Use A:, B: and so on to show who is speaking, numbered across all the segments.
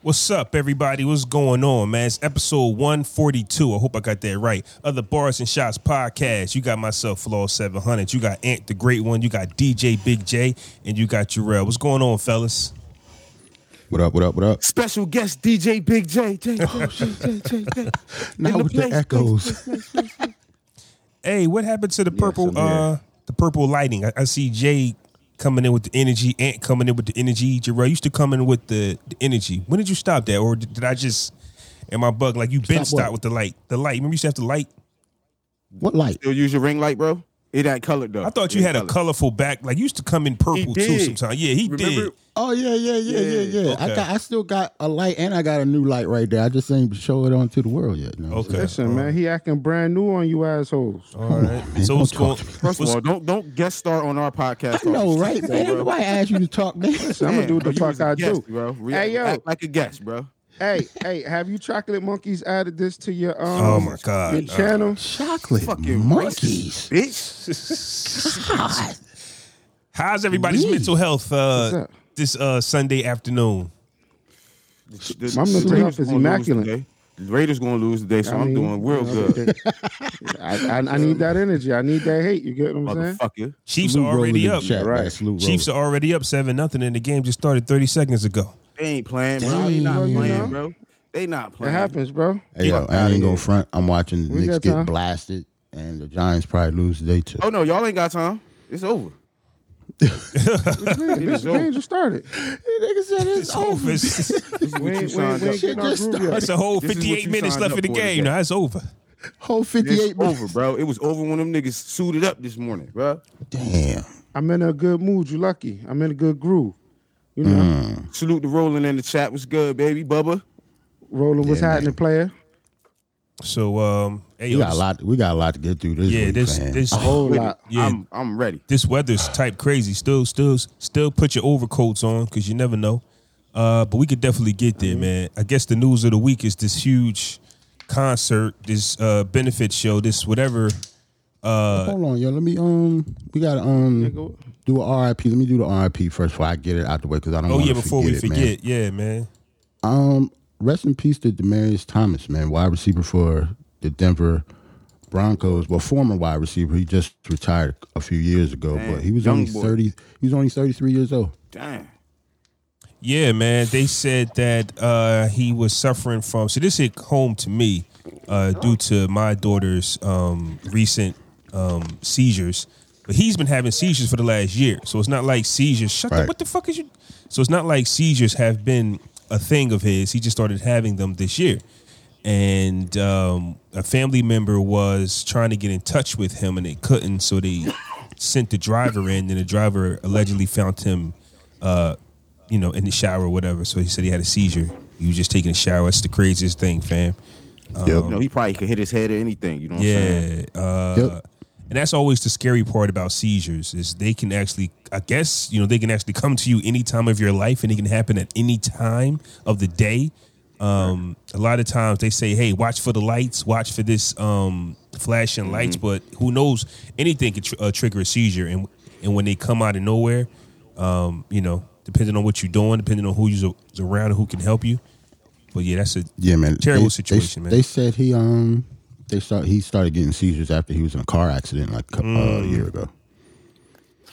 A: What's up, everybody? What's going on, man? It's episode 142. I hope I got that right. Other Bars and Shots podcast. You got myself, Flaw 700. You got Ant, the great one. You got DJ Big J. And you got Jarrell. What's going on, fellas?
B: What up? What up? What up?
C: Special guest DJ Big J. J, J, J, J, J.
B: Not
C: In
B: with the
C: place,
B: echoes.
C: place, place, place, place.
A: Hey, what happened to the purple
B: I'm here.
A: uh the purple lighting? I, I see Jay coming in with the energy, Ant coming in with the energy. Jarrell used to come in with the, the energy. When did you stop that? Or did, did I just am I bug like you been
B: Stop what?
A: stopped with the light? The light. Remember you used to have the light?
B: What light?
C: Still use your ring light, bro? It ain't colored though.
A: I thought you
C: It
A: had a
C: ain't colored.
A: colorful back. Like you used to come in purple too
C: did.
A: sometimes. Yeah, he
C: Remember?
A: did.
B: Oh yeah, yeah, yeah, yeah, yeah.
C: Yeah,
A: okay.
B: I got, I still got a light, and I got a new light right there. I just ain't show it on to the world yet. you know what I'm
A: Okay.
D: Listen, man, he acting brand new on you assholes.
A: All right. So
B: Don't
A: what's going
B: talk to me.
C: First of
A: what's-
C: all, don't don't guest star on our podcast.
B: saying?
C: bro.
B: No, right, man. Ain't
C: bro.
B: Nobody asked you to talk, man.
D: I'm gonna do what the
C: You was
D: fuck
C: a
D: I
C: guest,
D: do.
C: bro. Re-
D: Hey, yo.
C: act like a guest, bro.
D: Hey, hey, have you chocolate monkeys added this to your um
A: Oh my
D: your
A: God. Uh,
D: channel?
B: Chocolate
C: Fucking
B: monkeys.
C: Bitch.
B: God.
A: how's everybody's
B: Me.
A: mental health uh
D: up?
A: this uh Sunday afternoon?
C: The-
D: My
C: the
D: mental
C: Raiders
D: health is
C: gonna lose
D: immaculate.
C: today. The Raiders gonna lose today, so I
D: I
C: am
D: mean,
C: doing real
D: you know,
C: good,
D: I, I, I need that energy. I need that hate. You get what I'm saying?
C: motherfucker.
A: Chiefs
B: Lou
A: are
B: Roll in
A: already
B: the
A: up.
B: Chat,
D: Right.
B: right. That's Lou Roll.
A: Chiefs are already up seven nothing, and the game just started thirty seconds ago.
C: They ain't playing, bro. They not
D: Damn.
C: playing, bro. They not
D: It
C: playing.
D: happens, bro.
B: Hey, yo,
C: Fuck
B: I
C: outta
B: ain't
C: here.
B: gonna front. I'm watching the
D: We
B: Knicks
D: got
B: get
D: time.
B: blasted, and the Giants probably lose today too.
C: Oh no, y'all ain't got time. It's over.
D: Man, this
C: is over.
D: game just started.
B: Nigga said
A: It's over. It's,
C: This is
D: We
C: what you
D: ain't, we ain't,
C: signed
D: we
C: up.
D: ain't getting our
B: Shit just
D: groove yet.
A: it's a whole
C: This is what
A: fifty-eight
C: you
A: minutes
C: signed
A: left
C: up
A: of the
C: for, is
A: game.
C: that-
A: Now it's over.
B: Whole
C: It's
B: 58 minutes.
C: over, bro. It was over when them niggas suited up this morning, bro.
B: Damn.
D: I'm in a good mood. You lucky. I'm in a good groove. You know,
C: Salute to Roland in the chat. What's good, baby, Bubba?
D: rolling what's
B: Yeah,
D: happening, player.
A: So um, hey,
B: We
A: yo,
B: got a
A: this-
B: lot. We got a lot to get through this.
A: yeah,
B: week,
A: this
B: man.
A: this
D: A whole
C: With it.
D: lot.
A: yeah
C: I'm I'm ready.
A: this weather's type crazy. Still, still, still put your overcoats on because you never know. Uh, but we could definitely get there,
B: Mm-hmm.
A: man. I guess the news of the week is this huge concert, this uh, benefit show, this whatever. uh,
B: Hold on, yo. Let me um. We gotta um. Do a RIP. Let me do the RIP first before I get it out the way because I don't.
A: Oh
B: wanna
A: yeah, before we
B: it, man.
A: forget, yeah, man.
B: Um, rest in peace to Demarius Thomas, man, wide receiver for the Denver Broncos. Well, former wide receiver. He just retired a few years ago, but he was
C: young
B: only
C: boy.
B: thirty. He was only thirty three years old.
C: Damn.
A: Yeah, man. They said that uh, he was suffering from. So this hit home to me uh, due to my daughter's um, recent um, seizures. But he's been having seizures for the last year, so it's not like seizures. Shut up!
B: Right.
A: What the fuck is you? So it's not like seizures have been a thing of his. He just started having them this year, and um, a family member was trying to get in touch with him, and they couldn't. So they sent the driver in, and the driver allegedly found him uh, you know, in the shower or whatever. So he said he had a seizure. He was just taking a shower. That's the craziest thing, fam. Um,
C: You know, he probably could hit his head or anything. You know what I'm saying?
A: Yeah. Uh,
B: Yep.
A: And that's always the scary part about seizures is they can actually, I guess, you know, they can actually come to you any time of your life and it can happen at any time of the day. Um, a lot of times they say, "Hey, watch for the lights, watch for this um, flashing lights,"
C: Mm-hmm.
A: but who knows? Anything could tr- uh, trigger a seizure, and and when they come out of nowhere, um, you know, depending on what you're doing, depending on who's a- is around and who can help you. But yeah, that's a
B: Yeah, man.
A: terrible
B: They-
A: situation,
B: they,
A: man.
B: They said he um. They start. He started getting seizures after he was in a car accident like uh, a
C: Mm.
B: year ago.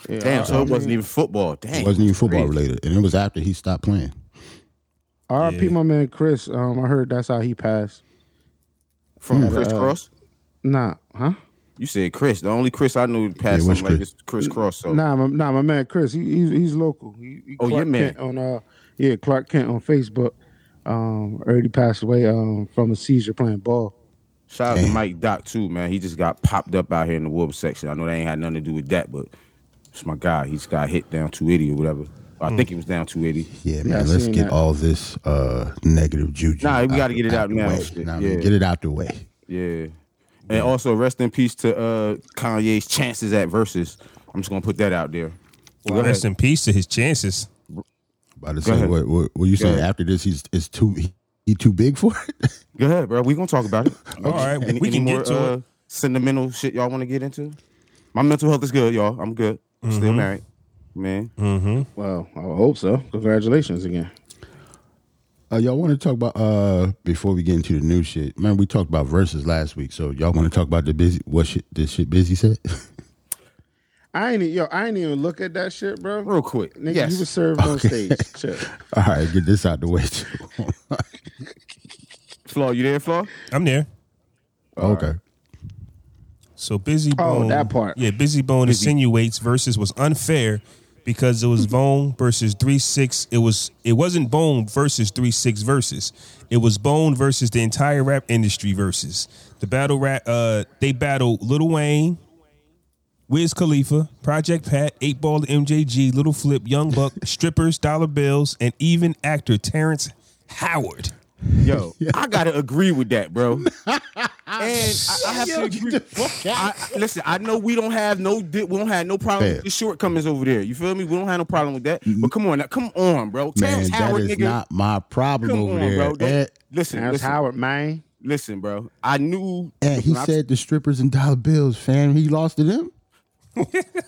D: Yeah,
C: Damn.
D: I-
C: So it wasn't even football. Damn.
B: It wasn't even football related, and it was after he stopped playing.
D: RIP
A: Yeah.
D: my man Chris. Um, I heard that's how he passed.
C: From Chris Cross.
D: uh, Nah, huh?
C: You said Chris. The only Chris I knew passed
B: Yeah, which
C: something like
B: Chris?
C: this was Chris Cross. So
D: Nah, my, nah, my man Chris. He, he's he's local. He, he
C: Oh, your
D: Clark
C: man.
D: Kent on uh yeah Clark Kent on Facebook. Um, already passed away um from a seizure playing ball.
C: shout out to
B: Damn.
C: Mike Doc too, man. He just got popped up out here in the wolf section. I know that ain't had nothing to do with that, but it's my guy. He just got hit down 280 or whatever. I
A: Mm.
C: think he was down 280.
B: Yeah,
D: I
B: man. Let's
D: seen
B: get
D: that.
B: all this uh, negative juju.
C: Nah, we gotta
B: the-
C: get it out
B: the
C: now.
B: way. You know what I mean?
C: Yeah.
B: Get it out the way.
C: Yeah. And also rest in peace to uh, Kanye's chances at verses. I'm just gonna put that out there. Go ahead.
A: rest in peace to his chances.
B: About to
C: Go
B: say
C: ahead.
B: what, what, what you say
C: ahead.
B: after this? He's is too he, he too big for it.
C: Go ahead, bro. We gonna talk about it.
A: All right,
C: Any-
A: we
C: any
A: can
C: more,
A: get to
C: uh,
A: it.
C: Sentimental shit y'all want to get into? My mental health is good, y'all. I'm good. I'm Still
A: Mm-hmm.
C: married, man.
D: Well, I hope so. Congratulations again.
B: Uh, y'all want to talk about uh before we get into the new shit? Man, we talked about verses last week, so y'all want to talk about the busy what shit this shit busy said?
D: I ain't e- yo, I ain't even look at that shit, bro.
C: Real quick.
D: Nigga,
C: yes.
D: you was served on stage. Chill.
B: All right, get this out the way too.
C: Flaw, you there, Flaw?
A: I'm there.
B: okay,
A: So busy
D: Oh,
A: bone.
D: that part.
A: Yeah, busy bone insinuates versus was unfair because it was Bone versus three six. It was it wasn't Bone versus three six versus. It was Bone versus the entire rap industry versus the battle rap. Uh, they battled Lil Wayne, Wiz Khalifa, Project Pat, Eight Ball, MJG, Little Flip, Young Buck, strippers, dollar bills, and even actor Terrence Howard.
C: Yo, I gotta agree with that, bro. and I, I have to agree. I, I- listen, I know we don't have no di- we don't have no problem
B: Fair.
C: with the shortcomings over there. You feel me? We don't have no problem with that. But come on, now, come on, bro.
B: Mm-hmm. man,
C: Terrence
B: that
C: Howard,
B: is
C: nigga.
B: not my problem
C: come
B: over
C: on,
B: there.
C: bro.
B: and,
C: Don't- listen,
D: That's
C: listen,
D: Howard, man.
C: listen, bro. I knew.
B: and he
C: when I-
B: said the strippers and dollar bills, fam. He lost to them.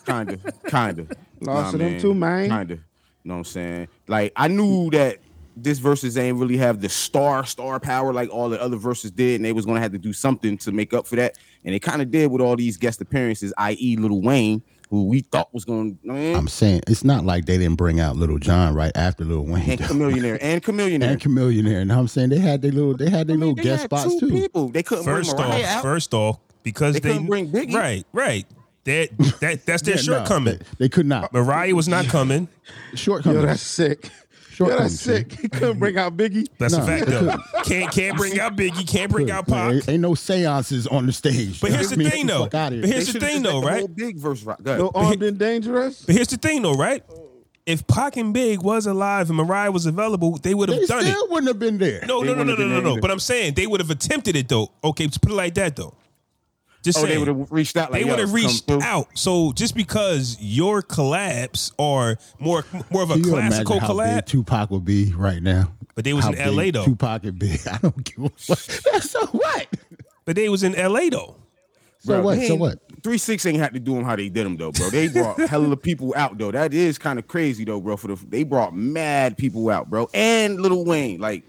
C: kinda, kinda.
D: Lost to them too, man.
C: Kinda. Know what I'm saying? Like I knew that this versus ain't really have the star star power like all the other verses did, and they was gonna have to do something to make up for that. And they kind of did with all these guest appearances, i.e., Little Wayne, who we thought was gonna man,
B: I'm saying it's not like they didn't bring out Little John right after Little Wayne
C: and Chameleonaire and
B: and
C: Chameleonaire.
B: Chameleonaire. And I'm saying they had their little they had their
C: I mean,
B: little
C: they
B: guest
C: had
B: spots
C: two
B: too.
C: People. They couldn't
A: First
C: bring Mariah
A: off,
C: out.
A: first off, because
C: They
A: they,
C: couldn't bring Biggie.
A: Right, right. That that that's their
B: Yeah, no,
A: shortcoming.
B: they, they could not.
A: Mariah was not coming.
D: Yo,
B: Shortcomings.
D: that's sick. Yo, that's
B: shortcomings.
D: sick. He couldn't bring out Biggie.
A: That's
B: No,
A: a fact,
B: they
A: though. Can't can't bring out Biggie. Can't bring out
B: Yeah,
A: Pop.
B: ain't- Ain't no seances on the stage.
A: But here's
B: I
A: the
B: mean,
A: thing,
B: get
A: though.
B: fuck outta here.
A: But here's-
C: They
A: the
C: should've
A: thing,
C: just let
A: though,
C: the
A: right?
C: whole Big verse rock. Go ahead.
D: No armed and dangerous.
A: But here's the thing, though, right? If Pac and Big was alive and Mariah was available, they would
B: they
A: have
B: still
A: done it.
B: wouldn't have been there.
A: No,
C: They
A: no, no, no,
C: wouldn't have
A: no, no,
C: been
A: no.
C: either.
A: But I'm saying they would have attempted it, though. Okay, just put it like that, though. Just
C: oh,
A: saying.
C: they would have reached out. Like,
A: they
C: yo,
A: would have
C: come
A: reached
C: through.
A: out. So just because your collabs are more more of a
B: Can you
A: classical
B: imagine how
A: collab,
B: big Tupac would be right now?
A: But they was
B: How
A: in LA
B: big
A: though.
B: Tupac would be. I don't give a fuck. so what?
A: but they was in L.A. though.
B: So
C: Bro,
B: what?
C: they
B: So
C: ain't-
B: what?
C: Three six ain't had to do them how they did them though, bro. They brought hella people out though. That is kind of crazy though, bro. For the they brought mad people out, bro, and Little Wayne. Like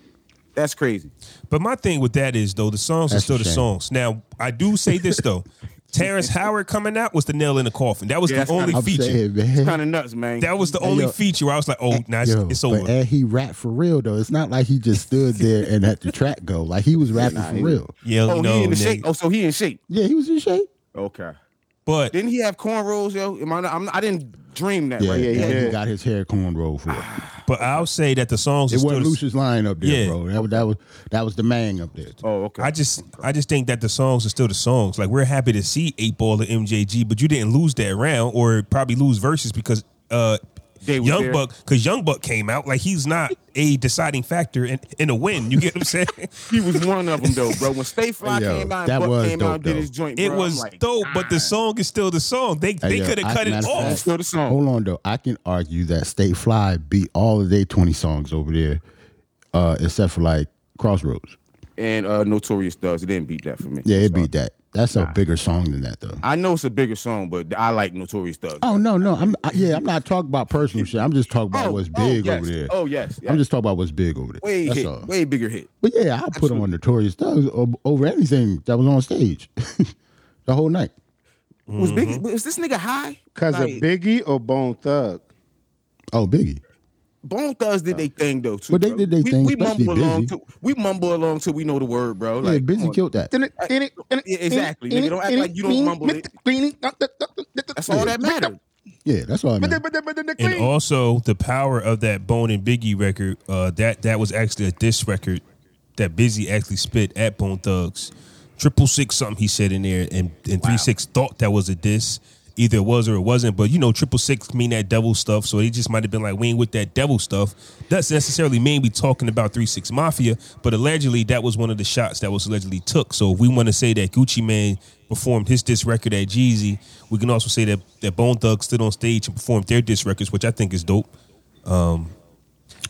C: that's crazy.
A: But my thing with that is though the songs are
B: That's
A: still
B: a
A: the
B: shame.
A: songs. Now I do say this though, Terrence Howard coming out was the nail in the coffin. That was
C: Yeah,
A: the
C: that's
A: only
C: kinda
B: I'm
A: feature.
B: saying, man.
C: Kind of nuts, man.
A: That was the
B: Hey,
A: only
B: yo.
A: feature. I was like, oh, nah, it's,
B: Yo,
A: it's
B: But
A: over.
B: and he rapped for real though. It's not like he just stood there and let the track go. Like he was rapping for real.
A: Yeah,
C: oh,
A: no,
C: he in the
A: nigga.
C: shape. Oh, so he in shape.
B: Yeah, he was in shape.
C: Okay.
A: But
C: Didn't he have cornrows, yo? Am I? not- I'm, I didn't dream that.
B: Yeah,
C: right?
B: yeah,
D: yeah,
B: He
D: yeah.
B: got his hair cornrow for it.
A: but I'll say that the songs. are
B: It
A: still
B: wasn't
A: the-
B: Lucius Lyon up there,
A: Yeah.
B: bro. That was, that was that was the man up there.
C: Oh, okay.
A: I just, I just think that the songs are still the songs. Like we're happy to see Eight Ball and MJG, but you didn't lose that round, or probably lose verses because uh,
C: They was
A: Young
C: there.
A: Buck, because Young Buck came out like he's not a deciding factor in in a win. You get what I'm saying?
C: he was one of them though, bro. When Stay Fly
B: Yo,
C: came out,
B: that
C: and Buck
B: was
C: came
B: dope,
C: out and did
B: though.
C: his joint.
A: It
C: bro, I'm
A: was
C: like, "Ah."
A: dope, but the song is still the song. They
B: Hey,
A: they
B: yo,
A: could
B: I-
A: have cut it
B: matter of
A: off.
B: fact,
C: Still the song.
B: Hold on though. I can argue that State Fly beat all of their twenty songs over there, uh, except for like Crossroads.
C: And uh, Notorious does. It didn't beat that for me.
B: Yeah, it
C: Sorry.
B: beat that. That's a bigger song than that though.
C: I know it's a bigger song, but I like Notorious Thug.
B: Oh no, no. I'm I, yeah. I'm not talking about personal shit. I'm just talking about what's big
C: yes.
B: over there.
C: Oh yes, yes.
B: I'm just talking about what's big over there.
C: way
B: That's
C: hit,
B: all.
C: way bigger hit.
B: But yeah, I put on Notorious Thugs o- over anything that was on stage the whole night.
C: Was
B: Mm-hmm.
C: big? Was this nigga high?
D: Cause
C: like,
D: of Biggie or Bone Thug.
B: Oh, Biggie.
C: Bone Thugs did they thing though too.
B: But they
C: bro.
B: did they
C: we,
B: thing,
C: We
B: especially
C: mumble along.
B: Busy.
C: Till, we mumble along till we know the word, bro.
B: yeah,
C: Like come
B: Busy
C: on.
B: killed that.
C: Yeah, exactly, nigga. Don't act like you don't mumble it. That's
D: That's
C: all that mattered.
B: Yeah, that's all I meant.
A: and also the power of that Bone and Biggie record. Uh, that that was actually a diss record that Busy actually spit at Bone Thugs. Triple six something he said in there, and and three six thought that was a diss. Either it was or it wasn't, but you know, triple six mean that devil stuff. So he just might have been like, "We ain't with that devil stuff." Doesn't necessarily mean we talking about three six mafia, but allegedly that was one of the shots that was allegedly took. So if we want to say that Gucci Man performed his diss record at Jeezy, we can also say that that Bone Thugs stood on stage and performed their diss records, which I think is dope. Um,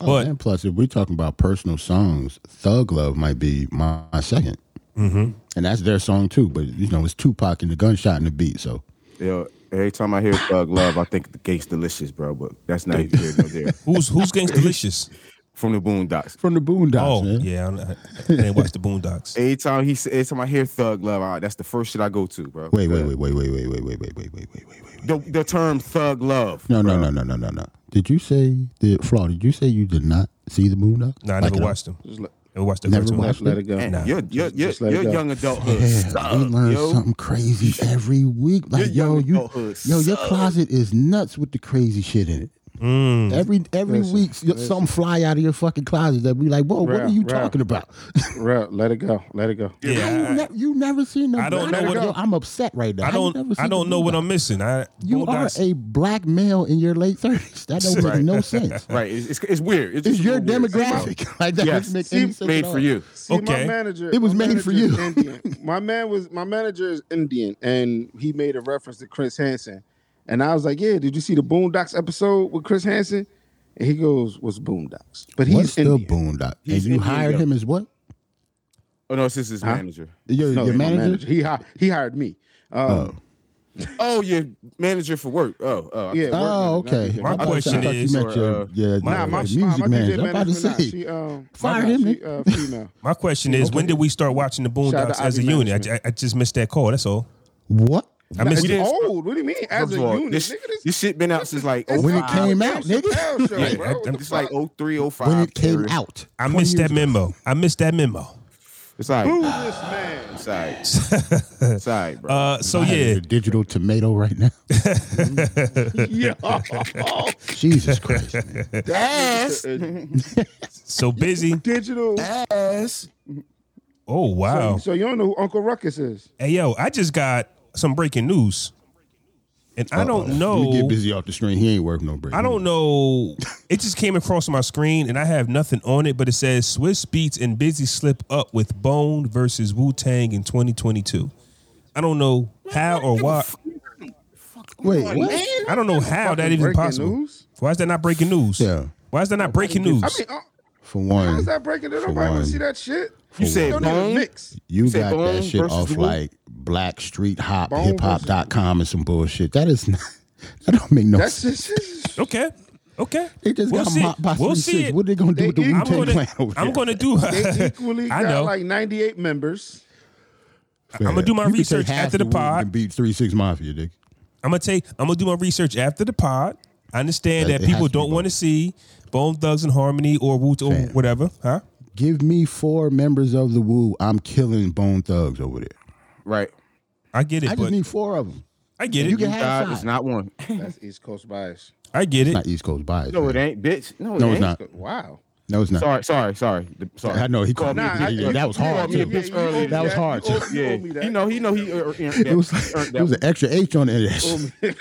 B: Oh,
A: But-
B: and plus, if we're talking about personal songs, Thug Love might be my, my 2nd
A: mm-hmm.
B: and that's their song too. But you know, it's Tupac and the gunshot and the beat. So
C: Yo, every time I hear Thug Love, I think the Gates Delicious, bro. But that's not here nor there.
A: Who's who's Gangsta Licious?
C: from the Boondocks.
B: From the Boondocks,
A: Oh
B: man.
A: yeah, I'm not- I didn't watch the Boondocks.
C: Every time he, say- every time I hear Thug Love, I, that's the first shit I go to, bro.
B: Wait, wait, wait, wait, wait, wait, wait, wait, wait, wait, wait, wait, wait, wait.
C: The, the term Thug Love.
B: No, no,
C: bro.
B: no, no, no, no, no. Did you say the flaw? Did you say you did not see the Boondocks?
A: No, I
B: Like,
A: never watched them.
D: Just let,
A: Never watched the
B: Never
A: first one.
B: watched
D: let, let it go.
C: Man,
A: Nah.
C: your your, your,
D: Just let it
C: your
D: go.
C: young adulthood
B: Yeah,
C: suck,
B: we learn
C: yo.
B: something crazy every week. Like
C: Your
B: yo,
C: young
B: you,
C: adulthood
B: yo, your
C: sucks.
B: closet is nuts with the crazy shit in it.
A: Mm.
B: Every every
D: Listen,
B: week,
D: listen.
B: something fly out of your fucking closet that we like, whoa, what are
D: Rap,
B: you
D: rap.
B: talking about?
D: Rap, let it go. Let it go.
B: you,
A: Yeah,
B: ne- you never seen no.
A: I don't
B: Black
A: know
B: Yo,
A: what-
B: I'm upset right now.
A: I, I
B: How you never
A: don't. I
B: seen
A: don't
B: the
A: know what
B: Boondocks?
A: I'm missing. I
B: You are
A: Boondocks-
B: a black male in your late thirties. That don't make
C: Right.
B: no sense.
C: Right, it's, it's, it's weird. It's,
B: It's
C: just
B: your
C: real weird.
B: demographic. like that
C: Yes,
B: doesn't make any sense.
C: made
B: at
C: for
B: all.
C: you.
D: See,
A: Okay.
D: my manager.
B: It was
D: my
B: made for
D: manager
B: you.
D: is Indian. my man was my manager is Indian, and he made a reference to Chris Hansen, and I was like, "Yeah, did you see the Boondocks episode with Chris Hansen?" And he goes, "What's Boondocks?" But he's
B: What's
D: Indian.
B: the boondock? And
C: He's
B: you
C: Indian,
B: hired
C: yo.
B: him as what?
C: Oh no, it's just his manager.
B: Your,
D: No,
B: your
D: my
B: manager?
D: He hi- he hired me. Um,
C: Oh, your manager for work. Oh, oh,
D: Yeah. work
B: Oh,
D: manager, not
B: okay.
D: even-
A: My
B: I thought-
A: question
B: I thought
A: is-
B: you meant your,
C: or, uh,
B: yeah,
D: Nah, my,
B: music
D: my, my
B: manager.
D: DJ
B: I'm about to
D: manager, nah,
B: say,
D: she, um,
B: Fire
D: nah,
B: him,
D: She,
B: nigga.
D: uh, female.
A: My question is, when did we start watching the
D: Shout out
A: Boondocks
D: to
A: as a
D: Ivy
A: unit? I,
D: Management.
A: I just missed that call. That's all.
B: what?
A: I missed
C: we
A: it.
C: didn't-
D: It's old. What do you mean? As
C: First
D: a
C: of all,
D: unit,
C: this,
D: nigga, this,
C: this shit been out since like
D: this
B: When it
C: 05.
B: came out,
D: Dave
B: nigga.
D: Chappelle show,
A: Yeah,
D: bro.
A: I-
D: What
A: I'm-
D: the
C: It's like
D: fuck?
C: 03, 05.
B: When it came
C: period.
B: out.
A: I
B: 20
A: missed that
B: years ago.
A: memo. I missed that memo.
C: It's all
D: Who
C: right.
D: this man?
C: It's all right. It's all right, bro.
A: Uh, so
B: I have
A: yeah,
B: your digital tomato right now.
D: Yo,
B: Jesus Christ, man.
C: Ass.
A: so busy.
D: digital.
C: Ass.
A: Oh wow.
D: So you don't know who Uncle Ruckus is?
A: Hey yo, I just got some breaking news, and I
B: Uh-oh.
A: don't
B: Let me get
A: know.
B: busy off the screen. He ain't worth no break.
A: I don't know. It just came across my screen, and I have nothing on it, but it says Swiss Beats and Busy slip up with Bone versus Wu Tang in 2022. I don't know how or why.
B: Wait, what?
A: I don't know how that even
D: Breaking
A: possible.
D: news?
A: Why is that not breaking news?
B: Yeah.
A: Why is that not breaking news?
D: I mean, uh,
B: For
D: how
B: one,
D: is that breaking? Nobody
B: one.
D: want to see that shit.
C: You
D: They
C: said
D: don't
C: bone?
D: even mix.
B: you
C: said
B: got that
C: Bone
B: shit
C: versus
B: off
C: Wu?
B: like black street hop,
D: Bone
B: hip hop
D: versus-
B: dot com and some bullshit. That is not, that don't make no
D: That's
B: sense.
D: just. just
A: okay, okay.
B: They just
A: we'll
B: got
A: see.
B: mopped by
A: we'll
B: three
A: see
B: six.
A: it.
B: What they gonna do
D: They
B: with the
D: equal-
B: Wu
A: I'm
B: Tang
A: gonna,
B: Clan over there?
A: I'm gonna do.
D: they equally
A: I
D: got
A: know.
D: like 98 members.
A: I'm gonna do my
B: You could
A: research
B: take half
A: after the
B: Wu
A: pod.
B: And beat three six mafia, nigga.
A: I'm gonna take. I'm gonna do my research after the pod. I understand
B: It-
A: that
B: it has
A: people
B: to be
A: don't
B: Bone.
A: want to see Bone Thugs and Harmony or Wu or
B: Fam.
A: whatever, huh?
B: Give me four members of the Wu. I'm killing Bone Thugs over there.
C: Right.
A: I get it,
B: I just
A: but
B: need four of them.
A: I get it.
B: you can have-
C: God
B: five.
C: is not one.
D: That's East Coast bias.
A: I get it.
B: Not East Coast bias.
C: No, it
B: man.
C: ain't, bitch. No, it
B: No,
C: ain't.
B: it's not.
D: Wow.
B: No, it's not.
C: Sorry, sorry, sorry. The- sorry.
B: I know Oh, he
C: Call
B: called me.
C: me a
D: Nah, I-
B: yeah,
C: bitch.
B: that was
C: He
D: yeah,
B: hard
C: called me a
B: too.
D: yeah,
C: bitch
D: you
C: earlier.
D: owe me
B: That was hard,
D: You owe-
B: too.
D: you
C: Yeah,
D: owe me that.
C: you know, he know he earned that.
B: It was like
C: earned
B: there was
C: that.
B: an extra H on it.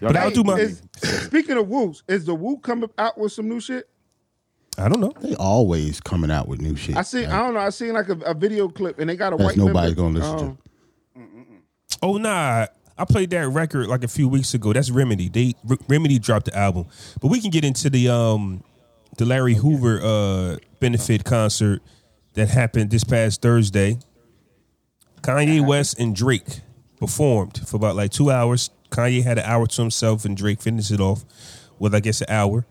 C: Y'all
A: But I'll
C: got
A: do my-
D: Is- speaking of Woo's, is the Woo coming out with some new shit?
A: I don't know.
B: They always coming out with new shit.
D: I see.
B: man.
D: I don't know. I seen like a, a video clip, and they got a white.
B: That's nobody's
D: member.
B: gonna listen to.
D: Um,
A: Oh nah. I played that record like a few weeks ago. That's Remedy. They R- Remedy dropped the album, but we can get into the um the Larry Hoover uh benefit concert that happened this past Thursday. Kanye West and Drake performed for about like two hours. Kanye had an hour to himself, and Drake finished it off with I guess an hour.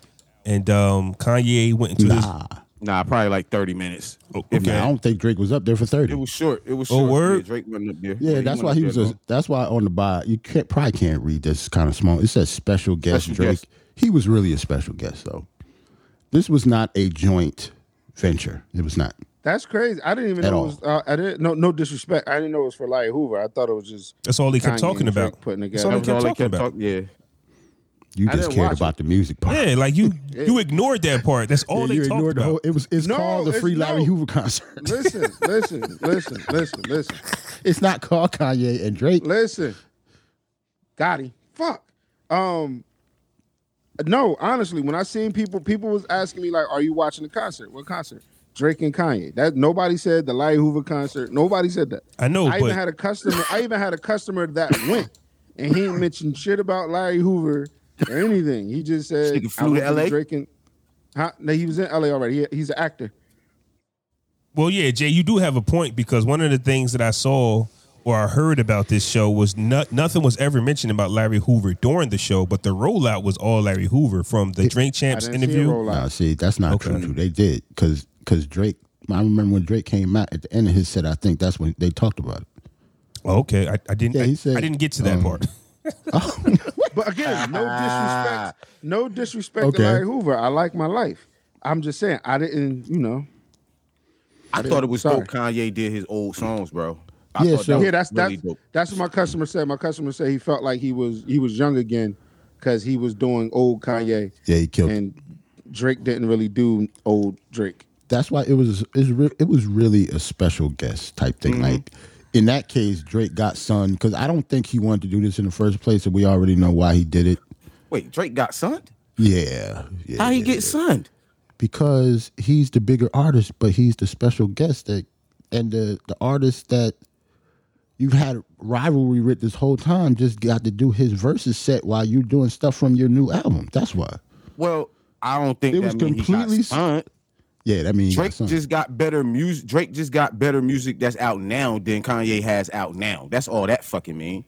A: And um, Kanye went into his Oh,
B: Nah,
C: Nah, probably like thirty minutes.
A: okay.
B: Nah, I don't think Drake was up there for thirty.
C: It was short. It was
A: Oh,
C: short.
A: word?
C: Yeah, Drake went up there.
B: yeah,
C: he
B: that's
C: went
B: why
C: up
B: he
C: there
B: was. A,
C: long.
B: that's why on the buy you can't probably can't read this kind of small. It says special guest
C: Special
B: Drake.
C: guest.
B: He was really a special guest though. This was not a joint venture. It was not.
D: that's crazy. I didn't even
B: At
D: know.
B: all.
D: It was, uh, I didn't. No, no disrespect. I didn't know it was for Larry Hoover. I thought it was just.
A: That's all they kept
D: Kanye
A: talking
D: and Drake
A: about.
D: putting
A: That's
D: together.
A: all they
C: That was all
A: kept
C: they
A: talking
C: kept
A: about.
C: talking. Yeah.
B: You
D: I
B: just
D: didn't
B: cared
D: watch
B: about the music part.
A: Yeah, like you you ignored that part. That's all
B: Yeah,
A: they
B: you
A: talked
B: ignored the
A: about.
B: whole. It was. It's
D: No,
B: called the
D: it's
B: Free Larry
D: no.
B: Hoover concert.
D: Listen, listen, listen, listen, listen,
B: it's not called Kanye and Drake.
D: listen. Gotti, fuck. Um, no, honestly, when I seen people, people was asking me like, "Are you watching the concert? What concert? Drake and Kanye." That nobody said the Larry Hoover concert. Nobody said that.
A: I know,
D: I
A: but
D: even had a customer. I even had a customer that went, and he ain't mentioned shit about Larry Hoover or anything. He just said,
C: Nigga
D: I
C: flew
D: went
C: to
D: the
C: LA?
D: Drake and huh? No, he was in LA already. He- he's an actor.
A: well, yeah, Jay, you do have a point because one of the things that I saw or I heard about this show was not, nothing was ever mentioned about Larry Hoover during the show, but the rollout was all Larry Hoover from the Drink
D: I
A: Champs
D: didn't see a
A: interview.
D: rollout.
B: Nah, see, that's not
A: Okay.
B: true. They did because because Drake. I remember when Drake came out at the end of his set. I think that's when they talked about it.
A: Oh, okay, I, I didn't.
B: Yeah,
A: I-
B: he
A: I,
B: said,
A: didn't get to that
B: um,
A: part.
D: But again, no disrespect, no disrespect
B: Okay.
D: to Larry Hoover. I like my life. I'm just saying, I didn't, you know.
C: I thought it was
D: Sorry.
C: dope. Kanye did his old songs, bro. I
B: Yeah,
C: thought
B: so-
C: that
D: Yeah,
C: was
D: that's
C: really
D: that's
C: dope.
D: that's what my customer said. My customer said he felt like he was he was young again because he was doing old Kanye
B: Yeah, he killed. it.
D: and Drake didn't really do old Drake.
B: that's why it was it's re- it was really a special guest type thing. Like in that case, Drake got son because I don't think he wanted to do this in the first place, and we already know why he did it.
C: Wait, Drake got sunned?
B: Yeah, yeah
C: How he
B: yeah,
C: get
B: yeah.
C: sunned?
B: because he's the bigger artist, but he's the special guest that and the the artist that you've had rivalry with this whole time just got to do his verses set while you're doing stuff from your new album. That's why.
C: Well, I don't think
B: It
C: that
B: was
C: mean
B: completely
C: he
B: s-
C: got sunned.
B: Yeah, that means
C: Drake just got better music. Drake just got better music that's out now than Kanye has out now. That's all that fucking mean.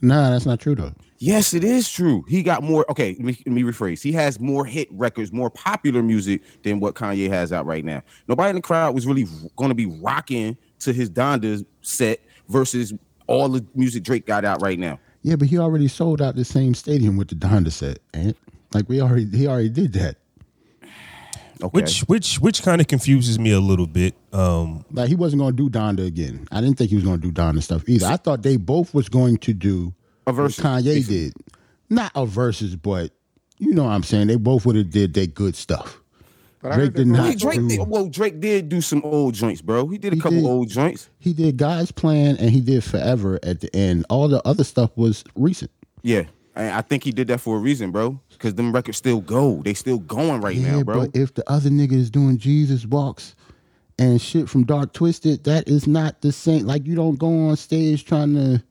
B: nah, that's not true though.
C: Yes, it is true. He got more. Okay, let me, let me rephrase. He has more hit records, more popular music than what Kanye has out right now. Nobody in the crowd was really going to be rocking to his Donda set versus all the music Drake got out right now.
B: Yeah, but he already sold out the same stadium with the Donda set, and like we already he already did that.
C: Okay,
A: Which which which kind of confuses me a little bit. Um,
B: Like he wasn't gonna do Donda again. I didn't think he was gonna do Donda stuff either. I thought they both was going to do
C: A
B: what
C: versus.
B: Kanye did, not a versus, but you know what I'm saying. They both would have did their good stuff.
D: But I
B: Drake
D: heard they're
B: did
D: going-
B: not
C: Wait, Drake
B: true.
C: did, well, Drake did do some old joints, bro. He did a
B: He
C: couple
B: did.
C: old joints.
B: He did God's plan and he did Forever at the end. All the other stuff was recent.
C: Yeah. I I think he did that for a reason, bro. Because them records still go. They still going right
B: Yeah,
C: now, bro.
B: but if the other nigga is doing Jesus walks and shit from Dark Twisted, that is not the same. Like you don't go on stage trying to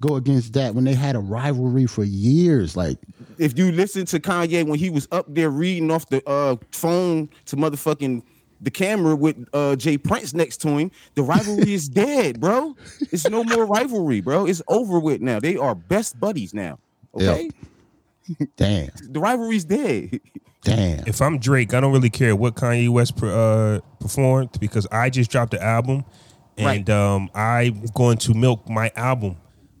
B: go against that when they had a rivalry for years. Like
C: if you listen to Kanye when he was up there reading off the uh, phone to motherfucking the camera with uh, Jay Prince next to him, the rivalry is dead, bro. It's no more rivalry, bro. It's over with now. They are best buddies now. Okay,
B: damn,
C: the rivalry's dead.
B: damn.
A: if I'm Drake, I don't really care what Kanye West per- uh, performed because I just dropped the album, and
C: Right.
A: um, I'm going to milk my album.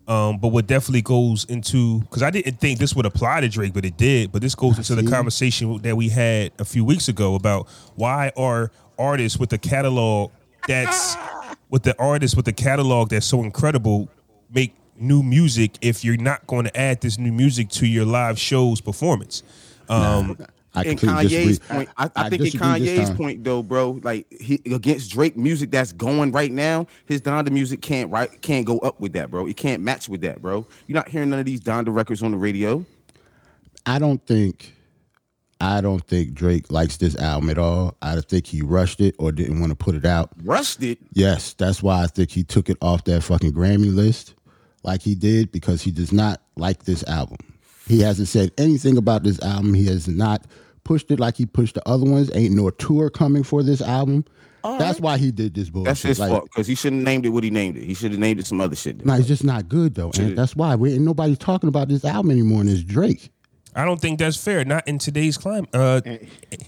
A: Um, but what definitely goes into because I didn't think this would apply to Drake, but it did. But this goes into the conversation that we had a few weeks ago about why are artists with a catalog that's with the artists with the catalog that's so incredible make new music if you're not going to add this new music to your live shows performance. Um,
B: I
C: in
B: completely
C: Kanye's
B: disagree.
C: point, I, I think in
B: disagree this
C: Kanye's
B: time.
C: point though, bro, like he against Drake music that's going right now, his Donda music can't right can't go up with that, bro. It can't match with that, bro. You're not hearing none of these Donda records on the radio.
B: I don't think I don't think Drake likes this album at all. I think he rushed it or didn't want to put it out.
C: Rushed it.
B: Yes, that's why I think he took it off that fucking Grammy list like he did because he does not like this album. He hasn't said anything about this album. He has not pushed it like he pushed the other ones. Ain't no tour coming for this album. that's
A: Uh-huh.
B: why he did this bullshit.
C: That's his
B: Like,
C: fault because he shouldn't have named it what he named it. He should have named it some other shit.
B: Nah, it's just not good though. And that's why we ain't nobody talking about this album anymore and it's Drake.
A: I don't think that's fair. Not in today's climate. Uh,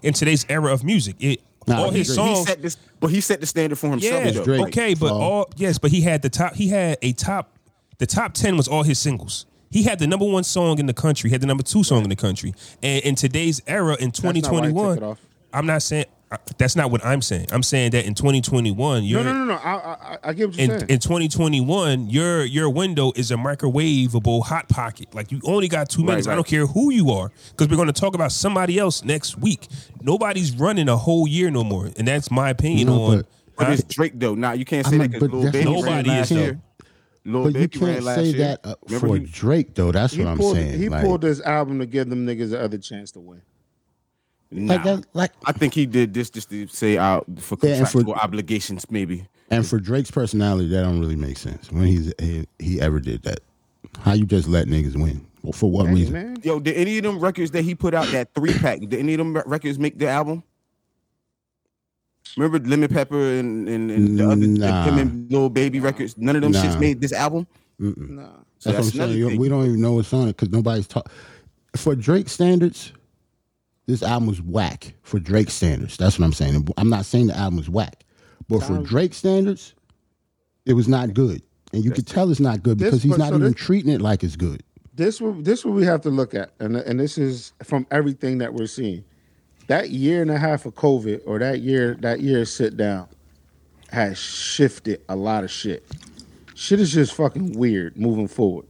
A: in today's era of music, it
B: Nah,
A: all
B: I
A: his
B: agree.
C: He
A: songs.
C: set this, but he set the standard for himself.
A: yeah,
C: though.
B: Drake.
A: okay, but
B: So-
A: all yes, but he had the top. He had a top. The top ten was all his singles. He had the number one song in the country. He had the number two song in the country. And in today's era, in
D: why he took
A: 2021,
D: it off.
A: I'm not saying I- that's not what I'm saying. I'm saying that in 2021, you're
D: No, no, no, no. I I, I- I get what you're
A: in,
D: saying.
A: in 2021, your your window is a microwavable hot pocket. Like you only got two minutes. I
C: right.
A: don't care who you are, because we're going to talk about somebody else next week. Nobody's running a whole year no more, and that's my opinion
B: No,
A: on.
B: but-
C: But
A: Huh?
C: it's Drake though. Nah, you can't say
B: I'm
C: that
B: like,
C: because
B: but
C: Lil
B: that's
C: Baby ran
A: what Nobody
C: last
A: is, though.
C: year. Lil
B: But you
C: Baby ran
B: can't
C: last
B: say
C: year.
B: that uh,
C: Remember
B: for
C: he-
B: Drake though. That's
D: he
B: what I'm
D: pulled
B: saying.
D: he
B: Like-
D: pulled this album to give them niggas the other chance to win.
C: Nah.
B: like that, like
C: I think he did this just to say out for
B: Yeah, and for-
C: contractual obligations, maybe.
B: And for Drake's personality, that don't really make sense. When he's he, he ever did that, how you just let niggas win? Well, for what
D: Hey,
B: reason?
D: man.
C: Yo, did any of them records that he put out that three pack? Did any of them records make the album? Remember Lemon Pepper and and, and the other
B: Nah.
C: him and Little Baby records. None of them
B: Nah.
C: shits made this album.
B: Mm-mm.
D: Nah.
C: So
B: That's,
C: that's,
B: what I'm
C: another
B: saying.
C: thing.
B: We don't even know what's on it because nobody's talk. For Drake standards, this album was whack. For Drake standards, that's what I'm saying. I'm not saying the album was whack, but for
D: Sounds-
B: Drake standards, it was not good, and you could tell it's not good
D: This-
B: because he's
D: but-
B: not
D: so
B: even
D: this-
B: treating it like it's good.
D: This will this what we have to look at, and and this is from everything that we're seeing. That year and a half of COVID, or that year that year sit down, has shifted a lot of shit. Shit is just fucking weird moving forward.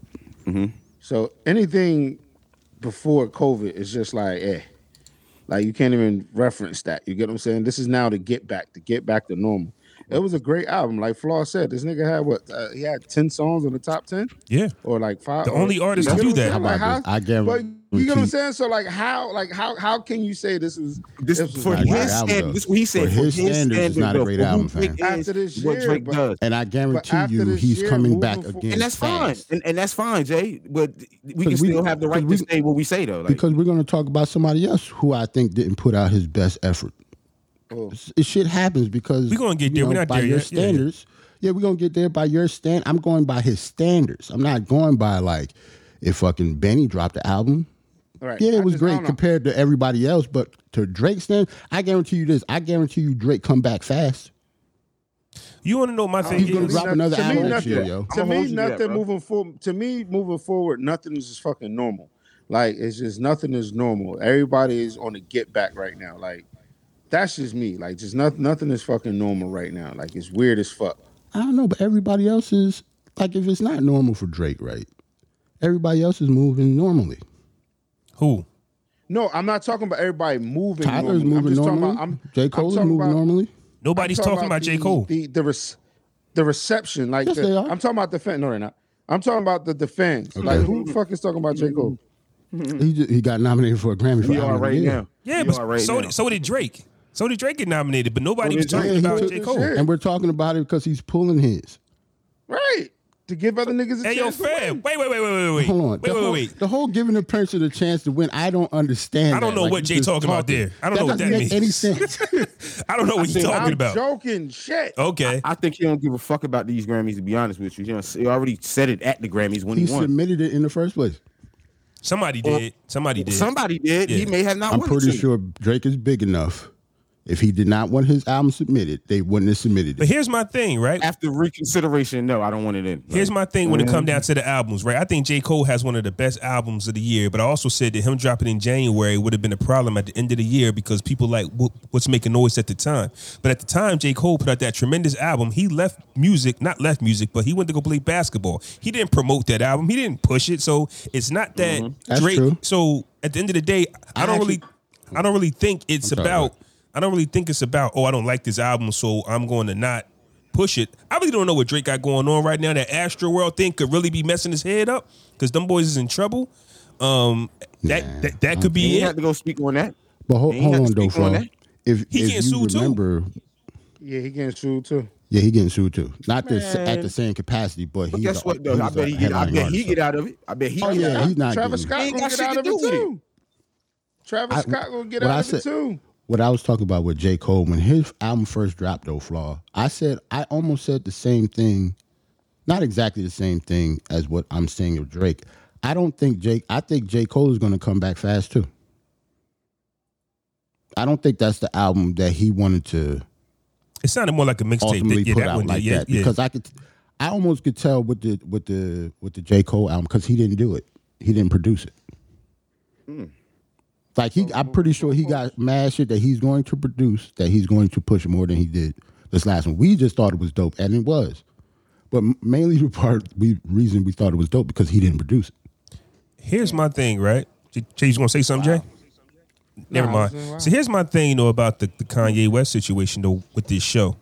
D: So anything before COVID is just like eh, like you can't even reference that. You get what I'm saying? This is now to get back to get back to normal. It was a great album, like Flaw said. This nigga had what? Uh, he had ten songs in the top ten
A: Yeah.
D: or like five.
A: The
D: or-
A: only artist
D: You
A: to
D: get
A: do
D: what I'm
A: that.
D: saying?
A: How
D: Like,
B: about this? I
D: But you get what I'm
B: guarantee-
D: saying? So like how like how how can you say this is
C: This,
D: was
C: for
B: not a great
C: his
B: album,
C: standard,
B: though.
C: this is what he said.
B: For his standards, it's not a
C: though,
B: great
C: for who
B: album,
C: Drake
B: fam.
C: is,
D: After this
C: what
D: year,
C: Drake
D: but-
C: does.
B: And I guarantee
D: after
B: you,
D: this
B: he's
D: year,
B: coming
D: moving
B: back
D: forward-
B: again.
C: and that's fine,
B: fast.
C: and, and that's fine, Jay. But we can
B: Because we-
C: still have the right
B: because
C: to
B: we-
C: say what we say, though. Like,
B: because we're going to talk about somebody else who I think didn't put out his best effort.
D: Oh.
B: S- Shit happens because
A: We gonna get
B: you
A: there. We're not
B: by
A: there
B: your
A: yet. Yeah, yeah.
B: standards. Yeah, we're gonna get there by your stand. I'm going by his standards. I'm not going by like if fucking Benny dropped the album.
D: right? I
B: Yeah, it was
D: just- I
B: great
D: don't know.
B: compared to everybody else, but to Drake's stand, I guarantee you this. I guarantee you Drake come back fast.
A: You want to know my thing
B: He's gonna
A: is?
B: drop another
D: to me,
B: album next
D: nothing,
B: year, yo.
D: To
C: I'ma hold
D: me,
C: you to that,
D: nothing
C: bro.
D: moving forward. To me, moving forward, nothing is just fucking normal. Like it's just nothing is normal. Everybody is on the get back right now. Like that's just me. Like just nothing. Nothing is fucking normal right now. Like it's weird as fuck.
B: I don't know, but everybody else is like if it's not normal for Drake, right? Everybody else is moving normally.
A: Who?
D: No, I'm not talking about everybody moving. normally.
B: Tyler's
D: I'm
B: moving
D: just talking
B: normally.
D: about- I'm-
B: J.
D: I'm
B: Cole is
D: talking
B: moving
D: about-
B: normally.
A: Nobody's
D: I'm
A: talking, about
D: the-
A: J. Cole.
D: The the, rec- the reception, like
B: Yes,
D: the-
B: they are.
D: I'm talking about the fan. No, they're not. I'm talking about the, the fans. Like who the fuck is talking about J Cole?
B: He ju- he got nominated for a Grammy. for
C: we
B: Album
C: are
B: of the
C: right
B: Year.
C: now.
A: yeah,
C: we
A: but
C: are right
A: so,
C: now.
A: did, so did Drake. So did Drake get nominated, but nobody was
C: did Drake.
A: talking
B: Yeah, he
A: about
B: took
A: J.
D: this
A: Cole.
D: shit.
B: and we're talking about it because he's pulling his.
D: Right. To give other niggas a
A: Hey, yo,
D: chance. to
A: fam. Wait, wait, wait, wait, wait, wait.
B: Hold on,
A: Wait,
B: the,
A: wait,
B: whole,
A: wait.
B: the whole giving a person a chance to win, I don't understand.
A: I don't
B: that.
A: know
B: Like,
A: what
B: you
A: Jay
B: just
A: talking about there. I don't know what
B: doesn't
A: that
B: make Any
A: means.
B: sense?
A: I don't know what you're
D: win.
A: talking
D: I'm
A: about.
D: joking. Shit.
C: Oh,
A: Okay.
C: I think he don't give a fuck about these Grammys. To be honest with you, you know, he already said it at the Grammys when
B: he
C: he, won.
B: submitted it in the first place.
A: Somebody did. Somebody did.
C: Somebody did.
A: Yeah.
C: He may have not.
B: I'm
C: won
B: pretty
C: it.
B: sure Drake is big enough. If he did not want his album submitted, they wouldn't have submitted
A: But
B: it.
A: here's my thing, right?
C: After reconsideration, no, I don't want it in. Like,
A: Here's my thing when it come down to the albums, right? I think J. Cole has one of the best albums of the year, but I also said that him dropping in January would have been a problem at the end of the year because people like wh- what's making noise at the time. But at the time, J. Cole put out that tremendous album. He left music, not left music, but he went to go play basketball. He didn't promote that album. He didn't push it. So it's not that
B: That's
A: Drake.
B: true.
A: So at the end of the day, I,
B: I
A: don't
B: actually-
A: really, I don't really think it's
B: I'm sorry,
A: about.
B: what?
A: I don't really think it's about. Oh, I don't like this album, so I'm going to not push it. I really don't know what Drake got going on right now. That Astro World thing could really be messing his head up because them boys is in trouble. Um, that
B: Nah,
A: that, that could be
C: he
A: it.
C: had to go speak on that.
B: But hold,
C: He had
B: hold
C: to
B: on, though,
C: speak on
B: Flo.
C: that.
B: If,
A: He
B: if
A: getting
B: you
A: sued, too.
B: remember,
D: Yeah, he getting sued too.
B: yeah, he getting sued too. Not the, s- at
C: Man.
B: the same capacity, but,
C: But
B: he's
C: guess
B: a-
C: what? Though I
B: he's a
C: bet he get. I bet
B: headlining
C: he
B: artist,
C: get
B: so-
C: out of it. I bet he. get
B: Oh
C: out
B: yeah,
C: of
B: he's not.
D: Travis
B: getting-
D: Scott
C: Ain't
D: gonna
C: got
D: get
C: shit
D: out
C: to
D: of
C: do
D: it
C: with it.
D: too. Travis
B: I-
D: Scott gonna get
B: what
D: out
B: I
D: of
B: said-
D: it too.
B: what I was talking about with J. Cole when his album first dropped, though, Flaw, I said I almost said the same thing, not exactly the same thing as what I'm saying of Drake. I don't think Jake. I think J. Cole is going to come back fast too. I don't think that's the album that he wanted to
A: It sounded more like a mixtape.
B: ultimately
A: that- Yeah,
B: put
A: that
B: out
A: one. did.
B: like
A: yeah,
B: that
A: yeah.
B: because I could, I almost could tell with the with the with the J Cole album because he didn't do it, he didn't produce it. Like he, I'm pretty sure he got mad shit that he's going to produce that he's going to push more than he did this last one. We just thought it was dope and it was, but m- mainly the part we reason we thought it was dope because he didn't produce it.
A: here's my thing, right? J- Jay, you gonna say something, Jay? Never
D: Nah, I was
A: mind.
D: saying, wow.
A: So here's my thing, though, about the, the Kanye West situation, though, with this show.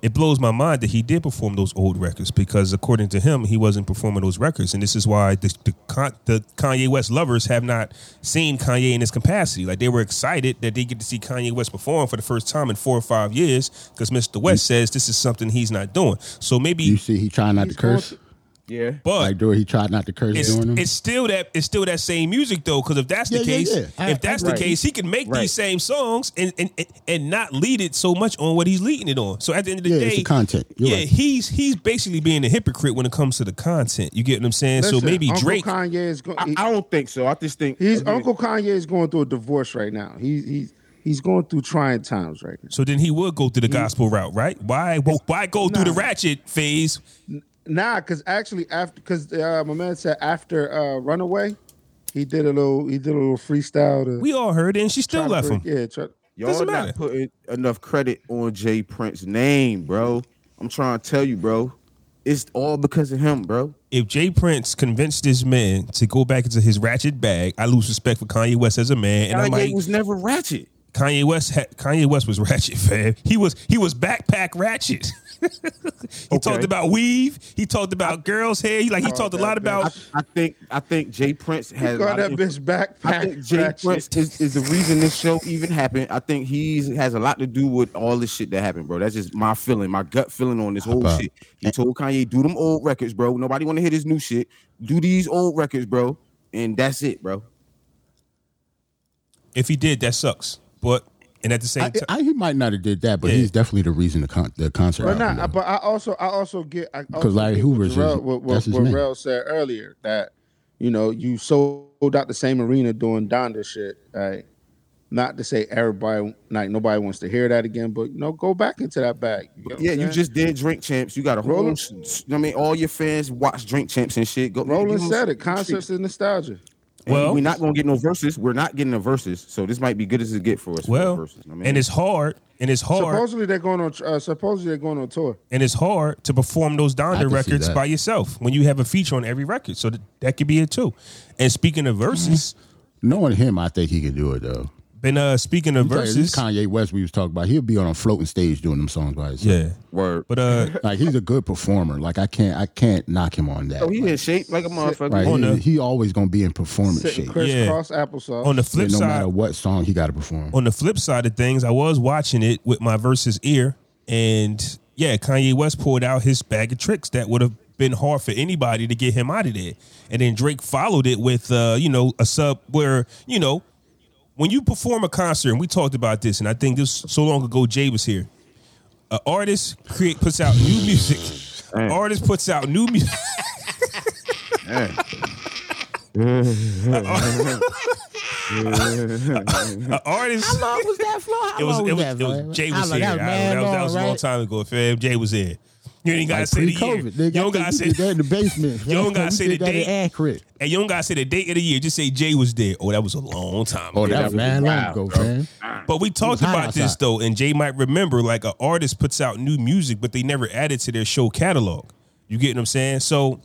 A: It blows my mind that he did perform those old records because, according to him, he wasn't performing those records, and this is why the the, Con- the Kanye West lovers have not seen Kanye in this capacity. Like they were excited that they get to see Kanye West perform for the first time in four or five years because Mr. West says this is something he's not doing. So maybe
B: You see, he trying not
D: He's
B: to curse.
D: going
C: Yeah.
A: But
B: Like, during he tried not to curse
A: it's,
B: during them.
A: it's still that it's still that same music though because if that's the
B: Yeah, yeah,
A: case
B: yeah. I-
A: if that's
B: I-
A: the
B: right.
A: case he can make
C: Right.
A: these same songs and, and and and not lead it so much on what he's leading it on so at the end of the
B: Yeah,
A: day
B: it's the content. You're
A: yeah
B: right.
A: he's he's basically being a hypocrite when it comes to the content you get what i'm saying so
D: Listen,
A: maybe
D: Uncle
A: drake
D: Kanye is going.
C: I, I don't think so. I just think
D: He's
C: I mean,
D: Uncle Kanye is going through a divorce right now. He's he's he's going through trying times right now.
A: so then he would go through
B: Mm.
A: the gospel route right why well, why go through the
D: Nah.
A: ratchet phase
D: Nah, because actually after because uh, my man said after uh, Runaway, he did a little he did a little freestyle to
A: we all heard it and she still
D: try to
A: left him
D: break- Yeah, try,
C: y'all
A: Doesn't matter.
C: not putting enough credit on Jay Prince's name, bro. I'm trying to tell you, bro. It's all because of him, bro.
A: if Jay Prince convinced this man to go back into his ratchet bag I lose respect for Kanye West as a man and I
C: Kanye
A: might
C: was never ratchet.
A: Kanye West had, Kanye West was ratchet, fam. He was he was backpack ratchet. he talked about weave. He talked about girls' hair. He like he talked a
D: that
A: lot
C: I,
A: about.
C: Oh, I think I think Jay Prince
D: he
C: has a
D: got
C: lot
D: that
C: of influence.
D: bitch backpack.
C: I think Jay
D: ratchet.
C: Prince is, is the reason this show even happened. I think he's has a lot to do with all this shit that happened, bro. That's just my feeling, my gut feeling on this whole
B: Bro.
C: shit. He told Kanye, do them old records, bro. Nobody want to hear this new shit. Do these old records, bro. And that's it, bro.
A: If he did, that sucks. But and at the same
B: I,
A: time,
B: I, he might not have did that, but
A: Yeah.
B: he's definitely the reason the, con- the concert.
D: But
B: album,
D: not,
B: though.
D: but I also I also get I also
B: Because Larry
D: get what
B: Hoover's
D: Jarrell-
B: his-
D: what, what,
B: that's his
D: what
B: name.
D: Rel said earlier that you know you sold out the same arena doing Donda shit. Right? Not to say everybody like nobody wants to hear that again, but you know go back into that bag. You know what
C: Yeah,
D: I'm
C: you
D: saying?
C: just did Drink Champs. You got a whole.
D: Roland-
C: s- s- I mean, all your fans watch Drink Champs and shit. Go.
D: Roland
C: you know,
D: said it. Concepts is nostalgia.
C: And
A: Well-
C: we're not gonna get no verses. We're not getting the verses. So this might be good as it get for us. for
A: well,
C: verses, I mean,
A: and it's hard, and it's hard,
D: Supposedly they're going on. Uh, supposedly they're going on tour.
A: and it's hard to perform those
B: I can
A: Donda
B: see
A: records
B: that.
A: by yourself when you have a feature on every record. So that, that could be it too. And speaking of verses,
B: knowing him, I think he could do it though.
A: been uh speaking of
B: Versus
A: verses,
B: this Kanye West we was talking about, he'll be on a floating stage doing them songs by himself.
A: yeah.
C: word.
A: But uh,
B: Like he's a good performer. Like I can't, I can't knock him on that.
C: So he in shape like a motherfucker.
B: right,
A: on
B: he,
A: the-
B: he always gonna be in performance
D: Sitting
B: shape.
D: crisscross applesauce.
A: on the
B: Yeah,
A: flip
B: no
A: side,
B: matter what song he got to perform.
A: on the flip side of things, I was watching it with my versus ear, and yeah, Kanye West pulled out his bag of tricks that would have been hard for anybody to get him out of there. And then Drake followed it with, uh, you know, a sub where you know when you perform a concert, and we talked about this, and I think this so long ago Jay was here. An artist create puts out new music. An artist puts out new music. An artist.
B: was that floor?
A: It was, it was, it was, Jay was here. I don't know, that, was, that was a long time ago, fam. Jay was here. You ain't gotta say the year.
B: COVID,
A: You don't gotta say
B: that in the basement.
A: You don't gotta
B: We
A: say
B: did
A: the
B: that in
A: date.
B: Accurate.
A: and you don't gotta say the date of the year. Just say Jay was there. Oh, that was a long time.
B: Oh,
A: ago.
B: that was man long
C: wild,
B: ago,
C: bro.
B: man.
A: But we talked
B: hot
A: about this
B: outside.
A: though, and Jay might remember like an artist puts out new music, but they never add it to their show catalog. You get what I'm saying? So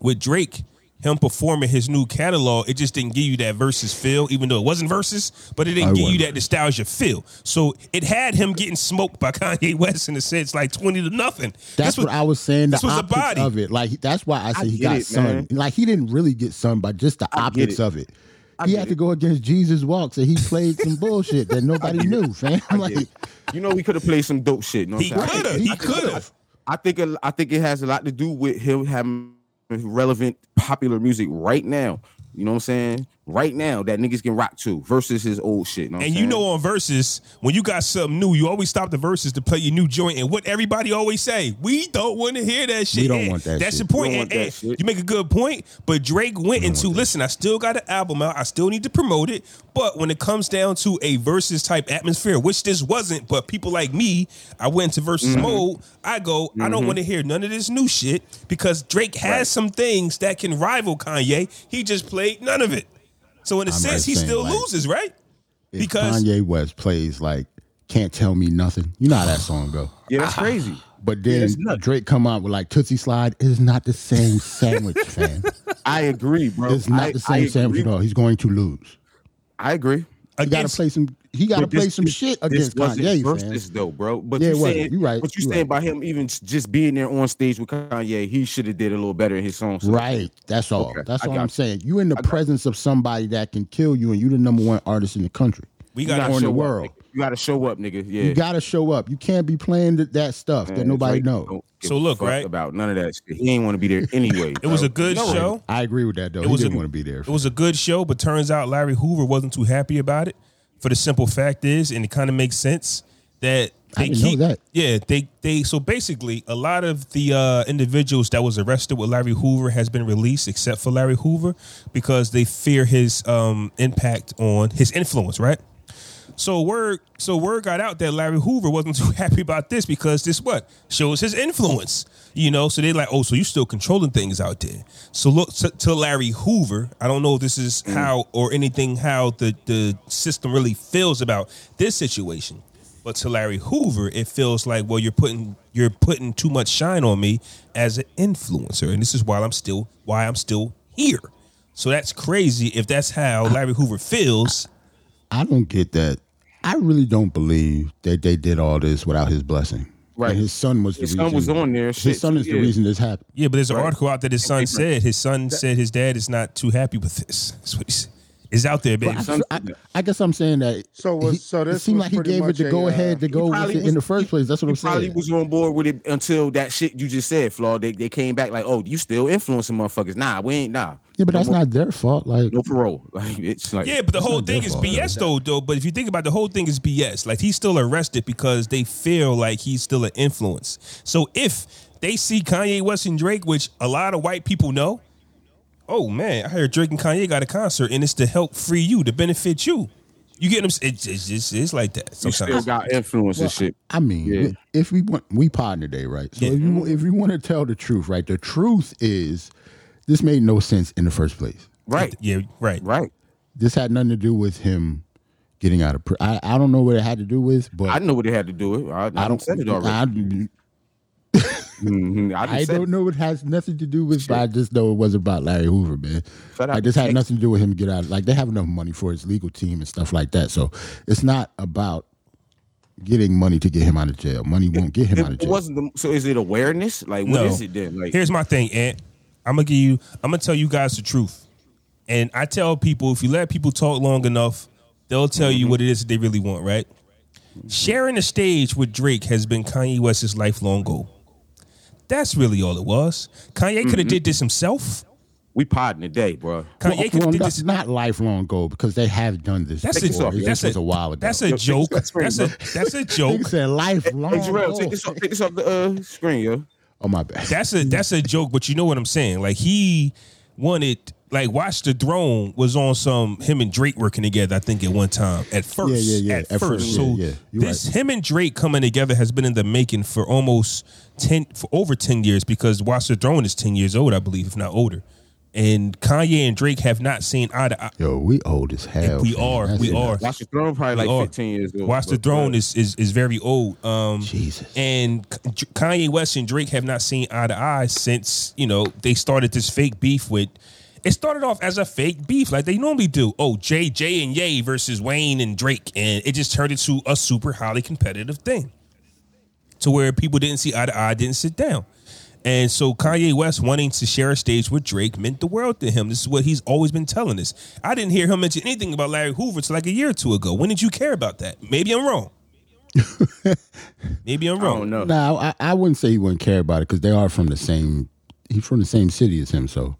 A: with Drake, him performing his new catalog, it just didn't give you that versus feel, even though it wasn't versus, but it didn't
B: I
A: give you
B: wonder.
A: that nostalgia feel. So it had him getting smoked by Kanye West in a sense, like twenty to nothing.
B: That's what, I was saying. The
A: this was a
B: optics
A: body.
B: of it, like that's why I say
C: I
B: he
C: get
B: got
C: it,
B: sun.
C: man.
B: Like he didn't really get sun, but just the
C: I get it.
B: optics of it.
C: I
B: he
C: get
B: had to
C: it.
B: go against Jesus walks, and he played some bullshit that nobody knew, fam. Like,
C: Yeah. you know, we could have played some dope shit. You know what
A: He
C: I'm saying?
A: coulda,
C: I think-
A: he
C: I think-
A: coulda.
C: I think a- I think it has a lot to do with him having relevant popular music right now. You know what I'm saying? Right now, that niggas can rock to versus his old shit. know what I'm
A: And you
C: saying?
A: know on verses, when you got something new, you always stop the verses to play your new joint. And what everybody always say, we don't want to hear that shit.
B: don't
A: And
B: want that
A: That's
B: shit.
A: the point.
C: We don't want
A: And-
C: that
A: and
C: shit.
A: You make a good point, but Drake went into listen. I still got an album out. I still need to promote it. But when it comes down to a versus type atmosphere, which this wasn't, but people like me, I went to versus
C: Mm-hmm.
A: mode. I go, I don't want to hear none of this new shit because Drake has some things that can rival Kanye. He just played none of it. So in a
B: I'm
A: sense,
B: just
A: he
B: saying,
A: still
B: like,
A: loses, right?
B: if
A: Because-
B: Kanye West plays like "Can't Tell Me Nothing," you know how that song go.
C: yeah, that's crazy.
B: But then
C: it's nuts.
B: Drake come out with like "Tootsie Slide" is not the same sandwich, fam.
C: I agree, bro.
B: It's not
C: I-
B: the
C: I
B: same sandwich at
C: agree.
B: all. He's going to lose.
C: I agree.
B: He got to
A: Against-
B: play some. He got to
C: But this-
B: play some
C: this-
B: shit
C: this
B: against
C: wasn't
B: Kanye, fam.
C: versus though, bro. But
B: Yeah, it
C: you
B: wasn't.
C: saying
B: You right.
C: But you
B: You
C: saying by him even just being there on stage with Kanye, he should have did a little better in his songs.
B: Right. That's all.
C: Okay,
B: That's
C: I
B: all
C: got
B: I'm
C: you.
B: saying. You in the presence of somebody that can kill you, and you the number one artist in the country.
A: We
C: You
A: got
C: gotta
B: or in
C: show
B: the
C: up,
B: world.
C: nigga. you gotta show up, nigga. Yeah.
B: You gotta show up. You can't be playing th- that stuff
C: Man,
B: that
C: it's
B: nobody
C: like,
B: knows.
C: don't give a
A: So look,
C: fuck
A: right?
C: about none of that shit. He ain't want to be there anyway.
A: It was a good
C: No.
A: show.
B: I agree with that though.
A: It was
B: he didn't
A: a-
B: want to be there.
A: It was a good show, but turns out Larry Hoover wasn't too happy about it. For the simple fact is, and it kind of makes sense that
B: I
A: they
B: didn't know
A: keep
B: that.
A: Yeah, they they so basically a lot of the uh, individuals that was arrested with Larry Hoover has been released except for Larry Hoover because they fear his um, impact on his influence, right? So word so word got out that Larry Hoover wasn't too happy about this because this what shows his influence, you know. So they like, oh, so you still controlling things out there. So look to, to Larry Hoover. I don't know if this is how or anything how the the system really feels about this situation, but to Larry Hoover, it feels like well, you're putting you're putting too much shine on me as an influencer, and this is why I'm still why I'm still here. So that's crazy if that's how Larry Hoover feels.
B: I don't get that. I really don't believe that they did all this without his blessing.
C: Right.
B: And his son was
C: His
B: the
C: son
B: reason.
C: was on there,
B: His
C: shit,
B: son is
C: yeah.
B: the reason this happened.
A: Yeah, but there's an article out that his son
C: different.
A: said his son said his dad is not too happy with this. That's what he said. It's out there, baby.
B: I, so I, I guess I'm saying that.
D: So was-
B: he-
D: so
B: it
D: this
B: seemed
D: was
B: like he
D: pretty
B: gave it
D: much
B: the
D: a,
B: go
D: uh,
B: ahead to go with
C: probably
B: it
C: was-
B: in the first place. That's what
C: He
B: I'm
C: probably
B: saying.
C: was on board with it until that shit you just said, Flaw. They, they came back like, oh, you still influencing motherfuckers. Nah, we ain't nah.
B: Yeah, but that's
C: no, more-
B: not their fault. Like,
C: no parole. Like it's like
A: Yeah, but the whole
B: not their
A: thing is
B: fault,
A: BS though, though. But if you think about it, the whole thing is BS. Like he's still arrested because they feel like he's still an influence. So if they see Kanye West and Drake, which a lot of white people know, oh man, I heard Drake and Kanye got a concert, and it's to help free you, to benefit you. You get them? It's, it's, it's, it's like that
C: you still
A: sometimes.
C: got influence and shit.
B: I mean,
C: Yeah.
B: if we want, we partner today, right? So
A: Yeah.
B: if you if you want to tell the truth, right? The truth is, this made no sense in the first place.
C: Right.
A: Yeah, right.
C: Right.
B: This had nothing to do with him getting out of. Pr- I I don't know what it had to do with, but
C: I know what they had to do it. I, I, don't said it already.
B: I,
C: Mhm, I,
B: I don't
C: know.
B: know. It has nothing to do with, but I just know it was about Larry Hoover, man.
C: Shut up.
B: I just had nothing to do with him get out. Like they have enough money for his legal team and stuff like that. So it's not about getting money to get him out of jail. Money won't get him out of
C: It
B: jail.
C: wasn't the, so. Is it awareness? Like what is
A: no.
C: it then? Like
A: Here's my thing, Ant. I'm gonna give you. I'm gonna tell you guys the truth. And I tell people if you let people talk long enough, they'll tell
C: Mm-hmm.
A: you what it is that they really want, right? Sharing the stage with Drake has been Kanye West's lifelong goal. That's really all it was. Kanye could have did this himself.
C: Mm-hmm. we podding today, bro.
A: Kanye
B: Well,
A: could have
B: well,
A: did
B: not,
A: this.
B: not lifelong goal because they have done this.
A: That's a,
B: before.
C: off.
B: It
A: that's
B: was
A: a,
B: a while ago.
A: That's a joke. That's a that's a joke.
B: Nigga said lifelong.
C: Hey, Jarrell,
B: goal.
C: take this off, take this off the uh, screen, yo.
B: Oh my bad.
A: That's a that's a joke, but you know what I'm saying. Like he wanted, like Watch the Throne was on some him and Drake working together. I think at one time at first,
B: yeah, yeah.
A: at,
B: At
A: first.
B: first, yeah,
A: so
B: yeah. You're
A: this him and Drake coming together has been in the making for almost ten for over ten years because Watch the Throne is ten years old, I believe, if not older. And Kanye and Drake have not seen eye to eye.
B: Yo, we old as hell.
A: We
B: man.
A: are,
B: That's
A: we
B: it.
A: are.
C: Watch the throne, probably
A: They
C: like
A: are.
C: 15 years old.
A: Watch the
C: but,
A: Throne
C: uh,
A: is, is is very old. Um,
B: Jesus.
A: and K- Kanye West and Drake have not seen eye to eye since you know they started this fake beef with. It started off as a fake beef, like they normally do. Oh, Jay, Jay, and Ye versus Wayne and Drake, and it just turned into a super highly competitive thing, to where people didn't see eye to eye, didn't sit down, and so Kanye West wanting to share a stage with Drake meant the world to him. This is what he's always been telling us. I didn't hear him mention anything about Larry Hoover till like a year or two ago. When did you care about that? Maybe I'm wrong. Maybe I'm
C: I
A: wrong.
C: don't know.
B: Now, I, I wouldn't say he wouldn't care about it because they are from the same. He's from the same city as him, so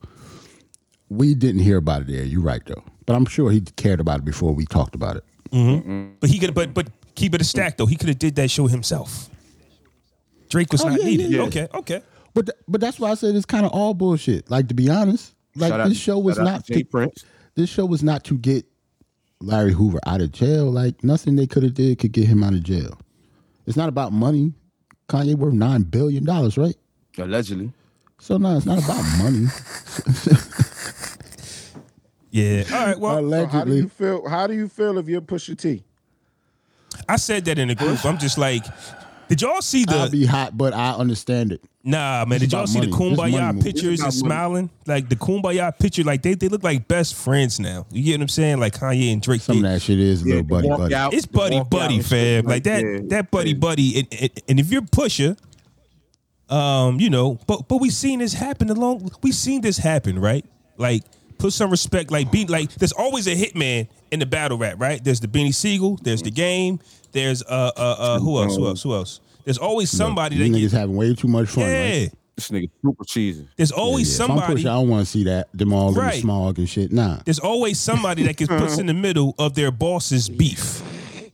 B: we didn't hear about it there. You're right, though. But I'm sure he cared about it before we talked about it.
A: Mm-hmm. But he could, but but keep it a stack though. He could have did that show himself. Drake was
B: Oh,
A: not
B: yeah,
A: needed.
B: yeah, yeah.
A: Okay, okay.
B: But th- but that's why I said it's kind of all bullshit. Like to be honest, like
C: Shout out-
B: this show was
C: shout out
B: not
C: to Jay
B: to,
C: Prince.
B: this show was not to get Larry Hoover out of jail. Like nothing they could have did could get him out of jail. It's not about money. Kanye worth nine billion dollars, right?
C: Allegedly.
B: So no, it's not about money.
A: Yeah. All right. Well,
D: So how do
B: Allegedly,
D: you feel? How do you feel if you're Pusha T?
A: I said that in the group. I'm just like, did y'all see
B: I'll
A: the?
B: be hot, but I understand it.
A: nah, man. Did y'all
B: about
A: see the
B: money. It's money
A: kumbaya
B: movie.
A: pictures and
C: It's about money.
A: smiling? Like the kumbaya picture. Like they, they look like best friends now. You get what I'm saying? Like Kanye and Drake.
B: Some of
A: did.
B: that shit is
C: Yeah,
B: little buddy
C: walk
B: buddy.
C: out-
A: it's buddy
C: walk out
A: buddy,
C: and shit,
A: fam. Like that
C: yeah,
A: that buddy
C: yeah.
A: buddy. And, and and if you're pusher, um, you know, but but we seen this happen along. We seen this happen, right? Like Put some respect. Like be like. There's always a hitman in the battle rap, right? There's the Beanie Siegel. There's the game. There's uh uh, uh who else? Who else? Who else? There's always somebody
B: You
A: that
B: niggas
A: gets.
B: having way too much fun.
A: Yeah.
B: Right?
C: This nigga super cheesy.
A: There's always
B: Yeah. If I'm
A: somebody.
B: pushing, I don't want to see that them all
A: Right.
B: getting smog and shit. Nah,
A: There's always somebody that gets puts in the middle of their boss's beef.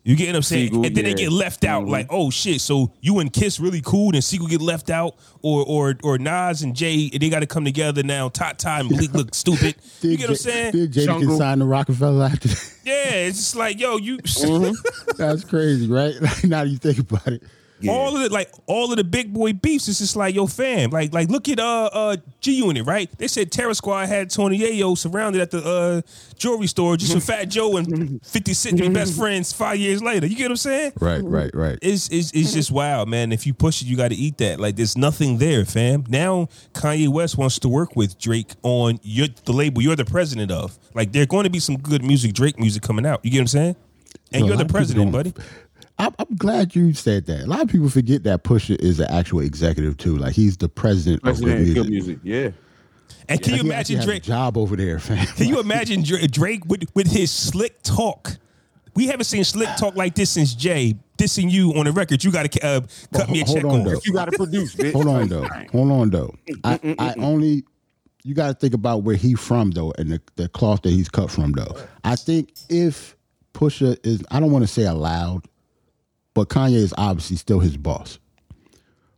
A: You get what I'm saying?
C: Siegel,
A: and then
C: yeah. Mm-hmm.
A: they get left out. Like, oh shit! So you and Kiss really cool, then Siegel get left out, or or or Nas and Jay they got to come together now. Tot Ty and Bleak look stupid. You get what I'm
B: J-
A: saying?
B: Did Jada get
D: Jungle.
B: signed to Rockefeller after that?
A: Yeah, it's just like yo, you
C: Mm-hmm.
B: That's crazy, right? Like, now that you think about it.
A: all of the like all of the big boy beefs. It's just like yo, fam. Like like look at uh uh G Unit, right? They said Terror Squad had Tony Ayo surrounded at the uh jewelry store just for Fat Joe and Fifty Cent to be best friends five years later. You get what I'm saying?
B: Right, right, right.
A: It's, it's, it's just wild, man. If you push it, you got to eat that. Like, there's nothing there, fam. Now, Kanye West wants to work with Drake on your, the label you're the president of. Like, there's going to be some good music, Drake music coming out. You get what I'm saying? And
B: Yo, a
A: you're
B: lot
A: the
B: of people
A: president, buddy.
B: don't- I'm, I'm glad you said that. A lot of people forget that Pusha is an actual executive too. Like he's the president, of
C: President,
B: good music.
C: good music. Yeah.
A: Oh, And can you
B: Like,
A: imagine
B: he actually has a
A: Drake?
B: job over there, fam.
A: Can you imagine Dra- Drake with, with his slick talk? We haven't seen slick talk like this since Jay dissing you on the record. You got to uh, cut me a
B: Hold
A: check
B: on,
A: on.
B: though.
C: You gotta produce, bitch.
B: Hold on though. Hold on though. I, I only you got to think about where he from though, and the, the cloth that he's cut from though. I think if Pusha is, I don't want to say allowed, but Kanye is obviously still his boss.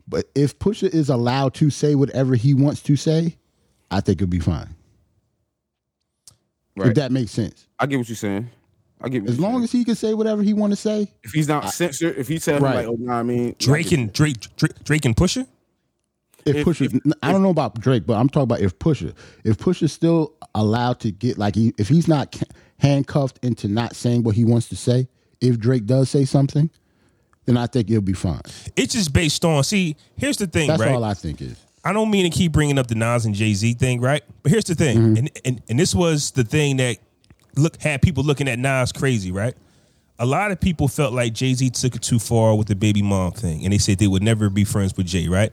B: But if Pusha is allowed to say whatever he wants to say, I think it'll be fine. If
C: Right.
B: that makes sense.
C: I get what you're saying. I get what
B: As
C: you're
B: long
C: saying.
B: as he can say whatever he want to say,
C: if he's not censored, if he tells
B: Right.
C: him like, oh, nah, I mean,
A: Drake and Drake, Drake, Drake and Pusher.
B: if,
C: If-
B: Pusha, I don't know about Drake, but I'm talking about if Pusha, if Pusha's still allowed to get like, he, if he's not ca- handcuffed into not saying what he wants to say, if Drake does say something, then I think it'll be fine.
A: It's just based on. See, here's the thing,
B: That's
A: right?
B: all I think is.
A: I don't mean to keep bringing up the Nas and Jay Z thing, right? But here's the thing,
C: Mm-hmm.
A: and, and and this was the thing that look had people looking at Nas crazy, right? A lot of people felt like Jay Z took it too far with the baby mom thing, and they said they would never be friends with Jay, right?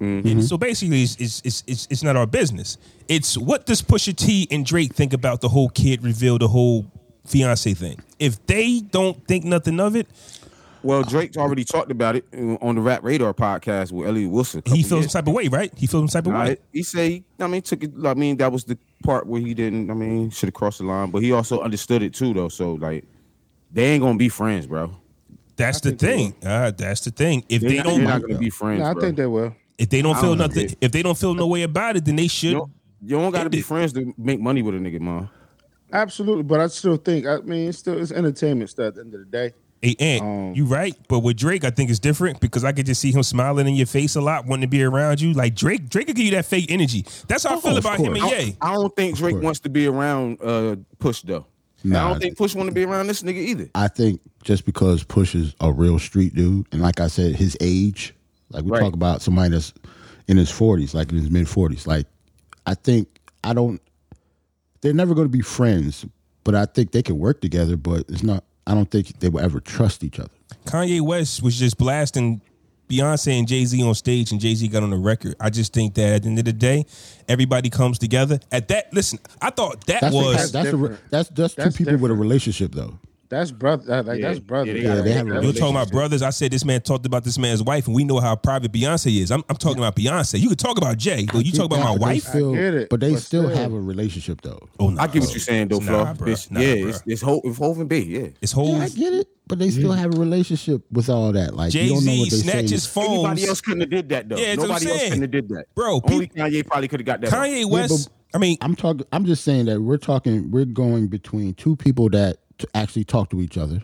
C: Mm-hmm.
A: And so basically, it's, it's it's it's it's not our business. It's what does Pusha T and Drake think about the whole kid reveal, the whole fiance thing? If they don't think nothing of it,
C: well, Drake's already talked about it uh, on the Rap Radar podcast with Elliot Wilson. a
A: he
C: couple
A: feels
C: years
A: some type of way, right? He feels some type of
C: Nah,
A: way.
C: He say, I mean, took it. I mean, that was the part where he didn't. I mean, should have crossed the line, but he also understood it too, though. So like, they ain't gonna be friends, bro.
A: That's the thing. Uh, that's the thing. If
C: They're
A: they
C: not,
A: don't,
C: they're not gonna be friends.
D: Nah, I
C: bro.
D: think they will.
A: if they don't
C: I
A: feel
C: don't know,
A: nothing,
C: dude.
A: if they don't feel no way about it, then they should.
C: you don't, you don't gotta be friends to make money with a nigga, man.
D: Absolutely, but I still think I mean it's still it's entertainment stuff at the end of the day.
A: Hey, Ant,
D: Um,
A: you right. But with Drake, I think it's different because I could just see him smiling in your face a lot, wanting to be around you. Like Drake, Drake could give you that fake energy. That's how I feel
B: of
A: about him and
C: I,
A: Ye.
C: I don't think Drake
B: course.
C: wants to be around uh, Push though. And I
B: Nah.
C: don't think Push want to be around this nigga either.
B: I think just because Push is a real street dude, and like I said, his age, like we
C: Right.
B: talk about somebody that's in his forties, like in his mid forties, like I think I don't. They're never going to be friends, but I think they can work together. But it's not. I don't think they will ever trust each other.
A: Kanye West was just blasting Beyonce and Jay Z on stage, and Jay Z got on the record. I just think that at the end of the day, everybody comes together. At that, listen, I thought that
B: That's
A: was.
B: that's that's, a, re-
D: different.
B: that's that's two
D: That's
B: people with a
D: different.
B: relationship though.
D: That's brother. uh, Like
C: Yeah,
D: that's brother.
C: yeah, they gotta-
B: Yeah, they have a
A: You're talking about brothers. I said this man talked about this man's wife, and we know how private Beyonce is. I'm, I'm talking about Beyonce. You could talk about Jay, but you talk about my
B: But they
A: wife.
B: still-
D: I get it,
B: but they
D: but
B: still,
D: still.
B: have a relationship though.
A: Oh, no.
C: I get what you're saying though, Flo.
A: Nah, bruh.
C: It's-
A: Nah,
C: yeah,
A: bruh.
C: it's, it's whole, it's whole and B. Yeah,
A: It's whole.
B: Yeah, I get it, but they still have a relationship with all that. Like
A: Jay
B: you don't know
A: Z
B: what they
A: snatches
B: say.
A: phones.
C: Anybody else couldn't have did that though.
A: Yeah, that's what I'm
C: Nobody else
A: saying.
C: couldn't have did that,
A: Bro,
C: Only Kanye probably could have got that. off.
A: Kanye West. I mean,
B: I'm talking. I'm just saying that we're talking. We're going between two people that t- actually talk to each other,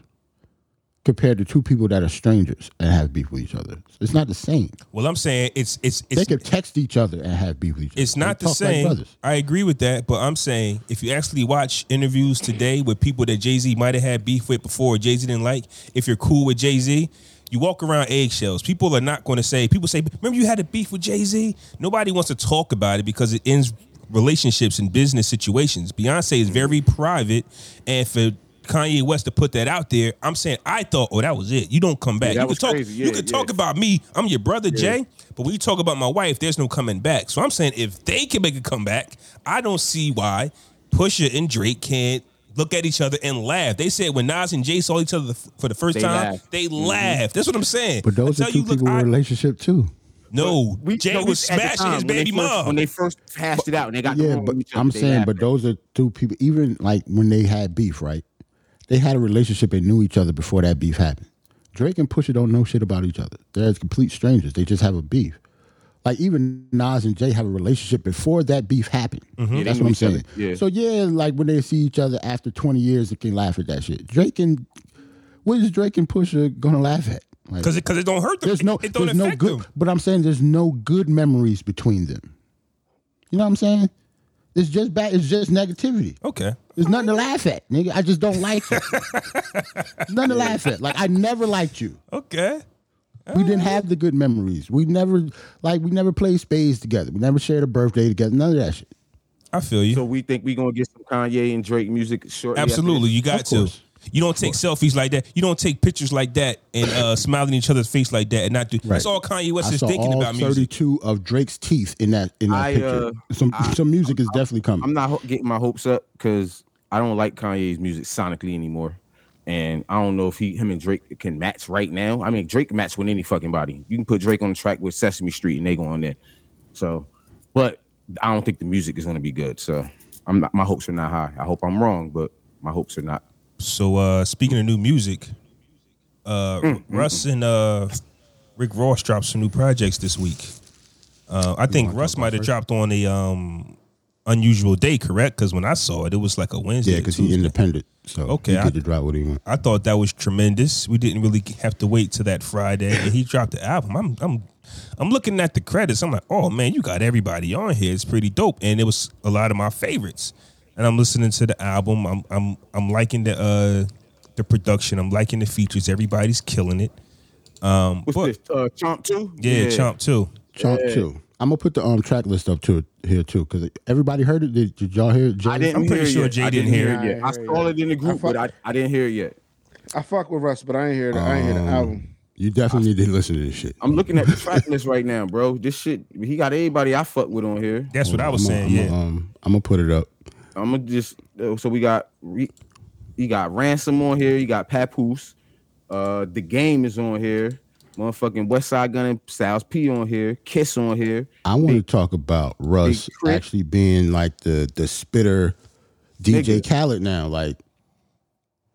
B: compared to two people that are strangers and have beef with each other. It's not the same.
A: well, I'm saying it's it's
B: They
A: it's
B: could text each other and have beef with each other.
A: it's not
B: They
A: the
B: talk like
A: same.
B: brothers.
A: I agree with that, but I'm saying if you actually watch interviews today with people that Jay Z might have had beef with before, Jay Z didn't like. If you're cool with Jay Z. You walk around eggshells. People are not going to say. People say, "Remember, you had a beef with Jay Z." Nobody wants to talk about it because it ends relationships and business situations. Beyonce is very private, and for Kanye West to put that out there, I'm saying I thought, "Oh, that was it." You don't come back.
C: that
A: you
C: was
A: can talk.
C: crazy.
A: you
C: Yeah,
A: can
C: yeah.
A: talk about me. I'm your brother, Jay. But when you talk about my wife, there's no coming back. So I'm saying if they can make a comeback, I don't see why Pusha and Drake can't look at each other and laugh. They said when Nas and Jay saw each other the f- for the first
C: They
A: time,
C: laughed.
A: they laughed. That's what I'm saying.
B: Mm-hmm. But those
A: I
B: are
A: tell
B: two
A: you, look,
B: people in
A: I-
B: a relationship too.
A: No,
C: We-
A: Jay
C: no, we-
A: was
C: at the
A: smashing
C: time,
A: his
C: when they
A: baby
C: first-
A: mom.
C: when they first hashed it out and they got the
B: Yeah,
C: wrong
B: but
C: with each other,
B: I'm
C: they
B: saying,
C: laughed at
B: but
C: it.
B: those are two people. Even like when they had beef, right? They had a relationship and knew each other before that beef happened. Drake and Pusha don't know shit about each other. They're complete strangers. They just have a beef. Like even Nas and Jay have a relationship before that beef happened.
C: Mm-hmm. Yeah, they
B: That's
C: knew
B: what I'm
C: each other.
B: saying.
C: Yeah.
B: So yeah, like when they see each other after 20 years, they can laugh at that shit. Drake and what is Drake and Pusha gonna laugh at? Like,
A: because it, 'cause it don't hurt them.
B: there's no
A: it don't
B: there's no
A: affect
B: good
A: them.
B: but i'm saying there's no good memories between them you know what i'm saying it's just bad it's just negativity
A: Okay,
B: there's nothing to laugh at nigga i just don't like you nothing to laugh at like i never liked you
A: okay.
B: we didn't have the good memories we never like we never played spades together we never shared a birthday together none of that shit
A: I feel you.
C: So we think we gonna get some Kanye and Drake music shortly. after
A: Absolutely,
C: this?
A: you got
B: Of
A: to.
B: course.
A: You don't take selfies like that. You don't take pictures like that and uh, smiling each other's face like that and not do. That's all Kanye West
B: I
A: is
B: saw
A: thinking
B: all
A: about music.
B: 32 of Drake's teeth in that in that
C: I,
B: picture.
C: uh,
B: some some music is definitely coming.
C: I'm not ho- getting my hopes up because I don't like Kanye's music sonically anymore, and I don't know if he, him, and Drake can match right now. I mean, Drake can match with any fucking body. You can put Drake on the track with Sesame Street, and they go on there. So, but I don't think the music is gonna be good. So, I'm not. My hopes are not high. I hope I'm wrong, but my hopes are not.
A: So uh, speaking of new music, uh, Russ and uh, Rick Ross dropped some new projects this week. Uh, I think Russ might have dropped on a um, unusual day, correct? Because when I saw it, it was like a Wednesday.
B: yeah, because he's
A: Tuesday.
B: independent, so
A: Okay,
B: he
A: I-
B: get to drop what he want.
A: I thought that was tremendous. We didn't really have to wait till that Friday, and he dropped the album. I'm I'm I'm looking at the credits. I'm like, oh man, you got everybody on here. It's pretty dope, and it was a lot of my favorites. And I'm listening to the album. I'm I'm I'm liking the uh the production. I'm liking the features. Everybody's killing it. Um,
C: What's
A: But-
C: this? Uh, Chomp Two?
A: Yeah, Chomp too.
B: Chomp too. I'm gonna put the um track list up to here too, because everybody heard it. Did, did y'all hear it? Jay?
C: I didn't
A: I'm
C: hear
A: pretty
C: it
A: sure
C: yet.
A: Jay
C: I
A: didn't hear
D: it.
C: yet. I
D: Yeah,
C: saw
D: yeah.
C: it in the
D: I
C: group,
D: fuck-
C: but I, I didn't hear it yet.
D: I fuck with Russ, but I ain't hear the, I ain't hear the album.
B: Um, You definitely need to listen to this shit.
C: I'm looking at the track list right now, bro. This shit, he got everybody I fuck with on here.
A: That's what I was
B: I'm
A: saying.
B: Gonna,
A: yeah.
B: I'm gonna, um, I'm gonna put it up.
C: I'm gonna just uh, so we got re, you got ransom on here. You got Papoose. Uh, the game is on here. Motherfucking West Side Gun and Styles P on here. Kiss on here.
B: I want to talk about Russ
C: Big Crit.
B: actually being like the the spitter DJ
C: Nigga.
B: Khaled now. Like,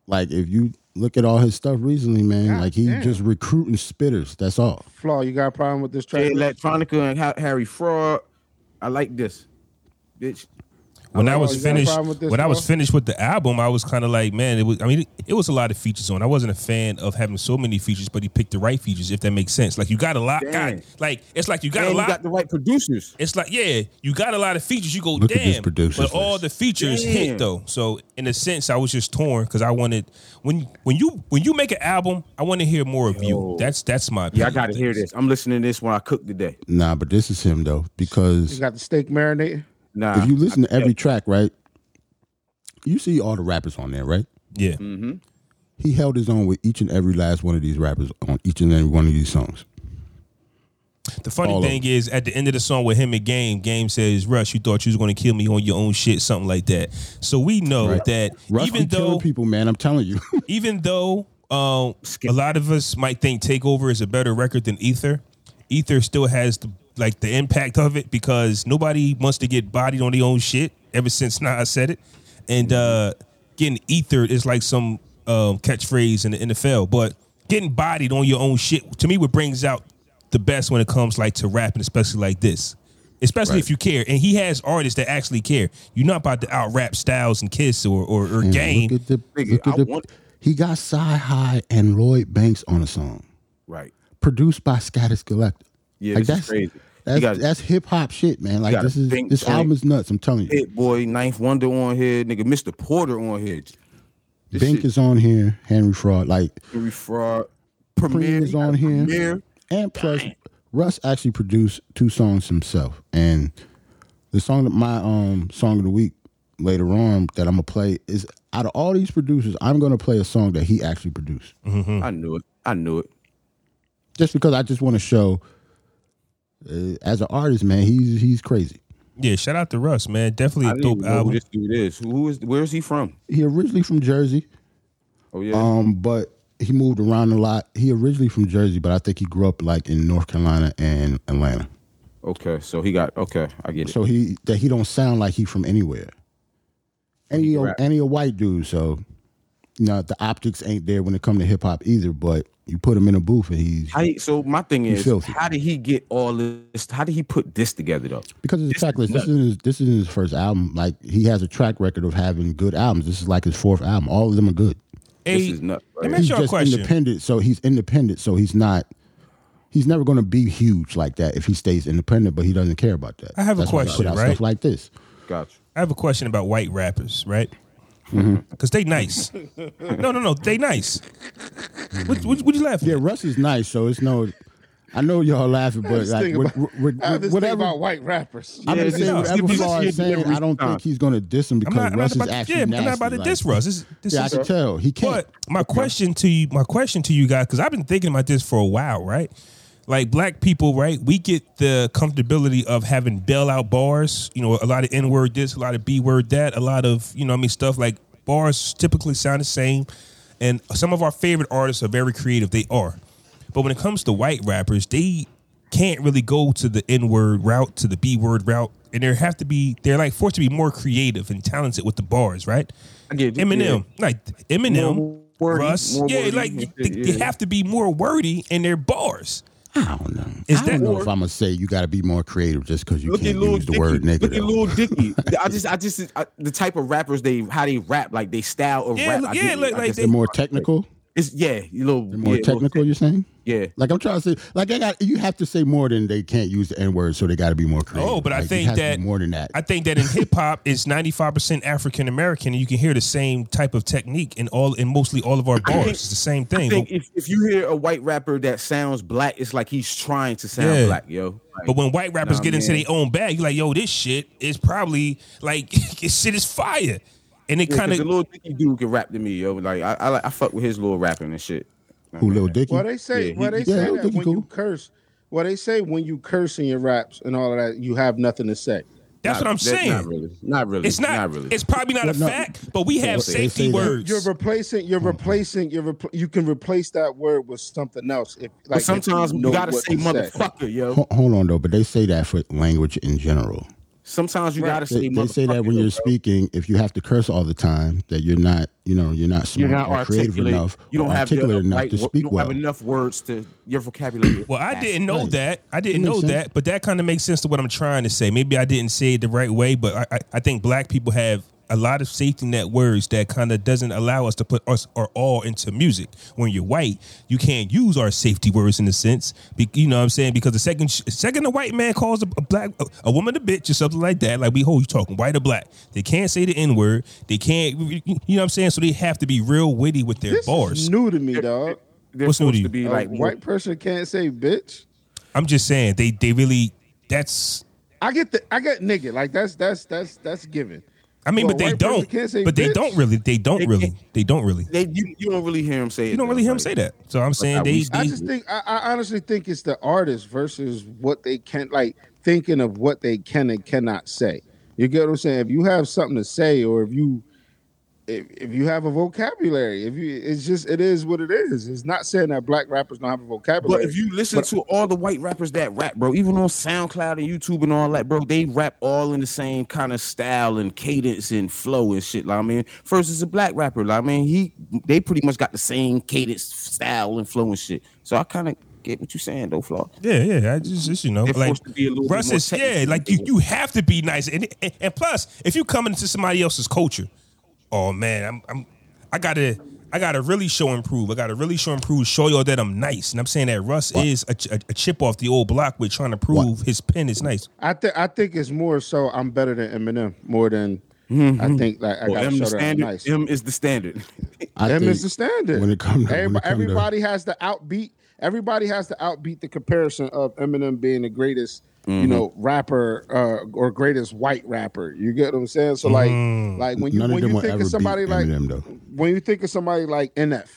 B: like if you look at all his stuff recently, man,
D: God
B: like he
D: damn.
B: just recruiting spitters. That's all.
D: Flaw, you got a problem with this
C: Jay
D: track?
C: Electronica and Ha- Harry Fraud. I like this, bitch.
A: when I
D: Oh,
A: was
D: you got a
A: finished
D: problem with this,
A: when I was
D: bro?
A: finished with the album, I was kind of like, man, it was. I mean, it, it was a lot of features on. I wasn't a fan of having so many features, but he picked the right features, if that makes sense. Like you got a lot,
C: Damn.
A: God, like it's like you got
C: And
A: a
C: you
A: lot.
C: got the right producers.
A: it's like yeah, you got a lot of features. You go
B: Look at this
A: damn, but
B: producer's
A: all
B: list.
A: the features
C: Damn.
A: hit though. So in a sense, I was just torn because I wanted when when you when you make an album, I want to hear more of you.
C: Yo.
A: That's that's
C: Yeah,
A: my
C: I
A: opinion
C: gotta
A: of
C: hear
A: things.
C: this. I'm listening to this when I cook today.
B: Nah, but this is him though
D: You
B: because
D: got the steak marinated?
C: Nah,
B: if you listen to every track, right, you see all the rappers on there, right?
A: Yeah,
C: Mm-hmm.
B: he held his own with each and every last one of these rappers on each and every one of these songs.
A: the funny
B: All of
A: thing is at the end of the song with him and Game, Game says, "Rush, you thought you was going to kill me on your own shit, something like that." So we know that
B: Russ
A: even
B: Even
A: though
B: killing people, man, I'm telling you.
A: even though um, a lot of us might think Takeover is a better record than Ether, Ether still has the, like the impact of it because nobody wants to get bodied on their own shit ever since Nas said it, and uh, getting ethered is like some um, catchphrase in the NFL. But getting bodied on your own shit to me, what brings out the best when it comes like to rapping, especially like this. Especially if you care, and he has artists that actually care. You're not about to out rap Styles and Kiss or or, or Game.
B: Look at the,
C: Nigga,
B: look at
C: I
B: the-
C: want-
B: he got Cy High and Lloyd Banks on a song
C: right.
B: produced by Status Collector.
C: Yeah,
B: like
C: this is
B: that's
C: crazy. You
B: That's,
C: got-
B: that's hip hop shit, man. Like
C: got
B: this is
C: Pink
B: this
C: Tank.
B: album is nuts. I'm telling you,
C: Hit boy, Ninth Wonder on here, nigga. Mr. Porter on here. This
B: Bink
C: shit-
B: is on here, Henry Fraud, like,
C: Henry Fraud.
B: Premier
C: Premier
B: is on here.
C: Premier.
B: and plus Russ actually produced two songs himself, and the song that my um song of the week later on that I'm gonna play is out of all these producers, I'm gonna play a song that he actually produced.
A: Mm-hmm.
C: I knew it. I knew it.
B: just because I just want to show uh, as an artist, man, he's he's crazy.
A: Yeah, shout out to Russ, man. Definitely
C: I
A: a
C: don't even
A: dope
C: know who
A: album.
C: this dude is. Who who is? Where is he from?
B: He originally from Jersey,
C: Oh yeah.
B: um, but he moved around a lot. He originally from Jersey, but I think he grew up like in North Carolina and Atlanta.
C: okay, so he got okay. I get it.
B: So he that he don't sound like he from anywhere. And he, a,
C: Right.
B: and he a white dude, so you know the optics ain't there when it come to hip hop either. But you put him in a booth and he's
C: How he- so my thing is,
B: filthy.
C: how did he get all this? How did he put this together though?
B: because it's a track list. This isn't his, this isn't his first album. Like he has a track record of having good albums. This is like his fourth album. All of them are good.
A: Hey,
C: this is nuts.
A: let me
C: right?
A: ask
B: He's
A: you a
B: just
A: question.
B: independent, so he's independent, so he's not. He's never going to be huge like that if he stays independent, but he doesn't care about that.
A: I have a
B: That's why he put
A: question,
B: out
A: right?
B: Stuff like this.
C: Gotcha.
A: I have a question about white rappers, right?
B: Mm-hmm.
A: Because they nice. no, no, no, they nice. What, what, what you laughing
B: Yeah,
A: at?
B: Russ is nice, so it's no. I know y'all laughing, but
D: Just
B: like,
D: think
B: what-
D: about-
B: what-
D: I have this thing
B: Uh, whatever.
D: about white rappers.
B: I'm
C: Yeah,
B: just saying,
A: no,
B: whatever
A: you- you
B: Flaw is
C: listen to
B: saying,
C: every
B: I don't
C: time.
B: think he's going to diss him
A: I'm
B: because
A: not, I'm not
B: Russ
A: about
B: is
A: to,
B: actually
A: yeah, I'm
B: nasty.
A: not about to
B: like-
A: diss Russ. This, this
B: Yeah, I
A: is
B: can tell he can't.
A: But my question to you, my question to you guys, because I've been thinking about this for a while, right? Like black people, right? We get the comfortability of having bailout bars, you know, a lot of N word this, a lot of B word that, a lot of, you know, what I mean, stuff like bars typically sound the same. And some of our favorite artists are very creative. They are. But when it comes to white rappers, they can't really go to the N word route, to the B word route. And they have to be, they're like forced to be more creative and talented with the bars, right?
C: I get it,
A: Eminem, like Eminem,
C: More wordy,
A: Russ,
C: more
A: yeah,
C: wordy,
A: like
C: yeah,
A: they, they
C: yeah.
A: have to be more wordy in their bars.
B: I don't know.
A: Is
B: I don't
A: that-
B: know if I'm going to say you got to be more creative just because you
C: Look at
B: can't
C: Lil
B: use
C: Dicky.
B: the word nigga.
C: Look at
B: though.
C: Lil Dicky. I just, I just, I, the type of rappers they, how they rap, like they style of
A: Yeah,
C: rap.
A: look-
C: I
A: yeah,
C: get it.
A: like-
C: I
A: like
C: just-
A: they-
B: They're more technical.
C: It's yeah, you little
B: They're more
C: yeah, little-
B: technical. You're saying?
C: yeah,
B: Like I'm trying to say, like I got you have to say more than they can't use the N word, so they got to be more creative.
A: Oh, but I
B: Like, it
A: think
B: has to be
A: that-
B: more than that.
A: I think that in hip hop, it's ninety five percent African American, and you can hear the same type of technique in all in mostly all of our bars.
C: think-
A: it's the same
C: I
A: thing.
C: think
A: but,
C: if, if you hear a white rapper that sounds black, it's like he's trying to sound
A: Yeah.
C: black, yo. Like,
A: but when white rappers
C: Nah,
A: get into
C: man.
A: their own bag, you're like, yo, this shit is probably like this shit is fire, and it
C: yeah, 'cause
A: kind
C: the
A: of
C: little Dicky dude can rap to me, yo. Like I, I, like- I fuck with his little rapping and shit.
B: Who Lil Dicky?
D: Well, they say,
C: Yeah,
D: well, they
B: he- yeah,
D: say
B: Lil
D: that
B: Dicky
D: when
B: cool.
D: you curse, well, they say when you curse in your raps and all of that, you have nothing to say.
A: that's
C: Not-
A: what I'm
C: that-
A: saying.
C: Not really. Not really.
A: It's not,
C: really.
A: It's probably not a
B: Well, no.
A: fact, but we have
B: Well, they say
A: safety
B: that-
A: words.
D: You're replacing, you're replacing, you're repl- you can replace that word with something else. If like
C: but
D: if
C: sometimes you
D: know
C: gotta
D: what
C: say
D: to
C: motherfucker, yo.
B: Ho- hold on though, but they say that for language in general.
C: Sometimes you gotta say
B: They, they
C: motherfucker.
B: say that when
C: yo,
B: you're
C: bro.
B: speaking, if you have to curse all the time, that you're not, you know, you're not
C: you're
B: smart
C: not
B: or creative
C: articulate
B: enough,
C: You don't
B: or
C: have the
B: articulate enough
C: right
B: to
C: wo-
B: speak
C: You don't
B: well.
C: have enough words to your vocabulary.
A: Well, I didn't know
B: right.
A: that. I didn't
B: That
A: know
B: makes sense.
A: that, but that kind of makes sense to what I'm trying to say. Maybe I didn't say it the right way, but I, I, I think black people have a lot of safety net words that kind of doesn't allow us to put us or all into music. When you're white, you can't use our safety words in a sense. Be, you know what I'm saying? Because the second sh- second a white man calls a, a black a, a woman a bitch or something like that, like we hold you talking white or black. They can't say the N word. They can't. You know what I'm saying? So they have to be real witty with their
D: This
A: bars.
D: is new to me, dog.
C: They're
A: What's new
C: supposed
A: to you?
C: to be
D: A
C: like more-
D: white person can't say bitch.
A: I'm just saying they they really that's
D: I get the, I get nigga. Like that's that's that's that's given.
A: I mean,
D: Well,
A: but they
D: white person
A: don't.
D: can't say
A: But they
D: bitch.
A: don't really. They don't
C: They
A: really.
C: can't.
A: They don't really.
C: They you, you don't really hear him say it.
A: You don't really hear him say that. So I'm saying
C: how
A: they.
C: we-
A: they
D: I just think I, I honestly think it's the artist versus what they can like thinking of what they can and cannot say. You get what I'm saying? If you have something to say, or if you if, if you have a vocabulary, if you it's just it is what it is. It's not saying that black rappers don't have a vocabulary.
C: But if you listen to all the white rappers that rap, bro, even on SoundCloud and YouTube and all that, bro, they rap all in the same kind of style and cadence and flow and shit. Like, I mean, first is a black rapper. Like, I mean, he they pretty much got the same cadence, style, and flow and shit. So I kind of get what you're saying, though, Flaw.
A: yeah, yeah. I just, just, you know,
C: They're
A: like
C: forced to be a little bit
A: Russ
C: more
A: is. Yeah,
C: technical.
A: like you, you have to be nice, and, and and plus, if you come into somebody else's culture, oh man, I'm, I'm I gotta. I gotta really show improve. I gotta really show improve. Show y'all that I'm nice, and I'm saying that Russ is a, ch- a, a chip off the old block with trying to prove his pen is nice.
D: I think I think it's more so I'm better than Eminem more than I think like I
C: Well,
D: got
C: M, the
D: show that I'm
C: standard,
D: nice.
C: M is the standard.
B: I
D: Them
B: think
D: is the standard.
B: when it come to- when it
D: Everyb-
B: come to-
D: everybody has to outbeat. Everybody has to outbeat the comparison of Eminem being the greatest, you
B: Mm-hmm.
D: know, rapper uh, or greatest white rapper. You get what I'm saying? So like, like when you
B: Mm-hmm. none of
D: when
B: them
D: you
B: will
D: think
B: ever
D: of somebody
B: beat
D: like
B: Eminem though.
D: when you think of somebody like NF,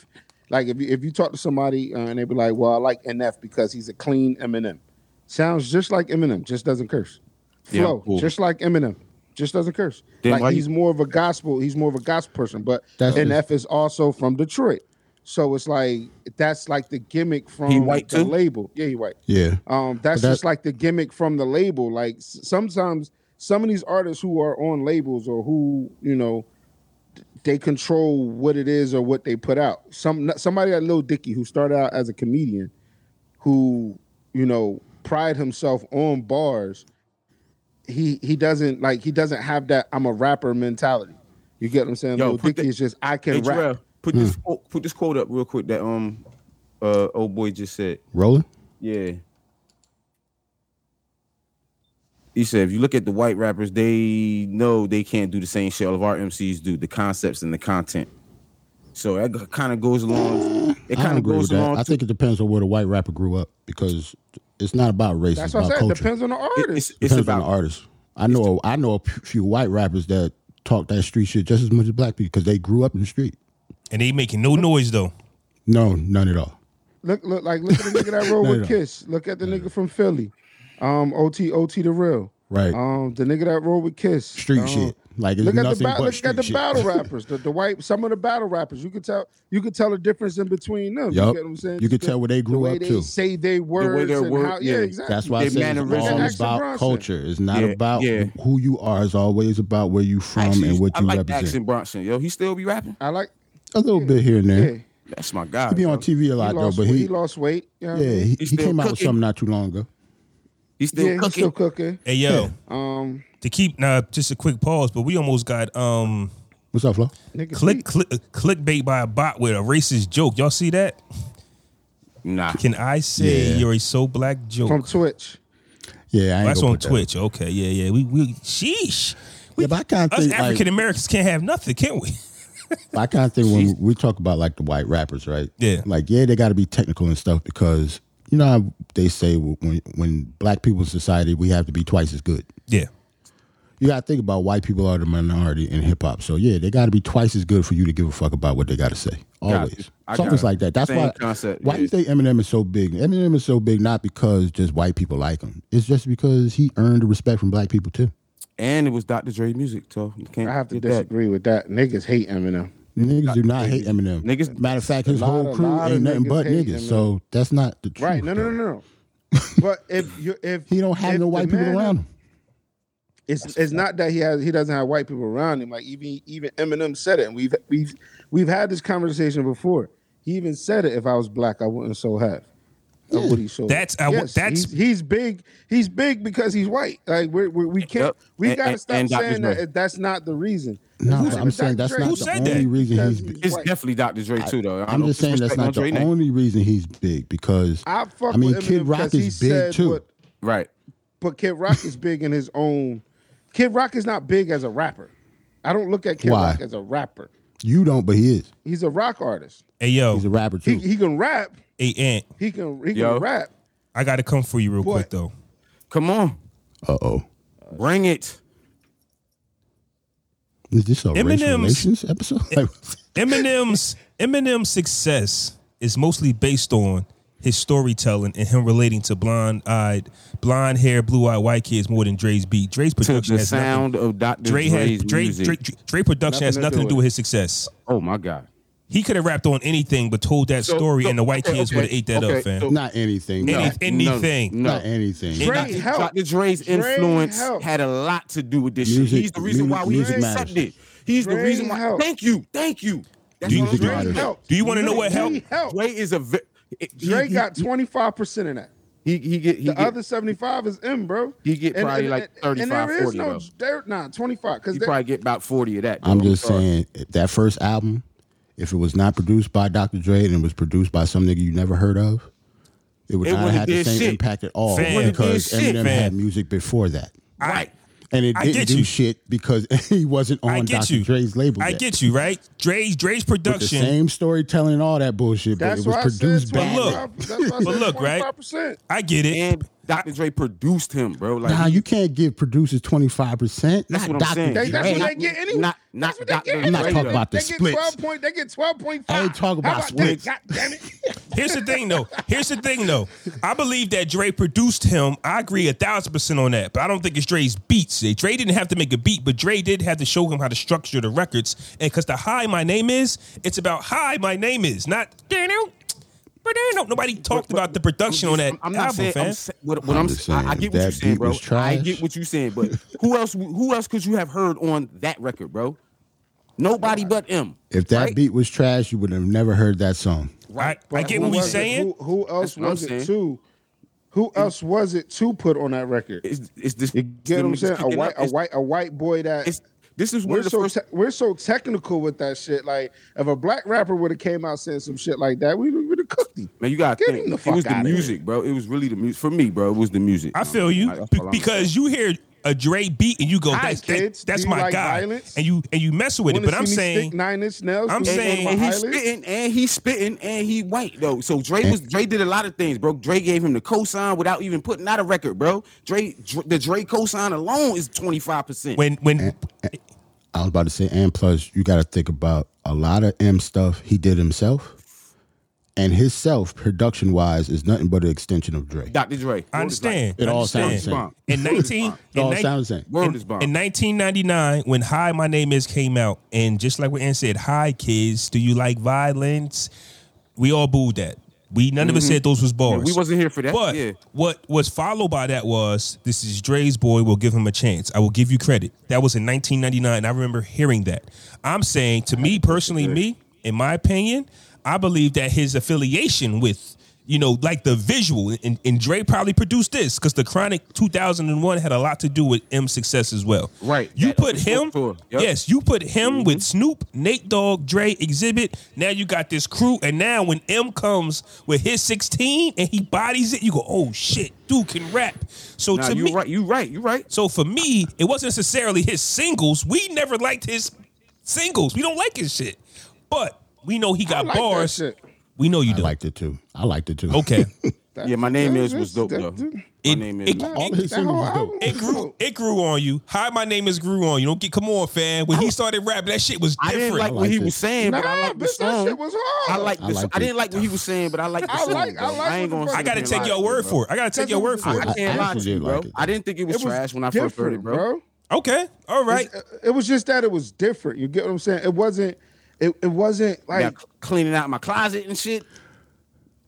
D: like if you, if you talk to somebody uh, and they be like, well, I like NF because he's a clean Eminem. Sounds just like Eminem, just doesn't curse.
C: Yeah,
D: Flow,
C: cool.
D: just like Eminem, just doesn't curse.
C: Then why
D: like
C: you-
D: he's more of a gospel. He's more of a gospel person. But
B: That's
D: NF is also from Detroit, so it's like that's like the gimmick from
C: white
D: the
C: too?
D: label. Yeah, he white.
B: Yeah.
D: Um, that's
B: But that-
D: just like the gimmick from the label. Like s- sometimes some of these artists who are on labels or who you know they control what it is or what they put out. Some somebody like Lil Dicky who started out as a comedian, who you know pride himself on bars. He he doesn't like he doesn't have that I'm a rapper mentality. You get what I'm saying?
C: Yo,
D: Lil
C: put
D: Dicky
C: the-
D: is just I
C: Hey,
D: can rap.
C: Jarrell, put
B: Hmm.
C: this quote- put this quote up real quick that um uh old boy just said.
B: Rolling?
C: Yeah. He said, if you look at the white rappers, they know they can't do the same shit all of our MCs do, the concepts and the content. So that kind of goes along. It
B: I don't
C: kind of
B: agree with
C: goes
B: that.
C: along.
B: I
C: too.
B: think it depends on where the white rapper grew up because it's not about race.
D: That's
B: it's
D: what I
B: about
D: said.
B: culture.
D: Depends on the
C: It-
D: artist.
C: it's, it's
B: Depends on
C: about
B: the artist. I know I know a p- few white rappers that talk that street shit just as much as black people because they grew up in the street.
A: And they making no noise though.
B: No, none at all.
D: Look, look, like look at the nigga that rode
B: No,
D: with
B: no.
D: Kiss. Look at the nigga from Philly, um, OT, OT the real,
B: Right.
D: um, the nigga that rode with Kiss,
B: street
D: Um,
B: shit. Like it's
D: Look at the
B: nothing
D: ba-
B: but
D: look
B: street
D: at the
B: shit.
D: battle rappers, the, the white, some of the battle rappers. You could tell, you could tell the difference in between them. You
B: Yup.
D: get what I'm saying?
B: You can
D: The-
B: tell where they
D: the
B: grew
D: way
B: up
D: they
B: too.
D: say they words,
C: their
D: and
C: word-
D: how, yeah.
C: yeah.
D: exactly.
B: That's why I
C: They
B: say it's
C: mannerisms.
B: all
D: Action
B: about
D: Bronson.
B: culture. It's not
C: Yeah,
B: about
C: yeah.
B: who you are. It's always about where you from
C: Actually,
B: and what
C: I
B: you
C: like
B: represent.
C: Action Bronson. Yo, he still be rapping.
D: I like.
B: A little bit here and
D: Yeah,
B: there.
D: he
C: That's my guy.
B: He be
C: yo.
B: on TV a lot though,
D: lost,
B: but
D: weight-
B: he,
D: he lost weight. You know what I
B: yeah
D: mean?
B: he,
C: He's
B: he
C: still
B: came out with
C: cooking.
B: something not too long ago.
C: He's still
D: yeah, he's
C: cooking.
D: still cooking.
A: Hey yo,
D: Um,
A: to keep now just a quick pause, but we almost got um
B: What's up, Flo?
D: nigga,
A: click
D: beat.
A: click clickbait by a bot with a racist joke. Y'all see that?
C: Nah.
A: Can I say
B: Yeah.
A: you're a so black joke?
D: from Twitch.
B: Yeah, I ain't
A: That's
B: gonna
A: on
B: put that.
A: Twitch. Okay, yeah, yeah. We we sheesh. We,
B: Yeah, but I kind of
A: us
B: think like,
A: African Americans can't have nothing, can we?
B: I kind of think when we talk about like the white rappers, right?
A: Yeah.
B: Like, yeah, they got to be technical and stuff because you know how they say when when black people in society we have to be twice as good.
A: Yeah.
B: You got to think about white people are the minority in hip hop, so yeah, they got to be twice as good for you to give a fuck about what they got to say.
C: you.
B: Always,
C: I
B: it's
C: got
B: always
C: you.
B: like that. That's
C: Same
B: why.
C: concept,
B: why do
C: yeah.
B: you think Eminem is so big? Eminem is so big not because just white people like him. It's just because he earned the respect from black people too.
C: And it was Dr. Dre music, so you can't
D: I have to
C: get that.
D: disagree with that. Niggas hate Eminem.
B: Niggas do not hate Eminem.
C: Niggas-
B: matter of fact, his
D: lot
B: whole
D: of-
B: crew
D: lot of
B: ain't nothing
D: niggas
B: but
D: hate
B: niggas.
D: Eminem.
B: So that's not the truth.
D: Right? No, no, no, no, no. but if you if
B: He don't have
D: if
B: no
D: the
B: white people
D: man-
B: around him.
D: It's it's not that he has he doesn't have white people around him. Like even even Eminem said it, and we've we've we've had this conversation before. He even said it. If I was black, I wouldn't so have. I would he so?
A: That's- I wa- that's-
D: he's, he's big. He's big because he's white. Like we're, we're, we can't.
C: Yep.
D: We
C: And-
D: gotta
C: and-
D: stop
C: and Dr.
D: saying that.
C: Dre.
D: if That's not the reason.
B: No,
D: Who's
B: but I'm
D: it, Dr.
B: saying that's
D: Dre?
B: not
A: Who
B: the
A: said
B: only
A: that?
B: reason
D: Because
B: he's. big.
C: It's
D: white.
C: definitely Dr. Dre too, though. I
B: I'm
C: don't
B: just saying that's
C: disrespect
B: not
C: Dre
B: the
C: name.
B: only reason he's big because
D: I fuck.
B: I mean,
D: with
B: Kid
D: Eminem
B: Rock
D: 'cause
B: is
D: he
B: big,
D: said
B: too.
D: what-
C: Right.
D: but Kid Rock is big in his own. Kid Rock is not big as a rapper. I don't look at Kid
B: Why?
D: Rock as a rapper.
B: you don't, but he is.
D: He's a rock artist.
A: Hey yo,
B: He's a rapper
D: He
B: too.
D: he can rap.
A: hey Ant,
D: He can he
C: Yo.
D: can rap.
A: I gotta come for you real
D: What?
A: quick though.
C: Come on.
B: Uh oh.
C: Bring it.
B: Is this a race
A: Eminem's-
B: relations episode? Like,
A: Eminem's Eminem's success is mostly based on his storytelling and him relating to blonde-eyed, blonde-haired, blue-eyed white kids more than Dre's beat. Dre's
C: To
A: production
C: the
A: has nothing.
C: sound of Dr.
A: Dre has
C: Dre's
A: Dre,
C: music.
A: Dre, Dre, Dre production has
D: Nothing to
A: nothing to
D: do
A: do
D: with
A: with his success.
C: Oh my God.
A: He could have rapped on anything, but told that story,
C: so-
A: and the white
C: okay,
A: kids
C: okay,
A: would have ate that
C: okay,
A: up, fam.
C: so-
B: not anything.
A: Any-
B: Not,
A: anything.
C: No.
B: not
C: no.
B: anything.
A: Dre-
D: Dre helped.
C: Dr. Dre's
D: Dre
C: influence
D: helped.
C: had a lot to do with this
B: Music-
C: shit. He's the reason why we
B: music matters.
C: accepted. it. He's the
D: Dre
C: reason why.
D: helped.
C: Thank you. Thank you. That's what
B: Music
C: I'm trying
D: Dre
C: to
B: matters.
C: say.
D: helped.
A: Do you wanna know
D: Dre-
A: what
D: Dre
A: helped?
D: helped?
C: Dre is a. ve- it- he-
D: Dre
C: he-
D: got twenty five percent of that.
C: He he get he
D: The
C: get,
D: other seventy five is M, bro.
C: He get probably like 35, 40
D: no
C: though.
D: there, nah twenty five because
C: he probably get about forty of that.
B: I'm
C: though.
B: just
C: sorry.
B: saying if that first album, if it was not produced by Dr. Dre and it was produced by some nigga you never heard of, it would
C: It
B: not
C: wouldn't
B: have the
C: did
B: same
C: shit.
B: impact at all
A: Fam. It wouldn't
B: because
C: did shit,
B: Eminem
A: fam.
B: had music before that.
C: Right.
B: And it
A: I
B: didn't
A: get
B: do
A: you.
B: shit because he wasn't
A: I
B: on
A: get
B: Dr.
A: you.
B: Dre's label.
A: I
B: yet.
A: get you right. Dre's Dre's
B: With the
A: production.
B: same storytelling and all that bullshit, but
D: That's
B: it was
D: why I said
B: produced
A: But
B: by.
A: look.
D: 25 That's why I said
A: But look, right?
D: 25%.
A: I get it.
C: And Dr. Dre produced him, bro. Like
B: Nah,
C: he-
B: you can't give producers 25%.
C: That's
B: Not
C: what I'm
B: Dr.
C: saying.
D: They, that's
B: Dre.
D: what they get anyway.
C: Not- not
D: that's what they
C: Dr.
D: get
C: I'm
B: not
D: anyway.
B: talking about the
D: they
B: splits.
D: Get 12 point, they get 12.5.
B: I ain't talking
D: How
B: about
D: that?
B: splits.
D: God damn it.
A: Here's the thing, though. Here's the thing, though. I believe that Dre produced him. I agree a thousand percent on that. But I don't think it's Dre's beats. Dre didn't have to make a beat, but Dre did have to show him how to structure the records. And because the "Hi, my name is," it's about "Hi, my name is," not you know. But there ain't no- nobody talked about the production on that
C: I'm, I'm not
A: album,
C: saying.
A: fam.
C: I'm, sa- what, what
B: I'm
C: I'm,
B: just
C: saying.
B: saying,
C: I, I
B: if
C: get what
B: that
C: you're saying,
B: beat
C: bro.
B: was
C: I
B: trash-
C: get what you're saying, but who else? Who else could you have heard on that record, bro? Nobody but him.
B: If that
C: right?
B: beat was trash, you would have never heard that song.
A: I, I
D: But
A: get
D: who
A: what we
D: was it?
A: saying.
D: Who, who else
C: That's what I'm
D: was it
C: saying.
D: to? Who else was it to put on that record?
C: It's, it's this.
D: You get what I'm saying? A white, a
C: It's-
D: white, a white boy that
C: It's, this is one
D: we're
C: of the
D: so
C: first.
D: te- we're so technical with that shit. Like if a black rapper would have came out saying some shit like that, we would have cooked him.
C: Man, you gotta
D: Get
C: think.
D: him the
C: it
D: fuck
C: was the
D: outta here.
C: music, bro. It was really the music for me, bro. It was the music.
A: I feel you
C: Like, that's
A: be-
C: all I'm
A: because you hear a Dre beat and you go,
D: Hi,
A: "That's that-
D: kids.
A: that's
D: Do you
A: my
D: like
A: guy,"
D: violence?
A: and you and you mess with it.
D: Wanna
A: But
D: see
A: I'm
D: me
A: saying
D: stick nine inch nails.
A: I'm
D: through
A: saying-
D: one
C: and
D: of my
C: he's
D: eyelids?
C: spitting and he's spitting and he white though. So Dre was Dre did a lot of things, bro. Dre gave him the cosign without even putting out a record, bro. Dre, Dre the Dre cosign alone is twenty five percent.
A: when when
B: I was about to say, and plus, you got to think about a lot of M stuff he did himself, and his self production wise is nothing but an extension of Dre.
C: Dr. Dre,
A: I understand,
B: It
A: I
B: all
A: understand.
B: sounds the same.
A: In nineteen,
B: It all
A: in nine-
B: sounds the same.
C: Word
A: in-
C: is bomb.
A: In 1999, when "Hi, My Name Is" came out, and just like what Ann said, "Hi, kids, do you like violence?" We all booed that. We none of us said those was bars.
C: Mm-hmm. we wasn't here for that.
A: But
C: yeah.
A: what was followed by that was, "This is Dre's boy. We'll give him a chance. I will give you credit." That was in 1999, and I remember hearing that. I'm saying, to me personally, me in my opinion, I believe that his affiliation with you know, like the visual, and, and Dre probably produced this because the Chronic 2001 had a lot to do with M's success as well.
C: Right.
A: You
C: That
A: put
C: was
A: him,
C: for- yep.
A: yes, you put him
C: Mm-hmm.
A: with Snoop, Nate Dogg, Dre, Exhibit. Now you got this crew, and now when M comes with his 16 and he bodies it, you go, oh shit, dude can rap. So
C: Nah,
A: to
C: you
A: me,
C: right, you right, you right.
A: so for me, it wasn't necessarily his singles. We never liked his singles. We don't like his shit, but we know he got
D: like that
A: bars.
D: shit.
A: We know you
B: I
A: do.
B: liked it too. I liked it too.
A: okay.
D: That-
C: Yeah, my name
D: that-
C: is was dope
D: that-
C: though.
D: that-
C: My
A: It-
C: name is.
A: it-
D: that-
B: All his
D: that whole
B: singles was dope.
D: album
A: It grew,
D: dope.
A: it grew on you. Hi, my name is grew on you. Don't get come on, fam. When he started rapping, that shit was
C: Oh. I
A: different.
C: didn't like
B: I
C: what he
B: liked
C: was
B: it.
C: saying,
D: Nah,
C: but I like the
D: bitch, that
C: song.
D: shit was hard.
C: I like
B: I
C: this. I,
B: liked it.
C: didn't like what he was saying, but I like the
D: I
C: song.
D: like- I
C: bro.
D: like
C: ain't
D: what
C: gonna.
D: the
C: sit
A: I gotta
C: here and
A: take
C: lie
A: your
C: to you,
A: word
C: bro.
A: for it. I gotta take your word for
C: I,
A: it.
C: I can't
B: I
C: lie to
B: actually
C: you,
B: did
C: bro.
B: like it.
C: I didn't think it was,
D: It was
C: trash when I first heard it,
D: different, uh,
C: bro.
A: Okay, all right.
D: It was just that it was different. You get what I'm saying? It wasn't. It, it wasn't
C: Now,
D: like
C: c- cleaning out my closet and shit.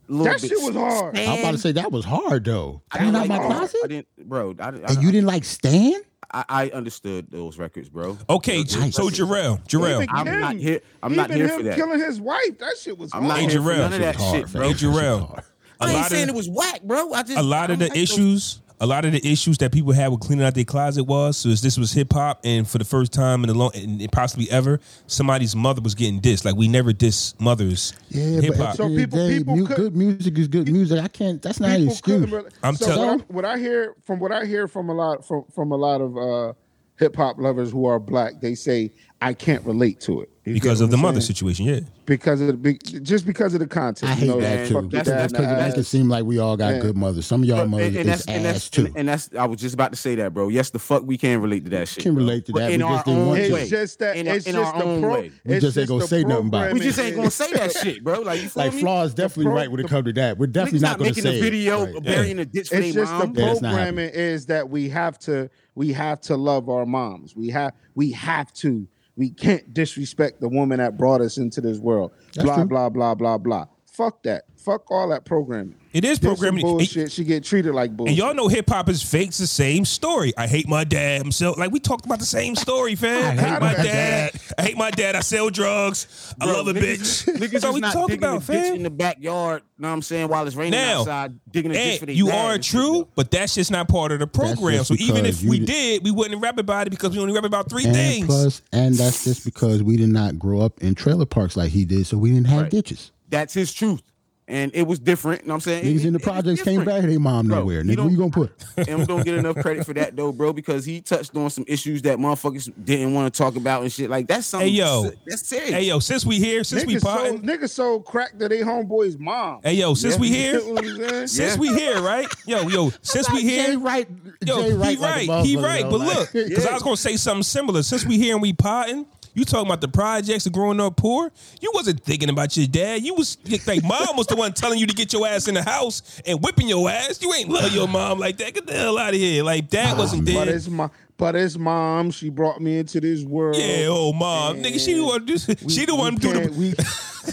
C: Little
D: That shit was hard.
B: I'm about to say that was hard though. Clean out my
C: like-
B: closet,
C: I didn't, bro. I, didn't- I,
B: and you didn't like Stan.
C: I, I understood those records, bro.
A: Okay,
B: Nice.
A: so Jarrell, Jarrell,
D: even
C: I'm
D: him-
C: not here- I'm
D: even
C: not here
D: him
C: for that.
D: killing his wife. That shit was
C: I'm not
D: hard.
A: Hey,
C: here for
A: Jarrell.
C: none of
B: Shit
C: that
B: was hard,
C: shit, bro.
B: fam. Shit was
A: Jarrell.
B: hard.
A: a
C: I ain't
A: lot
C: saying
A: of
C: it was whack, bro. I just
A: a lot of
C: I
A: the
C: like those-
A: issues, a lot of the issues that people had with cleaning out their closet was so is this was hip hop, and for the first time in a long, and possibly ever, somebody's mother was getting dissed. Like we never diss mothers.
B: Yeah,
A: hip
B: but
A: hop.
B: at
D: So
B: the end of
D: people-
B: the day,
D: people
B: mu-
D: could-
B: good music is good music. I can't. That's not an
D: People couldn't
B: excuse.
D: rela-
A: I'm
D: so
A: tell-
D: what, I, what I hear from what I hear from a lot from from a lot of uh, hip hop lovers who are black, they say I can't relate to it You get
A: because
D: what
A: of the
D: I'm
A: mother
D: saying?
A: situation, yeah.
D: because of the big, just because of the content.
B: I hate
D: you know,
B: that too.
D: fuck
B: That's,
C: That's-
D: that
C: that's
D: and
B: because it
D: the
B: makes it
D: ass.
B: seem like we all got
D: Yeah.
B: good mothers. Some of y'all
C: And,
B: mothers
C: and
B: is
C: that's and
B: ass
C: that's,
B: too.
C: and, and that's I was just about to say that, bro. Yes, the fuck we can relate to that shit.
B: Can
C: bro.
B: relate to
C: But
B: that,
C: In
B: we
C: our
B: just didn't
C: own
B: want
C: way.
B: to.
D: It's just that.
C: in, our-
D: it's
C: in
D: just
C: our
D: the
C: own
D: pro.
C: way.
B: We
D: it's
B: just ain't gonna
D: the
B: say nothing about it.
C: We just ain't
D: programming.
C: gonna say that shit, bro. Like you feel
B: Like
C: me?
B: Flaw is definitely
D: pro-
B: right when
D: the
B: it comes to that. We're definitely
C: Niggas
B: not
C: not
B: going to
C: making
B: say
C: a
B: it.
C: video
B: Right.
C: of burying a ditch for
D: It's
C: their
D: just
C: mom.
D: the
B: Yeah, it's not
D: programming is that we have to we have to love our moms. We have we have to. We can't disrespect the woman that brought us into this world.
B: That's
D: blah
B: true.
D: blah blah blah blah. Fuck that. Fuck all that programming.
A: It is
D: This some
A: programming.
D: bullshit. She get treated like bullshit.
A: And y'all know hip hop is fakes the same story. I hate my dad. I'm sell- like we talked about the same story, fam. I hate, my
D: my
A: dad. I hate my dad. I sell drugs. I
C: Bro,
A: love a
C: niggas-
A: bitch.
C: Niggas
A: That's all
C: is
A: we
C: not
A: talk
C: digging
A: about,
C: a ditch
A: fam.
C: in the backyard. Know what I'm saying? While it's raining
A: Now,
C: outside, digging a ditch
A: Ed,
C: for their
A: you
C: dad
A: are
C: and shit,
A: true,
C: though.
A: but that's just not part of the program.
B: just
A: So even
B: because
A: if
B: you
A: we
B: di-
A: did, we wouldn't rap about it because we only rap about three
B: And
A: things.
B: plus, and that's just because we did not grow up in trailer parks like he did, so we didn't have
C: Right.
B: ditches.
C: That's his truth, and it was different. You know what I'm saying?
B: Niggas
C: It-
B: in the
C: it- it was
B: projects came
C: different.
B: back to their mom
C: Bro,
B: nowhere.
C: you
B: Nigga, where
C: don't-
B: you gonna put? it?
C: M don't get enough credit for that though, bro, because he touched on some issues that motherfuckers didn't want to talk about and shit. Like that's something.
A: Hey, yo.
C: that's serious.
A: hey yo, since we here, since we
D: niggas sold,
A: potting,
D: niggas sold crack to their homeboy's mom.
A: hey yo, since we
D: You
A: here,
D: get what I'm saying?
A: since
C: Yeah.
A: we here, right? Yo, yo, since we
B: Jay
A: here,
B: Wright,
A: Yo,
B: Jay Wright,
A: he
B: like a
A: right. He
B: motherfucker,
A: right.
B: though,
A: But
B: like-
A: look, because I was gonna say something similar. Since we here and we potting, You talking about the projects of growing up poor? You wasn't thinking about your dad. You was like mom was the one telling you to get your ass in the house and whipping your ass. You ain't love your mom like that. Get the hell out of here. Like dad wasn't
D: Ah, But
A: there.
D: it's my but it's mom. She brought me into this world.
A: Yeah, oh mom,
D: Man.
A: nigga, she the one. She the
D: We
A: one doing
D: can't-
A: the.
D: we-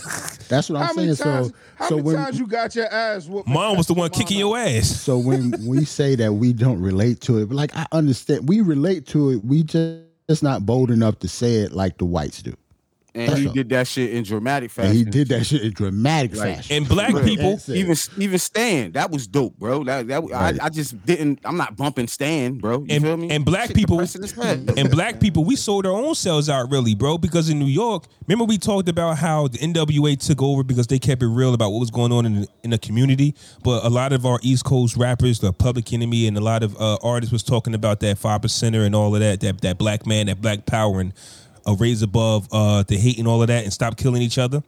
B: That's what I'm
D: how many
B: saying.
D: times?
B: so
D: how
B: so
D: many
B: when
D: times you got your ass? whooped?
A: Mom was the one
D: Mom,
A: kicking your ass.
B: so when we say that we don't relate to it, but like I understand, we relate to it. We just just not bold enough to say it like the whites do.
C: And he
B: Sure.
C: did that shit in dramatic fashion.
B: And he did that shit in dramatic
C: Like,
B: fashion.
A: And black
C: Right.
A: people,
B: That's it.
C: Even even Stan, that was dope, bro. That that
B: Right.
C: I, I just didn't. I'm not bumping Stan, bro. You
A: And-
C: feel me?
A: and black people-
C: depressing as hell.
A: and black people, we sold our own selves out, really, bro. Because in New York, remember we talked about how the NWA took over because they kept it real about what was going on in the, in the community. But a lot of our East Coast rappers, the Public Enemy, and a lot of uh, artists was talking about that five percenter and all of that, that that black man, that black power, and a raise above uh, the hate and all of that, and stop killing each other.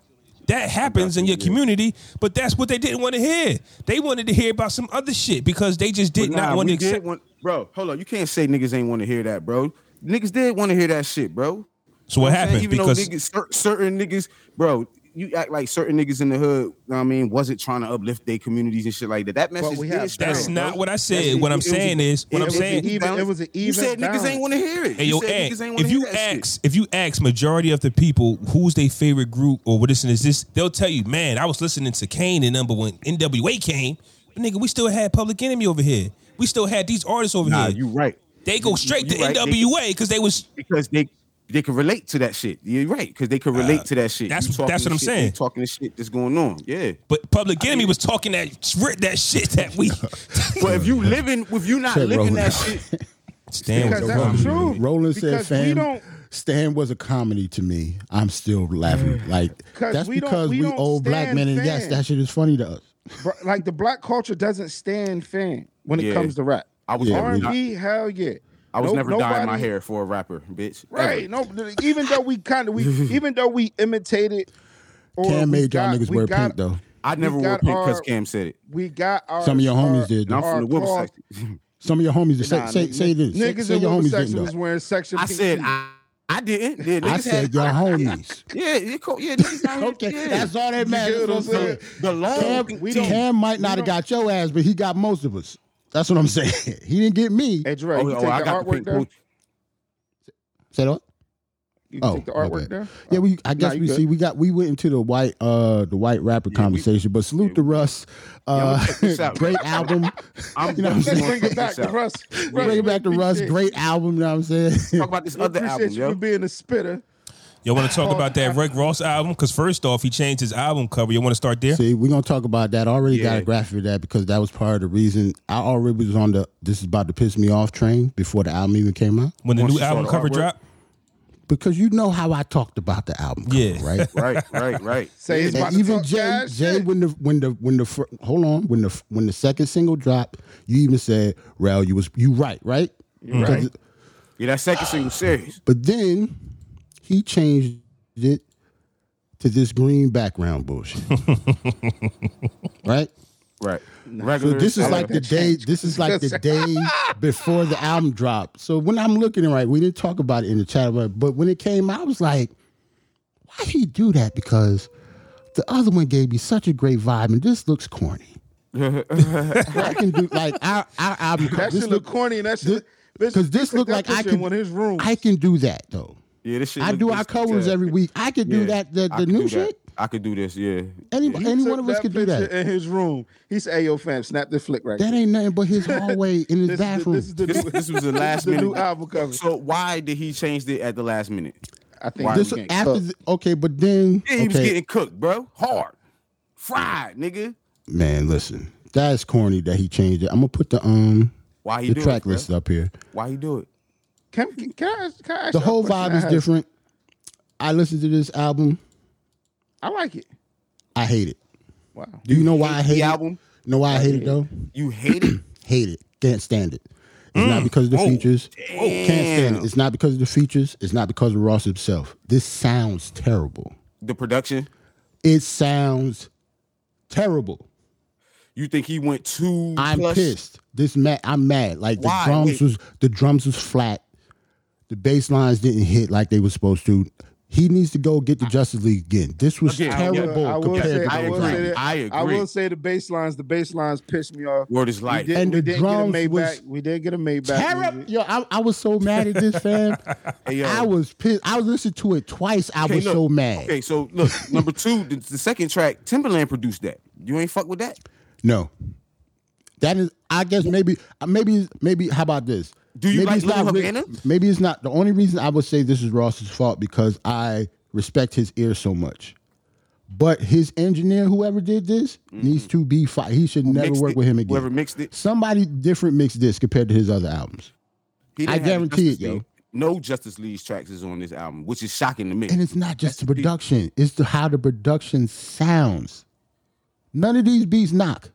A: That happens in your community, but that's what they didn't want to hear. They wanted to hear about some other shit because they just did
C: But
A: not
C: nah,
A: want to
C: we did
A: accept.
C: want- bro. Hold on, you can't say niggas ain't want to hear that, bro. Niggas did want to hear that shit, bro.
A: so
C: You know
A: what
C: I'm saying?
A: happened?
C: Even
A: Because
C: though niggas, cer- certain niggas, bro, you act like certain niggas in the hood. you know what I mean, wasn't trying to uplift their communities and shit like that. That message
D: we
C: did
D: have
C: spread,
A: That's
D: Bro,
A: not
C: bro.
A: what I said.
C: That's-
A: what
C: it-
A: I'm
C: it was a-
A: saying is, what
D: it
A: I'm
D: was a
A: saying,
D: even- it was an
C: You
D: even
C: said
D: balance.
C: niggas ain't want to hear it.
A: Hey,
C: you
A: yo,
C: said
A: Ed,
C: niggas ain't want to
A: if
C: hear
A: you
C: that shit.
A: ask, if you ask majority of the people who's their favorite group or what is is this, they'll tell you, man, I was listening to Kane and number when NWA came, but nigga, we still had Public Enemy over here. We still had these artists over
C: nah,
A: here.
C: you right
A: they go straight
C: you
A: to
C: right. They-
A: NWA because they was
C: because they they can relate to that shit. You're right because they can relate to that shit.
A: that's-
C: You talking
A: that's what
C: the
A: I'm
C: shit-
A: saying.
C: you talking the shit that's going on. Yeah,
A: but Public Enemy was talking that shit- that shit that we
C: but if you living, if you not
B: Check
C: living
B: Roman.
C: that shit,
A: stand
D: Because that's true.
B: Roland said,
D: Because we
B: "Fam,
D: don't-
B: Stan was a comedy to me. I'm still laughing. Like that's
D: we don't-
B: because
D: we
B: we,
D: don't
B: old black
D: stand
B: men, and yes,
D: fans.
B: that shit is funny to us.
D: Bro, like the black culture doesn't stand fan when it
C: Yeah.
D: comes to rap.
C: I was
B: Yeah,
C: never,
B: we-
D: R and B, hell yeah.
C: I was
D: No-
C: never dyeing my
D: nobody-
C: hair for a rapper, bitch.
D: Right. No, even though we kind of we even though we imitated. Or
B: Cam
D: we
B: made y'all
D: got-
B: niggas
D: we
B: wear
D: got-
B: pink though.
C: I never
D: We
C: wore
D: got
C: pink because
D: our-
C: Cam said it.
D: We got our
B: Some of your homies
D: our-
B: did.
C: And I'm
D: our
C: from the women's
D: cloth-
C: section.
B: Some of your homies did. Say,
D: Nah,
B: say,
D: niggas-
B: say this. Say,
D: Niggas
B: say
D: in
B: your
D: women's
B: homies
D: section
B: didn't
D: was
B: though.
D: wearing section.
C: I
D: PG.
C: said I, I didn't. Yeah,
B: I
C: niggas
B: said
C: had-
B: your homies.
C: Yeah, yeah, co- yeah, niggas out here- yeah.
B: all that
D: matters. get what I'm saying?
C: the long.
B: Cam,
D: we don't-
B: Cam might
D: we
B: not have
D: don't-
B: got your ass, but he got most of us. That's what I'm saying. he didn't get me.
D: Hey, Dre,
C: Oh,
D: you
C: oh,
D: take
C: I
D: the
C: got the
D: artwork
C: pink
D: down.
C: coat.
B: Say that.
D: You
B: Oh,
D: take the
B: my
D: artwork
B: bad.
D: down.
B: Yeah, we. I guess
D: you
B: we
D: good.
B: see. We got. We went into the white, uh, the white rapper conversation. but salute to Russ.
C: I'ma
B: Uh,
C: check this out.
B: great album.
C: I'm,
B: You know what I'm
C: I'm
B: saying?
D: Let's
C: gonna
D: bring it
C: check
D: back
C: this
D: to
C: out.
D: Russ.
B: Bring it back to Russ.
D: appreciate-
B: Great album. You know what I'm saying?
C: Talk about this
D: we
C: other
D: appreciate
C: album,
D: you for
C: yo.
D: being a spitter.
A: Y'all want to talk about that Rick Ross album? Because first off, he changed his album cover. You want to start there?
B: See, we're gonna talk about that. I already got
C: Yeah.
B: a graphic of that because that was part of the reason I already was on the this is about to piss me off train before the album even came out.
A: When the
C: Once
A: new
C: you saw
A: album
C: the
A: cover
C: artwork?
A: dropped,
B: Because you know how I talked about the album. cover,
A: Yeah.
B: Right.
C: Right, right, right.
D: Say it's about
B: And
D: to
B: even
D: talk
B: Jay,
D: cash
B: Jay,
D: shit.
B: when the when the when the fir- hold on when the when the second single dropped, you even said, "Rel, you was you right, right?" Because- Ah,
C: Yeah, that second single serious.
B: But then he changed it to this green background bullshit, right?
C: Right.
B: So
C: Regular.
B: this is
C: I
B: like the
C: that.
B: day. This is like the day before the album dropped. So when I'm looking at it, right, we didn't talk about it in the chat, but but when it came, out, I was like, why he do that? Because the other one gave me such a great vibe, and this looks corny. I can do like our our album.
D: That
B: this
D: shit
B: look-
D: look corny. and That
B: this-
D: shit. bitch,
B: 'cause this
D: he took
B: look
D: that
B: like I
D: picture
B: could-
D: in one of his rooms.
B: I can do that though.
C: Yeah, this shit.
B: I
C: look
B: do our
C: decent,
B: covers
C: yeah.
B: every week. I could do
C: Yeah.
B: that. The,
C: I
B: the
C: could
B: new
C: do that.
B: shit.
C: I could do this. Yeah.
B: Any,
C: Yeah.
B: any
D: Took
B: one of us
D: that
B: could do
D: picture
B: that.
D: in his room. He said, "Hey, yo, fam, snap this flick right
B: That
D: here."
B: ain't nothing but his hallway in his
D: This is the,
B: bathroom.
D: this is the
C: This,
D: new,
C: this was the last
D: the
C: minute.
D: new album cover.
C: So why did he change it at the last minute?
D: I think
C: Why
B: This
C: we
D: can't
B: after
D: cook.
B: the, okay, but then
C: Yeah, he was
B: okay,
C: getting cooked, bro. Hard, fried, nigga.
B: man, listen, that's corny that he changed it. I'm gonna put the um
C: Why he
B: the
C: do it?
B: track
C: bro?
B: list up here.
C: Why he do it?
D: Can, can, can I, ask- can I ask
B: The
D: y'all a
B: whole
D: question?
B: vibe
D: I
B: is
D: had-
B: different. I listened to this album.
D: I like it.
B: I hate it.
D: Wow.
B: Do you know why I hate
C: the
B: it?
C: album?
B: You know why I hate it though?
C: You hate it?
B: Hate it. Can't stand it. It's
C: Mm.
B: not because of
C: Oh,
B: the features. Can't stand it. It's not because of the features. It's not because of Ross himself. This sounds terrible.
C: the production?
B: It sounds terrible.
C: You think he went too?
B: I'm
C: plush?
B: pissed. This mad. I'm mad. Like
C: Why?
B: the drums
C: Wait.
B: was the drums was flat. The bass lines didn't hit like they were supposed to. He needs to go get the Justice League again. This was
C: Again, yeah,
B: terrible
D: I will
B: compared
D: say,
B: to
D: I
B: those
D: will
B: albums.
D: say, that,
C: I
D: I
C: agree.
D: will say the bass lines, the bass lines pissed me off.
C: Word is
D: We
C: light.
D: did,
B: And
D: we
B: the
D: did
B: drums
D: get a Maybach.
B: was
D: we did get a Maybach.
B: Terrible.
D: music.
B: Yo, I, I was so mad at this fam.
C: Hey, yo.
B: I was pissed. I listened to it twice. I
C: Okay,
B: was
C: look.
B: so mad.
C: Okay, so look, number two, the, the second track, Timberland produced that. You ain't fuck with that.
B: No, that is. I guess maybe, uh, maybe, maybe. How about this?
C: Do you
B: maybe
C: like
B: it's
C: Little
B: not Rick-
C: Havana?
B: Maybe it's not. The only reason I would say this is Ross's fault because I respect his ear so much. But his engineer, whoever did this, needs to be fired. He should never
C: Mm-hmm. Mixed
B: work
C: it,
B: with him again.
C: Whoever mixed it,
B: Somebody different mixed this compared to his other albums.
C: he didn't
B: I
C: have
B: guarantee
C: Justice
B: it, yo.
C: League. No Justice League's tracks is on this album, which is shocking to me.
B: And it's not just the production; it's the, how the production sounds. None of these beats knock.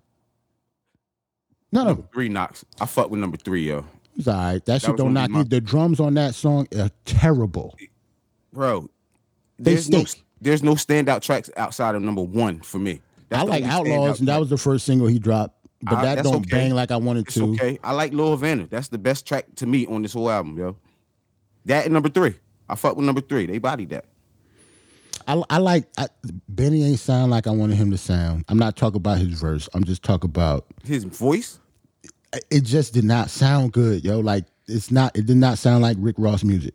B: None of them.
C: three knocks. I fuck with number three, yo.
B: It's all right. That, shit
C: was
B: don't
C: gonna
B: knock
C: be
B: you.
C: my-
B: The drums on that song are terrible.
C: Bro,
B: They
C: there's no
B: stink.
C: there's no standout tracks outside of number one for me. That's
B: I
C: the
B: like
C: only
B: Outlaws,
C: standout
B: and that
C: track.
B: was the first single he dropped. But
C: I-
B: that
C: that's
B: don't
C: okay.
B: bang like I wanted
C: It's
B: to.
C: okay. I like Lil Havana. That's the best track to me on this whole album, yo. That and number three. I fuck with number three. They bodied that.
B: I, I like I, Benny ain't sound like I wanted him to sound. I'm not talking about his verse. I'm just talking about
C: His voice,
B: it. Just did not sound good, yo. Like it's not. It did not sound like Rick Ross music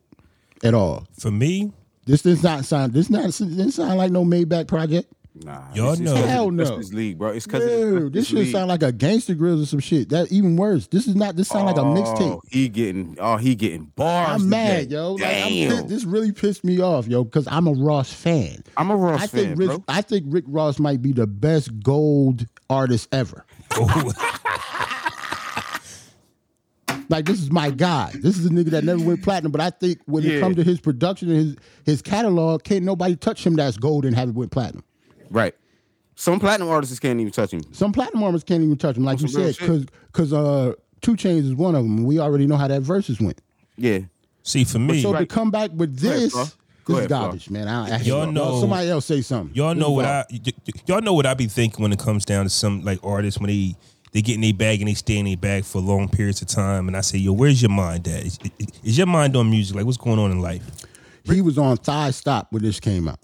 B: at all.
A: For me,
B: This does not sound. This not. This didn't sound like no Maybach project.
C: nah. it's-
A: Y'all
C: it's
A: know.
C: 'cause of the
B: Hell no.
C: Justice League, bro. It's because
B: Dude, this should sound like a Gangster Grills or some shit. That even worse. This is not. This sound like a mixtape.
C: He getting oh he getting Oh, bars.
B: I'm mad,
C: today.
B: yo. Like, I'm
C: Damn.
B: pissed- this really pissed me off, yo, because I'm a Ross fan.
C: I'm a Ross fan,
B: I think Rick,
C: bro.
B: I think Rick Ross might be the best gold artist ever. Like this is my guy. This is a nigga that never went platinum. But I think when
C: Yeah.
B: it comes to his production and his his catalog, can't nobody touch him that's gold and have it went platinum.
C: Right. Some platinum artists can't even touch him.
B: Some platinum artists can't even touch him, like you
C: some real
B: said, because because uh, Two Chains is one of them. We already know how that verses went.
C: Yeah.
A: see for me,
B: So to come back with
C: ahead,
B: this,
C: bro. Go
B: this
C: ahead, bro.
B: is garbage, man. I, I hate
A: Y'all
B: it.
A: know-
B: Somebody else say something.
A: Y'all
B: This
A: know
B: is
A: what
B: all.
A: I y- y- y'all know what I be thinking when it comes down to some like artists when they they get in their bag and they stay in their bag for long periods of time and I say yo where's your mind at is, is- is your mind on music like what's going on in life
B: He was on thigh stop when this came out.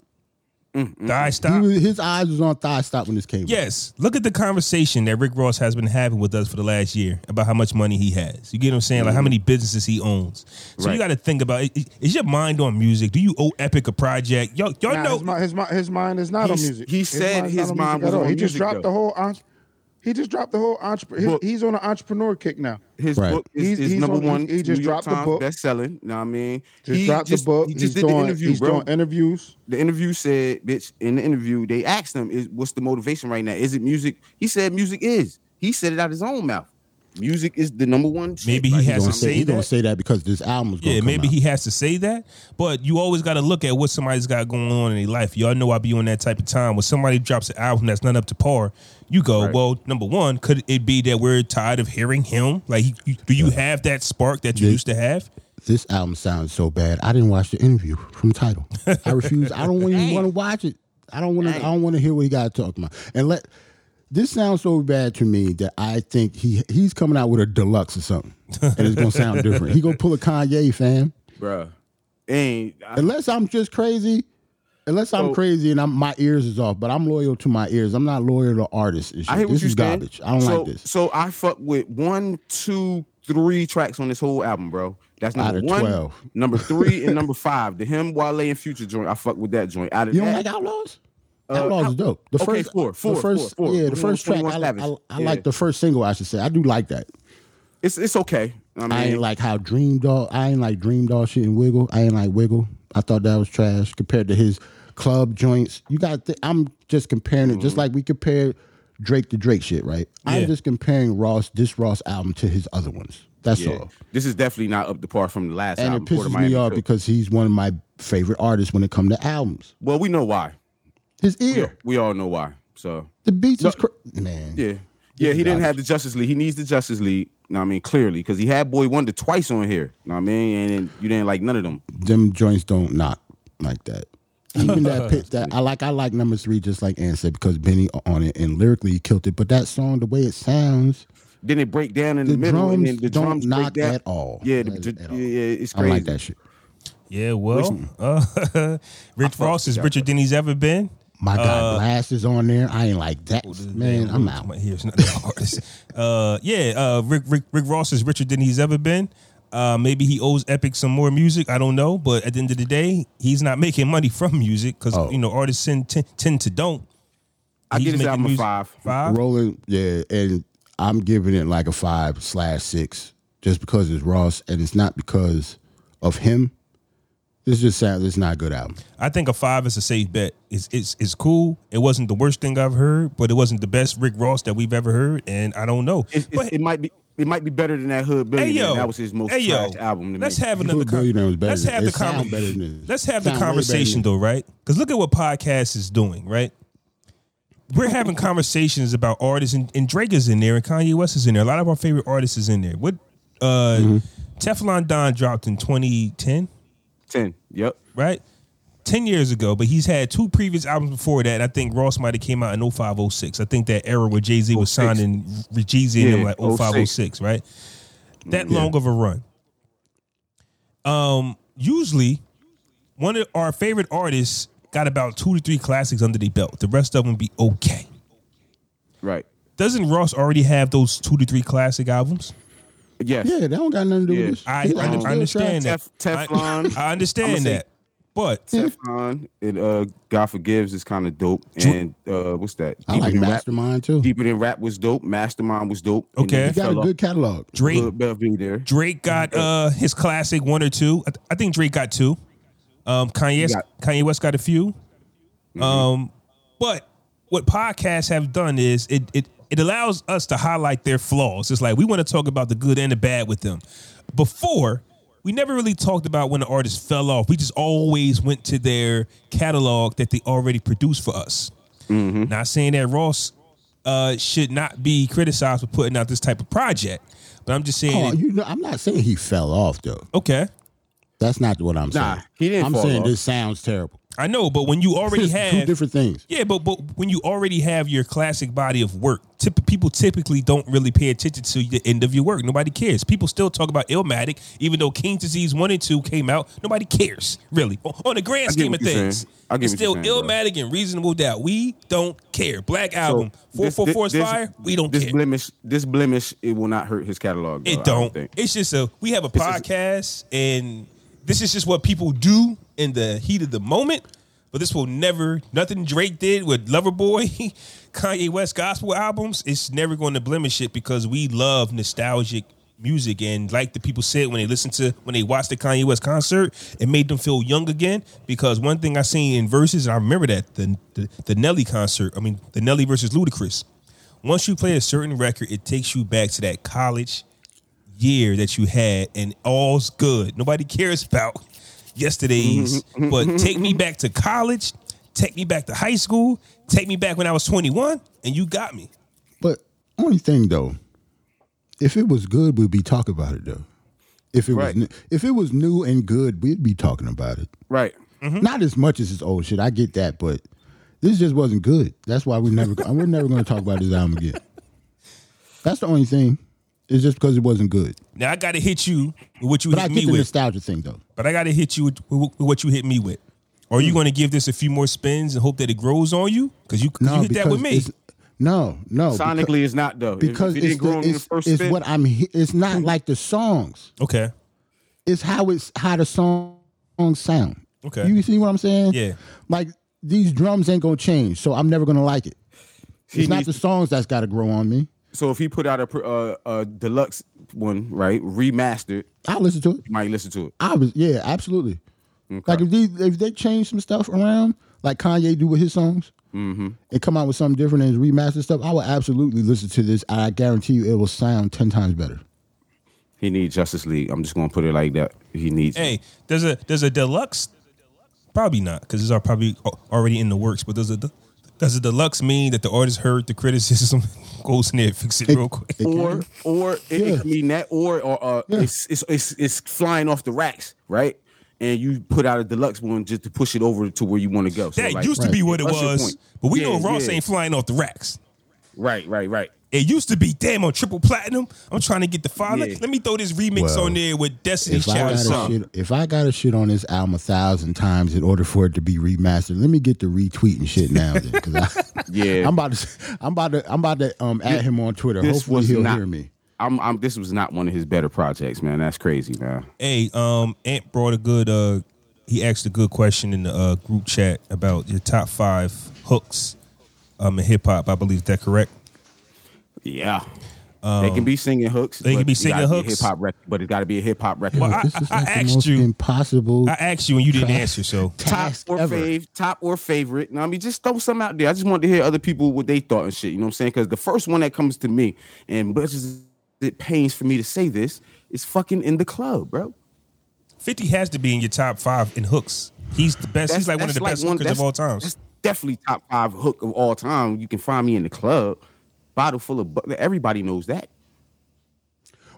A: die
B: He
A: stop
B: was, his eyes was on thigh stop when this came out.
A: yes look at the conversation that Rick Ross has been having with us for the last year about how much money he has you get what I'm saying like how many businesses he owns so
C: Right.
A: you got to think about i- i- is your mind on music do you owe Epic a project y'all y'all
D: Nah,
A: know
D: his, mi- his, mi- his mind is not on
C: He's-
D: music.
C: he said
D: mind's
C: his
D: not on
C: mind
D: music
C: was
D: at all.
C: on
D: He just
C: music,
D: dropped
C: though.
D: the whole. entre- He just dropped the whole entrepreneur.
C: Book.
D: He's on an entrepreneur kick now.
C: His
B: Right.
C: book is,
D: He's-
C: is
D: he's
C: number
D: on-
C: one.
D: he- he just
C: New York
D: dropped the
C: Times
D: book.
C: Best selling. Know what I mean?
D: Just dropped
C: just-
D: the book.
C: He just
D: he's
C: did
D: doing,
C: the interview,
D: he's
C: bro.
D: doing interviews.
C: the interview said, bitch, in the interview, they asked him, is what's the motivation right now? Is it music? He said music is. He said it out his own mouth. Music is the number one. shit.
A: Maybe he
C: Like,
A: has
B: He
A: to
B: gonna
A: say
B: say, he gonna
A: that.
B: say that because this album was gonna
A: Yeah,
B: come
A: maybe
B: out.
A: he has to say that, but you always got to look at what somebody's got going on in their life. Y'all know I be on that type of time. When somebody drops an album that's not up to par, you go, well, number one, could it be that we're tired of hearing him? Like, you- you- do you have that spark that you
B: Yeah.
A: used to have?
B: this album sounds so bad. I didn't watch the interview from title. I refuse. I don't even
C: Dang.
B: want to watch it. I don't want to. I
C: Dang.
B: don't want to hear what he got to talk about. And let this sounds so bad to me that I think he he's coming out with a deluxe or something, and it's gonna sound different. He gonna pull a Kanye fam.
C: bruh. And I,
B: Unless I'm just crazy. Unless I'm
C: So-
B: crazy and I'm, my ears is off, but I'm loyal to my ears. I'm not loyal to artists. And shit.
C: I hear what
B: this
C: you
B: is
C: saying.
B: garbage. I don't
C: so,
B: like this.
C: So I fuck with one, two, three tracks on this whole album, bro. That's
B: Out
C: number
B: of
C: one,
B: 12.
C: number three, and number five. The him, Wale, and Future joint. I fuck with that joint. Out of
B: You don't
C: that,
B: like Outlaws?
C: Uh,
B: Outlaws
C: Out-
B: is dope. The
C: okay,
B: first,
C: four, four,
B: the first,
C: four, four.
B: yeah, the
C: Twenty-
B: first track. I,
C: 21
B: I,
C: Savage.
B: I
C: Yeah.
B: like the first single. I should say I do like that.
C: it's it's okay. I mean,
B: I ain't like how Dream Doll. I ain't like Dream Doll shit and Wiggle. I ain't like Wiggle. I thought that was trash compared to his club joints. You got. Th- I'm just comparing
C: Mm-hmm.
B: it, just like we compared Drake to Drake shit, right?
A: Yeah.
B: I'm just comparing Ross this Ross album to his other ones. That's
C: yeah.
B: all.
C: this is definitely not up to par from the last
B: And
C: album.
B: it
C: Port of
B: pisses
C: Miami
B: me off
C: Cook.
B: because he's one of my favorite artists when it comes to albums.
C: well, we know why.
B: His
C: We,
B: ear,
C: we all know why. So
B: the beats is cra- man.
C: Yeah. Yeah, he didn't have the Justice League. He needs the Justice League. Know what I mean, clearly, because he had Boy Wonder twice on here. Know what I mean, and, then you didn't like none of them.
B: them joints don't knock like that. Even that pit that I like, I like number three just like Ann said because Benny on it and lyrically he killed it. But that song, the way it sounds,
C: Then it break down in the,
B: the
C: middle, and
B: drums
C: then the
B: don't
C: drums break
B: knock
C: down.
B: at all.
C: Yeah, the,
B: At
C: the-
B: all.
C: yeah, yeah, it's
B: I
C: crazy.
B: like that shit.
A: Yeah, well, uh, Rich Ross is richer than he's ever been. Uh,
B: My God, glasses on there. I ain't like that, man. I'm out.
A: My ears not the hardest. Uh, yeah, uh, Rick, Rick Rick Ross is richer than he's ever been. Uh, maybe he owes Epic some more music. I don't know, but at the end of the day, he's not making money from music because
B: Oh.
A: you know artists tend, tend, tend to don't.
C: I
A: He's
C: give this
A: making
C: album a
A: music-
C: five.
A: Five.
B: Rolling, yeah, and I'm giving it like a five slash six, just because it's Ross, and it's not because of him. This just sounds. It's not a good album.
A: I think a five is a safe bet. It's it's it's cool. It wasn't the worst thing I've heard, but it wasn't the best Rick Ross that we've ever heard, and I don't know.
C: It's- it's-
A: But-
C: it might be. It might be better than that Hood Billy.
A: yo.
C: that was his most
A: Hey, yo.
C: trash album. To
A: Let's
C: me.
A: have
B: Blue
A: another. con-
B: Billionaire was better
A: let's
B: than-
A: have
B: it
A: the con-
B: sound better than this.
A: Let's have the
B: Sound way better than
A: conversation
B: this.
A: though, right? Because look at what podcast is doing, right? We're having conversations about artists, and, and Drake is in there, and Kanye West is in there. A lot of our favorite artists is in there. What uh,
B: Mm-hmm.
A: Teflon Don dropped in 2010,
C: ten. Yep.
A: right? 10 years ago, but he's had two previous albums before that. And I think Ross might have came out in 05, 06. I think that era where Jay Z was
C: 06.
A: signing Jeezy and them
C: Yeah,
A: like 05,
C: 06.
A: 06, right? That long of a run. Um, usually one of our favorite artists got about two to three classics under their belt. The rest of them be okay.
C: Right.
A: Doesn't Ross already have those two to three classic albums?
C: Yes.
B: Yeah, that don't got nothing to do
C: Yeah.
B: with this.
A: I, I
B: It's
A: under- I understand that.
C: Tef- Teflon.
A: I, I
C: I'ma
A: understand
C: say-
A: that. But
C: Teflon and uh, God Forgives is kind of dope. And uh, what's that?
B: I like
C: Than
B: Mastermind too.
C: Rap. Deeper Than Rap was dope. Mastermind was dope. And
A: Okay.
C: then he
B: He got a
C: fell off.
B: good catalog.
A: Drake
C: Hood Bell being there.
A: Drake got uh his classic one or two. I, th- I think Drake got two. Um, Kanye
C: got-
A: Kanye West got a few. Um, but what podcasts have done is it it it allows us to highlight their flaws. It's like we want to talk about the good and the bad with them. Before we never really talked about when the artist fell off. We just always went to their catalog that they already produced for us. Not saying that Ross uh, should not be criticized for putting out this type of project, but I'm just saying.
B: Oh,
A: it-
B: you know, I'm not saying he fell off though.
A: okay.
B: That's not what I'm
C: Nah,
B: saying.
C: he didn't
B: I'm
C: fall
B: saying
C: off.
B: this sounds terrible.
A: I know, but when you already
B: It's two
A: have
B: different things.
A: yeah, but but when you already have your classic body of work, typ- people typically don't really pay attention to the end of your work. Nobody cares. People still talk about Illmatic, even though King's Disease One and Two came out. Nobody cares really O- on the grand
C: get
A: scheme of
C: what you're
A: things.
C: saying. I get
A: it's
C: what you're
A: still
C: saying, bro.
A: Illmatic and Reasonable Doubt. We don't care. Black album, four
C: this-
A: four four is
C: this-
A: fire. We don't
C: this
A: care.
C: blemish. This blemish it will not hurt his catalog. Though,
A: It
C: I
A: don't.
C: think.
A: it's just a we have a
C: is-
A: podcast, and this is just what people do in the heat of the moment. But this will never nothing Drake did with Loverboy, Kanye West gospel albums. It's never going to blemish it because we love nostalgic music and like the people said when they listened to when they watched the Kanye West concert, it made them feel young again. Because one thing I seen in verses, and I remember that the the, the Nelly concert. I mean the Nelly versus Ludacris. Once you play a certain record, it takes you back to that college year that you had and all's good. Nobody cares about yesterday's, but take me back to college, take me back to high school, take me back when I was 21, and you got me.
B: But only thing though, if it was good, we'd be talking about it though. If it
C: Right.
B: was new, if it was new and good, we'd be talking about it.
C: Right.
B: Not as much as it's old shit. I get that, but this just wasn't good. That's why we never we're never going to talk about this album again. That's the only thing. It's just because it wasn't good.
A: Now I got to hit you with what you
B: But I
A: hit
B: get
A: me
B: the
A: with,
B: nostalgia thing though. Hmm.
A: but I got to hit you with, with what you hit me with. Are you going to give this a few more spins and hope that it grows on you? Because you, 'cause you hit that with me.
B: it's- No, no.
C: Sonically, it's not though. If-
B: because,
C: if
B: because
C: it
B: it's,
C: didn't grow
B: the,
C: on me the
B: it's,
C: first
B: it's
C: spin,
B: what I'm. he- It's not like the songs.
A: Okay.
B: It's how it's how the song songs sound.
A: Okay.
B: you see what I'm saying?
A: Yeah.
B: Like these drums ain't gonna change, so I'm never gonna like it.
C: he
B: it's not
C: needs-
B: the songs that's got to grow on me.
C: So if he put out a pr- uh, a deluxe one, right, remastered,
B: I listen to it.
C: you might listen to it.
B: I was yeah, absolutely. Like if they if they change some stuff around, like Kanye do with his songs,
C: Mm-hmm.
B: and come out with something different and remaster stuff, I will absolutely listen to this. I guarantee you, it will sound ten times better.
C: He needs Justice League. I'm just gonna put it like that. He needs. it.
A: Hey, there's a there's a deluxe. Probably not, because it's are probably al- already in the works. But does a de- does a deluxe mean that the artist heard the criticism, goes in there, and fix it real quick?
B: They
C: or
B: can.
C: or it, it
B: Yeah.
C: could mean that or or uh, it's, it's it's it's flying off the racks, right? And you put out a deluxe one just to push it over to where you want to go. So
A: That
C: like,
A: used to be what it
C: That's your
A: was,
C: point.
A: but we
C: Yeah,
A: know Ross
C: yeah.
A: ain't flying off the racks.
C: right, right, right.
A: It used to be damn on triple platinum. I'm trying to get the file.
C: Yeah.
A: Let, let me throw this remix
B: Well,
A: on there with Destiny's
B: If I,
A: Child or
B: gotta
A: something.
B: shit, if I gotta shit on this album a thousand times in order for it to be remastered, let me get the retweet and shit now. Then, 'cause I,
C: Yeah.
B: I'm about to, I'm about to, I'm about to um, add him on Twitter.
C: this
B: Hopefully
C: was
B: he'll
C: not-
B: hear me.
C: I'm, I'm. This was not one of his better projects, man. That's crazy, man.
A: Hey, um, Ant brought a good. Uh, he asked a good question in the uh, group chat about your top five hooks um, in hip hop. I believe is that correct.
C: Yeah. they can be singing hooks.
A: Um, they can
C: but
A: be
C: it gotta
A: singing
C: a
A: hooks.
C: hip-hop rec- but it's got to be a hip hop record.
A: Well, I-
B: this is like the
A: asked
B: most
A: you.
B: impossible
A: I asked you and you didn't answer, so
C: top
B: task
C: or
B: ever.
C: fave, top or favorite. Now, I mean, just throw some out there. I just wanted to hear other people what they thought and shit. You know what I'm saying? Because the first one that comes to me, and much as it pains for me to say this, is fucking in the club, bro.
A: Fifty has to be in your top five in hooks. He's the best. He's like one of the best hookers
C: that's-
A: of all times.
C: That's definitely top five hook of all time. You can find me in the club, bottle full of. bu- Everybody knows that.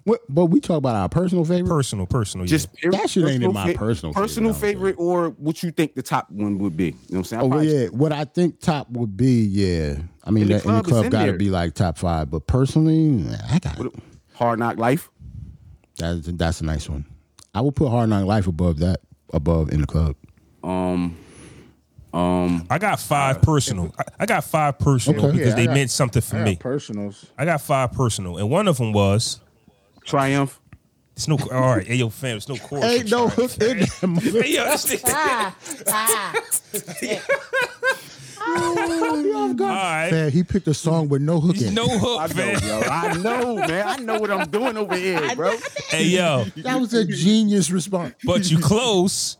B: What, but we talk about our personal favorite.
A: Personal, personal.
C: Just
A: yeah.
C: peri-
B: That shit ain't
C: personal
B: in my personal favorite,
C: personal
B: I don't think.
C: favorite, or what you think the top one would be. You know what I'm saying? I
B: Oh well,
C: probably-
B: yeah. What I think top would be, yeah. I mean,
C: In the
B: that, in the
C: club is
B: club
C: in
B: got to
C: there.
B: be like top five. But personally, I got
C: What- Hard knock life.
B: that's that's a nice one. I would put Hard Knock Life above that, above in the club.
C: Um, um,
A: I got five personal. I, I got five personal
B: Okay.
A: because
D: Yeah, I
A: they
D: got-
A: meant something for
D: I
A: me.
D: got personals.
A: I got five personal, and one of them was
C: triumph.
A: it's no. All right, hey yo, fam, it's no chorus.
B: Ain't no
A: Sorry.
B: hook in that.
A: Hey, yo, it's- all right.
B: Man, he picked a song with no hook in.
A: No
B: it.
A: hook, man.
C: Yo, I know, Oh, man. I know what I'm doing over here, bro.
A: Hey, yo,
B: That was a genius response.
A: but you close.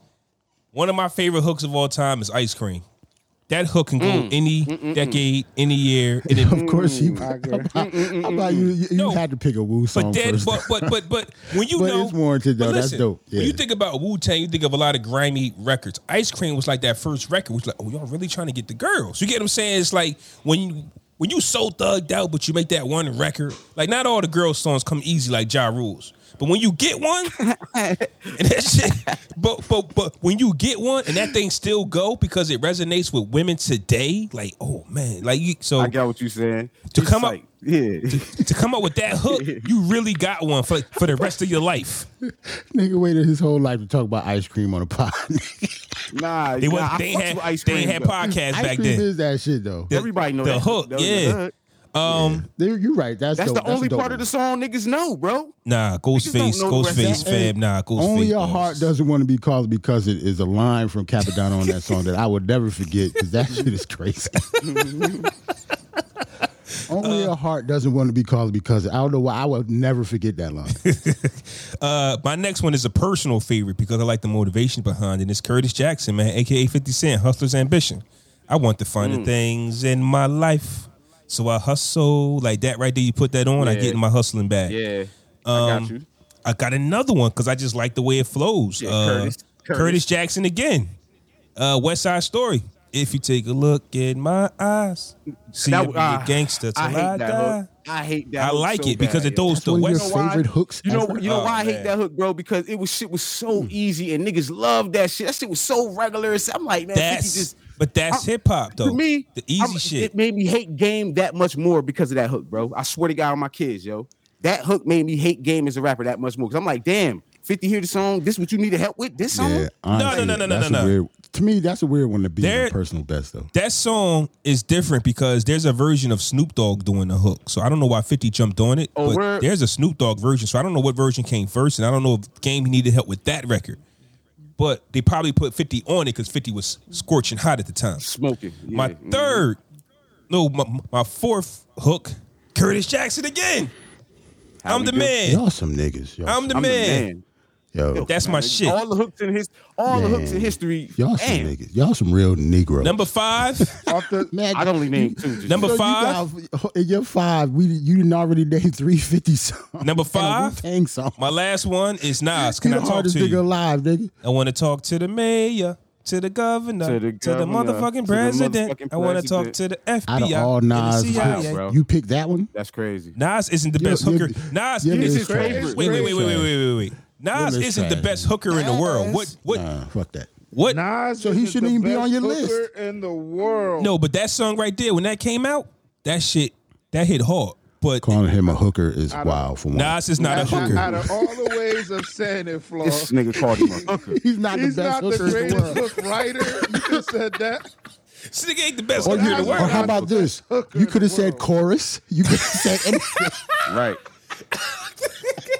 A: One of my favorite hooks of all time is ice cream. That hook can go any decade, any year, and it
B: Mm. Of course, you.
D: I agree.
C: Mm,
B: I'm like, you, you
A: No.
B: had to pick a Wu song
A: But then,
B: first.
A: but but but but when you
B: But
A: know
B: it's warranted,
A: but
B: though. That's dope.
A: When you
B: Yeah.
A: think about Wu Tang, you think of a lot of grimy records. Ice Cream was like that first record, which like, oh, y'all really trying to get the girls. You get what I'm saying? It's like when you when you so thugged out, but you make that one record. Like not all the girl songs come easy like Ja Rules. But when you get one, and that shit, but but but when you get one and that thing still go because it resonates with women today, like oh man, like you, so
C: I got what you saying.
A: To come up-
C: like, yeah.
A: to come up with that hook, you really got one for for the rest of your life.
B: Nigga waited his whole life to talk about ice cream on a pod.
C: Nah,
A: They,
C: nah,
A: was,
C: I
A: they,
C: fucks
A: had,
C: with ice
A: they
C: cream.
A: ain't had
C: though.
A: podcasts
B: ice
A: back
B: cream
A: then.
B: is that shit though.
C: Everybody know
A: the
C: that.
A: hook,
C: That was the
A: yeah.
C: hook.
A: Um,
B: There- You're right. That's
C: That's
B: dope.
C: the only
B: a dope
C: part of the
B: one.
C: song niggas know, bro.
A: nah,
C: Niggas don't
A: Ghostface,
C: know the rest of
A: Ghostface,
C: that.
A: fam, nah, Ghostface.
B: Only your
A: boss.
B: heart doesn't want to be called because it is a line from Capadonna on that song that I would never forget because that shit is crazy.
A: Uh,
B: Only your heart doesn't want to be called because I don't know why I would never forget that line.
A: Uh, my next one is a personal favorite because I like the motivation behind it. It's Curtis Jackson, man, aka 50 Cent, Hustler's Ambition. I want to find
C: Hmm.
A: the things in my life. So I hustle like that right there. You put that on, I get in my hustling bag.
C: Yeah. I
A: Um,
C: got you.
A: I got another one because I just like the way it flows.
C: Yeah,
A: uh, Curtis,
C: Curtis- Curtis.
A: Jackson again. Uh, West Side Story. If you take a look in my eyes, see
C: That-
A: you be
C: ah,
A: a gangster till
C: I
A: I,
C: hate that
A: die.
C: hook. I hate that.
A: I
C: hook
A: like
C: so
A: it because
C: bad,
A: it
C: yo.
A: throws
B: That's
A: the
B: one of your
A: West.
C: know why?
B: favorite hooks.
C: You know,
B: ever?
C: you know
A: Oh,
C: why I
A: man. Hmm.
C: hate that hook, bro? Because it was shit was so easy and niggas loved that shit. That shit was so regular. So I'm like, man,
A: That's
C: Fifty just
A: but that's
C: I-
A: hip hop though.
C: to me
A: the easy
C: I'm-
A: shit.
C: It made me hate game that much more because of that hook, bro. I swear to God, on my kids, yo, that hook made me hate game as a rapper that much more. Cause I'm like, damn, Fifty hear the song. This what you need to help with? This song?
B: Yeah, honestly,
A: no, no, no,
B: that's
A: no,
B: a
A: no.
B: Weird, to me, that's a weird one to be
A: There-
B: my personal best though.
A: that song is different because there's a version of Snoop Dogg doing the hook. So I don't know why 50 jumped on it,
C: Oh,
A: but
C: word.
A: there's a Snoop Dogg version. So I don't know what version came first, and I don't know if Game needed help with that record. But they probably put 50 on it because 50 was scorching hot at the time.
C: Smoking. Yeah.
A: My
C: Mm.
A: third, no, my, my fourth hook, Curtis Jackson again.
C: How
A: I'm
C: we
A: the
C: do?
A: man.
B: Y'all some niggas. Y'all,
A: I'm the
C: I'm the
A: man.
C: man.
B: yo,
A: That's my shit.
C: All the hooks in his, all the hooks in history.
B: y'all some
C: Damn.
B: niggas. Y'all some real Negro.
A: Number five,
D: Off the
B: Man,
C: I'd only name two. just-
A: Number
B: you
A: five.
B: got- in your five, we you didn't already name three fifty songs.
A: Number five.
B: Tang song.
A: my last one is Nas.
B: You
A: Can I
B: the
A: talk
B: hardest
A: to
B: nigga
A: you?
B: alive, nigga.
A: I want to talk to the mayor, to the governor, to
C: To the
A: the,
C: governor, to
A: motherfucking
C: the
A: president.
C: motherfucking
A: I want to talk to the
C: president.
A: FBI.
B: Out of all
A: and the
B: Nas,
A: CIA.
C: Wow, bro.
B: you picked that one.
C: That's crazy.
A: Nas isn't the
B: You're-
A: best
B: you're-
A: hooker. Nas
B: you're
A: is
B: Liz Trash.
A: Wait, wait, wait, wait, wait, wait, wait, wait. Nas
B: Liz
A: isn't the
B: Trash.
A: best hooker in the world. What? What?
B: Nah, fuck that.
A: What?
D: Nas
B: So he
D: is
B: shouldn't
D: the
B: even be
D: best
B: on your
D: hooker In the world,
A: No, but that song right there, when that came out, that shit, that hit hard. But
B: Calling him a hooker is
D: I don't-
B: wild for one.
A: Nas is not a
D: Out- Out
A: hooker.
D: of all the ways of saying it, Flaw,
C: This nigga called him a hooker.
B: he's not
D: he's
B: the best
D: not the
B: hooker in the
D: greatest
B: world.
D: hook writer. You just said that.
A: This nigga ain't the best
B: Or,
A: hooker
B: you,
A: in the
B: or
A: world.
B: how about this?
D: hooker
B: You
D: in
B: could
D: the
B: have said
D: world.
B: chorus. You could have said anything.
C: Right.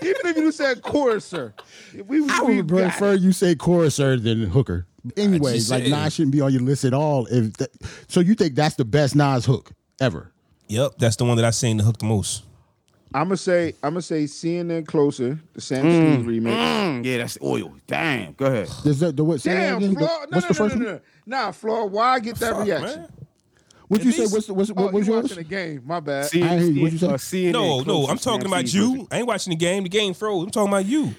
D: Even if you said chorister, we would
B: I would prefer you say choruser than hooker. Anyway,
A: just
B: like
A: said-
B: Nas shouldn't be on your list at all. If that, so, you think that's the best Nas hook ever?
A: Yep, that's the one that I seen the hook the most.
D: I'm gonna say I'm gonna say CNN closer, the Sam Steve remake.
C: Mm, yeah, that's oil. Damn. Go ahead.
B: There's the, the what? say that
D: Damn,
B: again. The-
D: Flaw. No,
B: what's
D: no,
B: the
D: no,
B: first
D: no, no,
B: one?
D: no. Nah, Flaw. Why get that
A: Fuck,
D: reaction?
A: man.
B: What'd you
A: At
B: say?
A: least-
B: What's the, what's, the-
D: Oh,
B: what was
D: you
B: yours?
D: watching the game? My bad.
C: See,
B: Uh, I hear you. What'd you say?
C: CNN
A: No, no,
C: close
A: I'm
C: to
A: talking
C: Snap
A: about
C: Seed
A: you.
C: version.
A: I ain't watching the game. The game froze. I'm talking about you.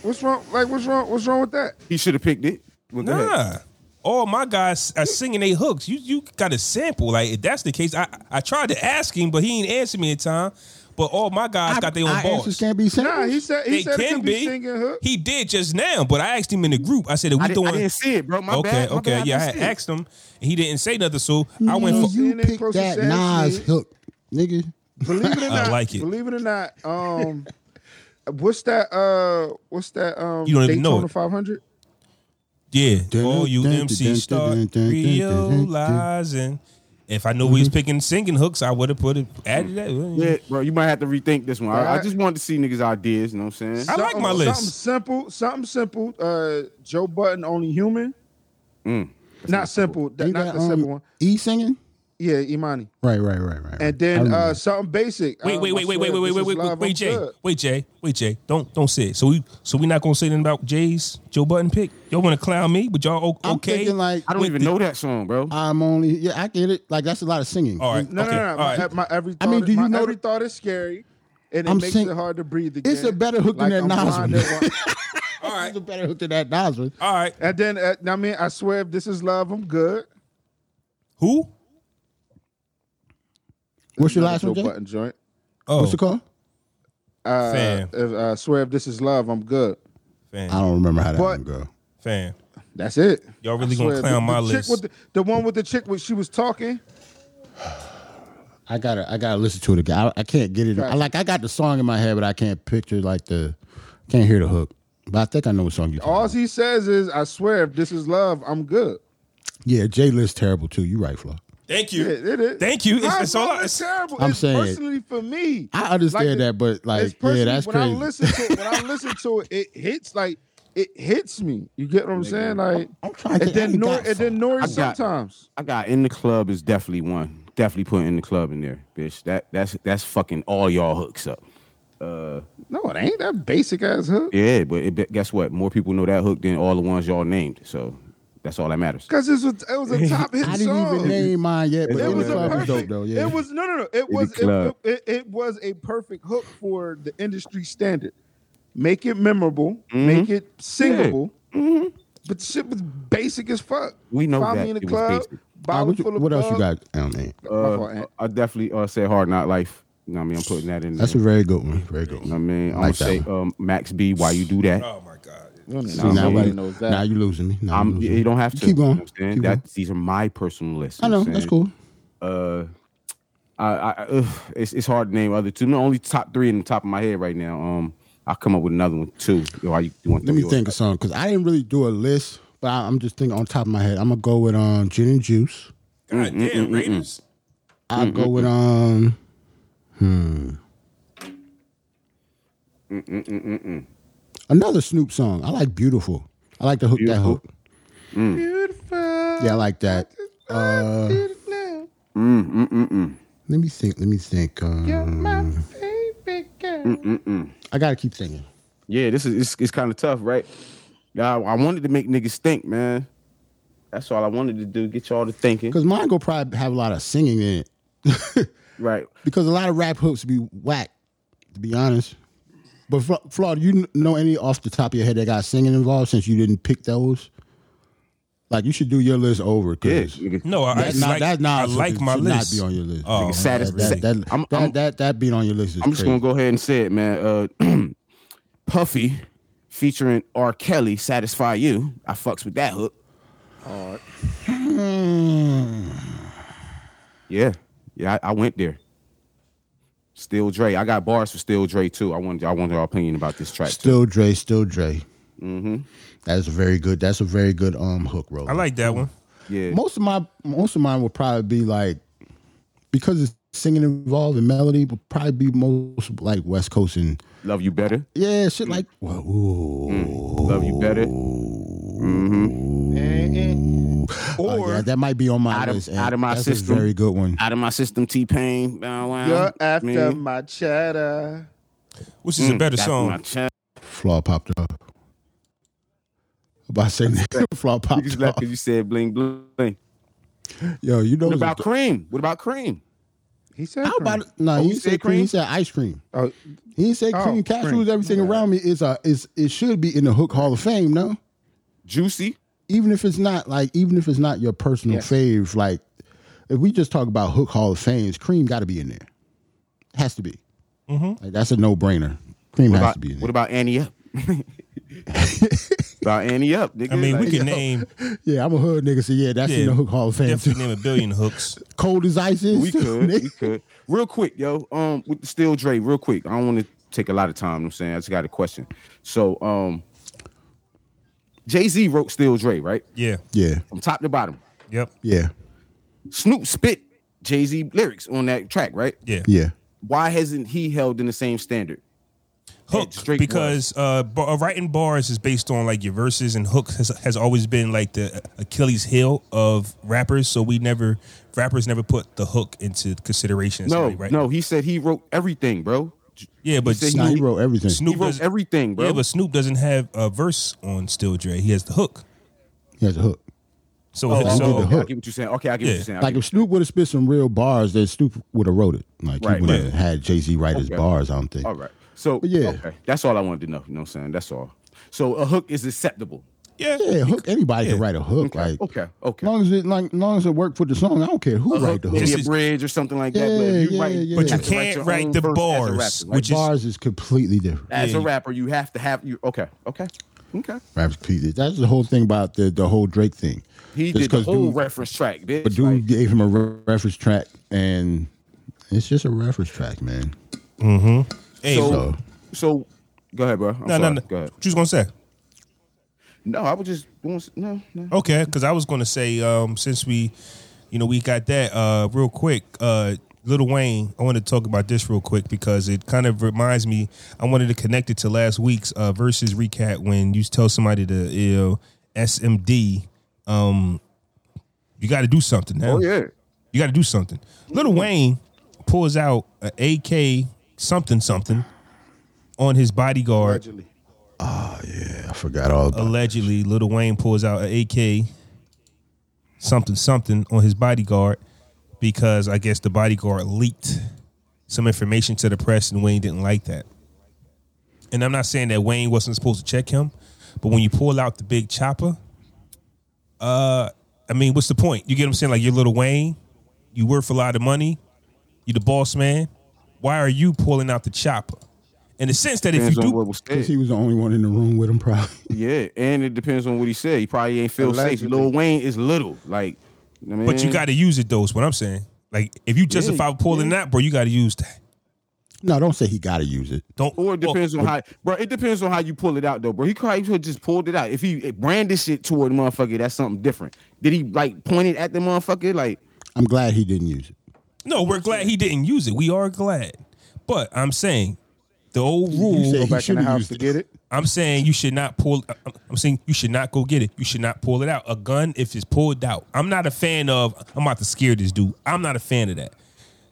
D: What's wrong? Like, what's wrong? What's wrong with that?
C: He should have picked it. Well, go ahead.
A: Nah. All my guys are singing they hooks. You you got a sample. Like if that's the case, I I tried to ask him, but he ain't answer me in time. But all my guys got their own
B: I answers
A: bars.
B: can't be said.
D: Nah, he said he
A: They
D: said it
A: can
D: could be
A: be.
D: singing hook.
A: He did just now, but I asked him in the group. I said, "Are
C: I,
A: we
C: did, I
A: doing?"
C: didn't see it, bro. My
A: okay,
C: bad. My
A: okay,
C: bad.
A: yeah.
C: didn't
A: I had
C: see it.
A: asked him, and he didn't say nothing. So I went
B: No,
A: for.
B: you
D: CNN
B: picked
D: closer
B: that
D: said
B: Nas
D: shit.
B: hook, nigga.
D: Believe it or not,
A: like it.
D: Believe it or not, um, what's that? Uh, what's that? Um,
A: You don't even know it.
D: Five hundred.
A: Yeah, all you
B: dun, dun,
A: MC
B: dun, dun,
A: start
B: dun, dun, dun, Mm-hmm. dun.
A: realizing. If I knew we was picking singing hooks, I would have put it added
D: Uh,
A: that.
C: Yeah, bro, you might have to rethink this one. I, I
D: Alright.
C: just wanted to see niggas' ideas. You know what I'm saying?
A: I like my list.
D: Something simple. Something simple. Uh, Joe Button, only human.
C: Mm.
D: not simple. That,
B: You
D: not
B: got,
D: the
B: um,
D: simple one.
B: E singing.
D: Yeah, Imani.
B: Right, right, right, right.
D: And
B: right. I
D: then
B: remember.
D: uh, something basic.
A: Wait,
D: Um,
A: wait, wait,
D: I
A: wait,
D: swear
A: wait,
D: if
A: wait,
D: this
A: wait,
D: is
A: wait, wait,
D: live,
A: wait,
D: I'm
A: Jay,
D: good.
A: wait, Jay, wait, Jay. Don't don't say it. So we so we not gonna say nothing about Jay's Joe Button pick. Y'all want to clown me, but y'all o-
B: I'm
A: okay?
B: thinking like
C: I don't even know that song, bro.
B: I'm only. Yeah, I get it. Like that's a lot of singing.
A: all right,
D: No,
A: okay,
D: no, no.
A: all
D: My,
A: right.
D: my every thought,
B: I mean, do you
D: my
B: know
D: every
B: the-
D: thought is scary, and it
B: I'm
D: makes
B: saying-
D: it hard to breathe again.
B: It's a better hook
D: Like,
B: than that
D: I'm
B: Nas
D: blind
B: one.
D: at one-
A: all
B: It's
A: right,
B: a better hook than that Nas one.
A: all right.
D: And then, uh, I mean, I swear, if this is love, I'm good.
A: Who?
B: What's your
D: Another
B: last one,
D: Joe
B: Jay?
D: Button joint.
A: Oh,
B: What's it called?
D: Uh,
A: Fam.
D: If, uh, swear, if this is love, I'm good.
B: I
A: fam,
B: don't remember how that
D: What?
B: one go.
A: fam.
D: That's it.
A: Y'all really
D: I
A: gonna
D: swear,
A: clown
D: the,
A: my
D: the
A: list?
D: Chick with the, the one with the chick when she was talking.
B: I gotta, I gotta listen to it again. I, I can't get it. I,
D: Gotcha.
B: like I got the song in my head, but I can't picture like the, can't hear the hook. But I think I know what song you.
D: All he says is, "I swear, if this is love, I'm good."
B: Yeah, J List terrible too. You right, Flo.
A: Thank
D: Yeah,
A: you.
D: it is.
A: Thank you. It's,
D: My
A: it's all.
D: brother
A: I,
D: is
A: it's,
D: terrible.
B: I'm
D: It's
B: saying-
D: personally for me.
B: I understand
D: Like,
B: that, but
D: it's
B: like, yeah,
D: personally-
B: that's
D: when
B: crazy.
D: I listen to it, when I listen to it, it hits like it hits me. You get what I'm saying? Like,
B: I'm trying to
D: and then
B: think. I
D: Nor,
B: got
D: and then Nori
C: I got-
D: sometimes.
C: I got in the club is definitely one. Definitely put in the club in there, bitch. That that's that's fucking all y'all hooks up. Uh,
D: No, it ain't that basic ass hook.
C: Yeah, but it, guess what? More people know that hook than all the ones y'all named. So that's all that matters.
D: Cause this was it was a top hit
B: I didn't
D: song.
B: even name mine yet, but
C: It
B: in
D: It
B: the
D: was a
B: club
D: perfect.
B: is dope though. Yeah,
D: It was no, no, no. It
C: the
D: was it,
C: club.
D: it, it was a perfect hook for the industry standard. Make it memorable.
C: Mm-hmm.
D: Make it singable. But the shit was basic as fuck.
C: We know
D: Find
C: that
D: me in the
C: it was
D: club.
C: basic.
B: All right,
D: Bottle
B: what, you-
D: full of
B: what else you
D: bug.
B: got? Oh, man.
D: My fault, Ant.
C: Uh, I definitely uh, say hard not life. You know what I mean? I'm putting that in there.
B: That's a very good one. Very good
C: you know what I
B: one.
C: mean? I'm
B: like that
C: gonna say um, Max B, why you do that?
A: oh my god.
B: See, now,
D: nobody
B: you,
D: knows that.
B: now you losing me. Now
C: I'm,
B: you
C: you don't have to.
B: Keep going.
C: You know what I'm saying?
B: Keep
C: that,
B: going.
C: These are my personal lists. you
B: I know
C: what I'm
B: that's
C: saying?
B: cool.
C: uh, I, I ugh, it's it's hard to name other two. No, only top three in the top of my head right now. Um, I'll come up with another one too. Yo, how you, you want
B: Let me think of something because I didn't really do a list, but I, I'm just thinking on top of my head. I'm gonna go with um gin and juice.
C: Mm,
A: God damn Raiders.
B: I'll
D: Mm-hmm.
B: go with um.
C: mm,
B: Hmm. Another Snoop song. I like "Beautiful." I like the hook. That
C: Beautiful.
B: hook. Yeah, I like that. Uh, let me think. Let me think. Um, I gotta keep thinking.
C: Yeah, this is it's, it's kind of tough, right? Yeah, I, I wanted to make niggas think, man. That's all I wanted to do. Get y'all to thinking,
B: Cause mine go probably have a lot of singing in it.
C: right?
B: because a lot of rap hooks be whack, to be honest. But Fla- Flaw, do you kn- know any off the top of your head that got singing involved since you didn't pick those? Like you should do your list over.
C: Yeah,
B: Cause
C: nigga.
A: No, I, I
B: That,
A: just
B: not,
A: like,
B: that Nas
A: I like
B: should-
A: my
B: should
A: list.
B: Not be on your list.
A: Oh,
C: Nigga, saddest-
B: that, that, that,
C: I'm-
B: that,
C: I'm-
B: that, that being on your list is
C: I'm just
B: crazy.
C: gonna go ahead and say it, man. Uh, Puffy featuring R. Kelly, "Satisfy You." I fucks with that hook. Yeah, yeah, I, I went there. Still Dre. I got bars for Still Dre too. I wanted I wanted your opinion about this track. too. Mm-hmm.
B: Still Dre, still Dre. That's a very good. That's a very good um hook roll.
A: I like that one.
C: Yeah.
B: most of my most of mine would probably be like because it's singing involved and melody would probably be most like West Coast and
C: Love you better. Mm.
B: yeah shit like well, ooh,
C: Love you better. Mm-hmm.
B: uh, yeah, that might be on my
C: Out of-
B: list. and
C: out of my
B: that's
C: system.
B: a very good one.
C: Out of my system, T Pain. Bow wow.
D: You're after
C: Man,
D: my cheddar.
A: Which is a better
C: Mm, that's
A: song?
C: my check.
B: Flaw popped up. About saying that flaw
C: You
B: popped
C: just left
B: up.
C: because you said bling bling.
B: Yo, you know
C: What
B: what's
C: about cream? What about cream?
D: He said,
B: How about
D: cream.
B: it? No,
C: Oh,
B: he
C: you
B: said
C: said
B: cream. He
C: cream?
B: said ice cream.
D: Oh,
B: He didn't say
D: Oh,
B: cream cashews.
D: cream.
B: Everything around me is a is it should be in the Hook Hall of Fame. No,
C: Juicy.
B: even if it's not like even if it's not your personal
D: Yes.
B: fave. Like if we just talk about Hook Hall of Fames, cream got to be in there. Has to be. Like, that's a no brainer. Cream
C: What
B: has
C: about,
B: to be
C: what
B: in there.
C: about Annie up? about Annie up, nigga.
A: I mean, we
C: Like,
A: could name
B: yeah, I'm a hood nigga, so yeah, that's
A: Yeah.
B: in the Hook Hall of Fame. Too.
A: definitely name a billion hooks.
B: Cold as ice is.
C: we
B: too,
C: could,
B: nigga.
C: we could. Real quick, yo. Um, with the Still Dre, real quick. I don't want to take a lot of time. you know what I'm saying I just got a question. So, um, Jay Z wrote Still Dre, right?
A: Yeah.
B: Yeah,
C: From top to bottom.
A: Yep.
B: yeah,
C: Snoop spit Jay Z lyrics on that track, right?
A: Yeah.
B: yeah.
C: Why hasn't he held in the same standard?
A: Hook
C: Straight
A: because uh, bar, uh, writing bars is based on like your verses, and hook has, has always been like the uh, Achilles heel of rappers. So we never rappers never put the hook into consideration. as
C: No,
A: somebody, right?
C: no. He said he wrote everything, bro. J-
A: Yeah, but
C: said he
B: Nah,
A: Snoop,
B: he wrote everything.
A: Snoop
C: He wrote
A: does-
C: everything, bro.
A: Yeah, but Snoop doesn't have a verse on Still Dre. He has the hook.
B: He has a hook.
A: So,
C: Oh,
A: so
B: did the
C: okay, I
B: hook.
C: get what you're saying. Okay, I get what
A: Yeah.
C: you're saying. I
B: Like
C: get-
B: if Snoop would have spit some real bars, then Snoop would have wrote it. Like
C: Right,
B: he would have
A: right.
B: had Jay Z write his
C: Okay.
B: bars. I don't think.
C: all right. So
B: But yeah.
C: okay. that's all I wanted to know. You know what I'm saying? That's all. So a hook is acceptable.
A: yeah,
B: Yeah, hook. Anybody
A: yeah.
B: can write a hook.
C: Okay.
B: Like
C: okay.
B: As
C: Okay. Uh-huh.
B: long as it like as long as it worked for the song, I don't care who write the hook.
C: Maybe
A: This
C: a
A: is-
C: bridge or something like that. But,
B: Yeah,
C: if you
B: yeah,
C: write,
B: yeah.
C: but you,
B: You
C: have to
A: can't
C: your
A: write
C: own
A: the
C: verse As
A: bars,
C: a rapper, right?
A: which is-
B: Bars is completely different.
C: as a
A: yeah.
C: rapper, you have to have you. Okay. Okay. Okay.
B: Raps completely. That's the whole thing about the the whole Drake thing.
C: He
B: Just
C: did the
B: 'cause
C: whole
B: dude-
C: reference track, bitch.
B: But dude
C: like,
B: gave him a re- reference track, and it's just a reference track, man.
A: Hey,
C: so,
B: so-
C: so, go ahead, bro. I'm
A: no,
C: sorry.
A: no, no.
C: Go ahead.
A: What you was gonna say?
C: No, I was just doing. s- No, no.
A: Okay, because I was gonna say um, since we, you know, we got that uh, real quick. Uh, Little Wayne, I want to talk about this real quick because it kind of reminds me. I wanted to connect it to last week's uh, versus recap when you tell somebody to you know SMD, um, you got to do something now.
C: Oh yeah.
A: You got to do something. Little Wayne pulls out a AK something something on his bodyguard.
D: allegedly.
B: Yeah, I forgot all about.
A: Allegedly, Little Wayne pulls out an AK something something on his bodyguard because I guess the bodyguard leaked some information to the press and Wayne didn't like that. And I'm not saying that Wayne wasn't supposed to check him, but when you pull out the big chopper, uh, I mean, what's the point? You get what I'm saying? Like you're little Wayne, you worth a lot of money, you the boss man. Why are you pulling out the chopper? In the sense that if
C: Depends
A: you
C: on what
A: do,
C: was
B: Because
C: said.
B: he was the only one in the room with him, probably.
C: Yeah, and it depends on what he said. He probably ain't feel safe.
D: Allegedly.
C: Lil Wayne is little. Like, you know what I
A: but you
C: mean?
A: got to use it though. Is what I'm saying. Like if you justify pulling that, bro, you got to use that.
B: No, don't say he got to use it.
A: Don't
C: Or it depends on how, bro. It depends on how you pull it out, though, bro. He probably could just pulled it out. If he brandished it toward the motherfucker, that's something different. Did he like point it at the motherfucker? Like,
B: I'm glad he didn't use it.
A: No, we're glad he didn't use it. We are glad. But I'm saying the old
B: You
A: rule.
B: said he
D: Back in
B: should
D: the
B: have
D: house
B: used
D: to
B: it.
D: get it.
A: I'm saying you should not pull. I'm- I'm saying you should not go get it. You should not pull it out. A gun, if it's pulled out, I'm not a fan of. I'm about to scare this dude. I'm not a fan of that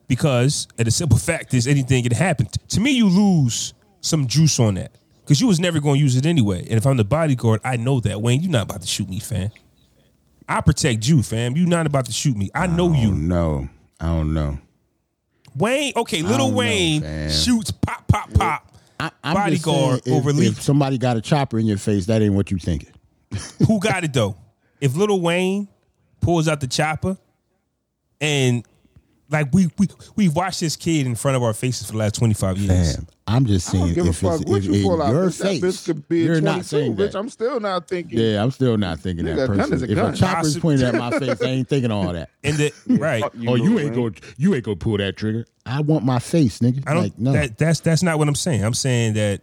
A: because, and the simple fact is, anything can happen. T- To me, you lose some juice on that because you was never going to use it anyway. And if I'm the bodyguard, I know that Wayne, you're not about to shoot me, fam. I protect you, fam. You're not about to shoot me. I know
B: Oh
A: you,
B: no, I don't know.
A: Wayne. Okay,
B: don't
A: little
B: know,
A: Wayne
B: fam.
A: shoots pop, pop, pop.
B: I, I'm just
A: Bodyguard
B: saying, if-
A: overleaped.
B: If somebody got a chopper in your face, that ain't what you thinking.
A: Who got it though? If Little Wayne pulls out the chopper and Like we we we've watched this kid in front of our faces for the last twenty five years.
B: Damn, I'm just
D: I
B: saying
D: don't give a
B: if
D: fuck
B: it's
D: what
B: if
D: you
B: in
D: pull out.
B: your
D: Bitch, that
B: face,
D: bitch could be
B: you're
D: a
B: not
D: 22,
B: saying
D: bitch.
B: that.
D: I'm still not thinking.
B: yeah, I'm still not thinking
D: Nigga, a
B: that
D: gun
B: person.
D: is a
B: If a
D: gun.
B: chopper's
A: Possi-
B: pointed at my face, I ain't thinking all that.
A: And the right,
C: Fuck
B: oh, you
C: Lil
B: ain't
C: Wayne.
B: go, you ain't gonna pull that trigger. I want my face, nigga.
A: I don't.
B: like, no,
A: That, that's that's not what I'm saying. I'm saying that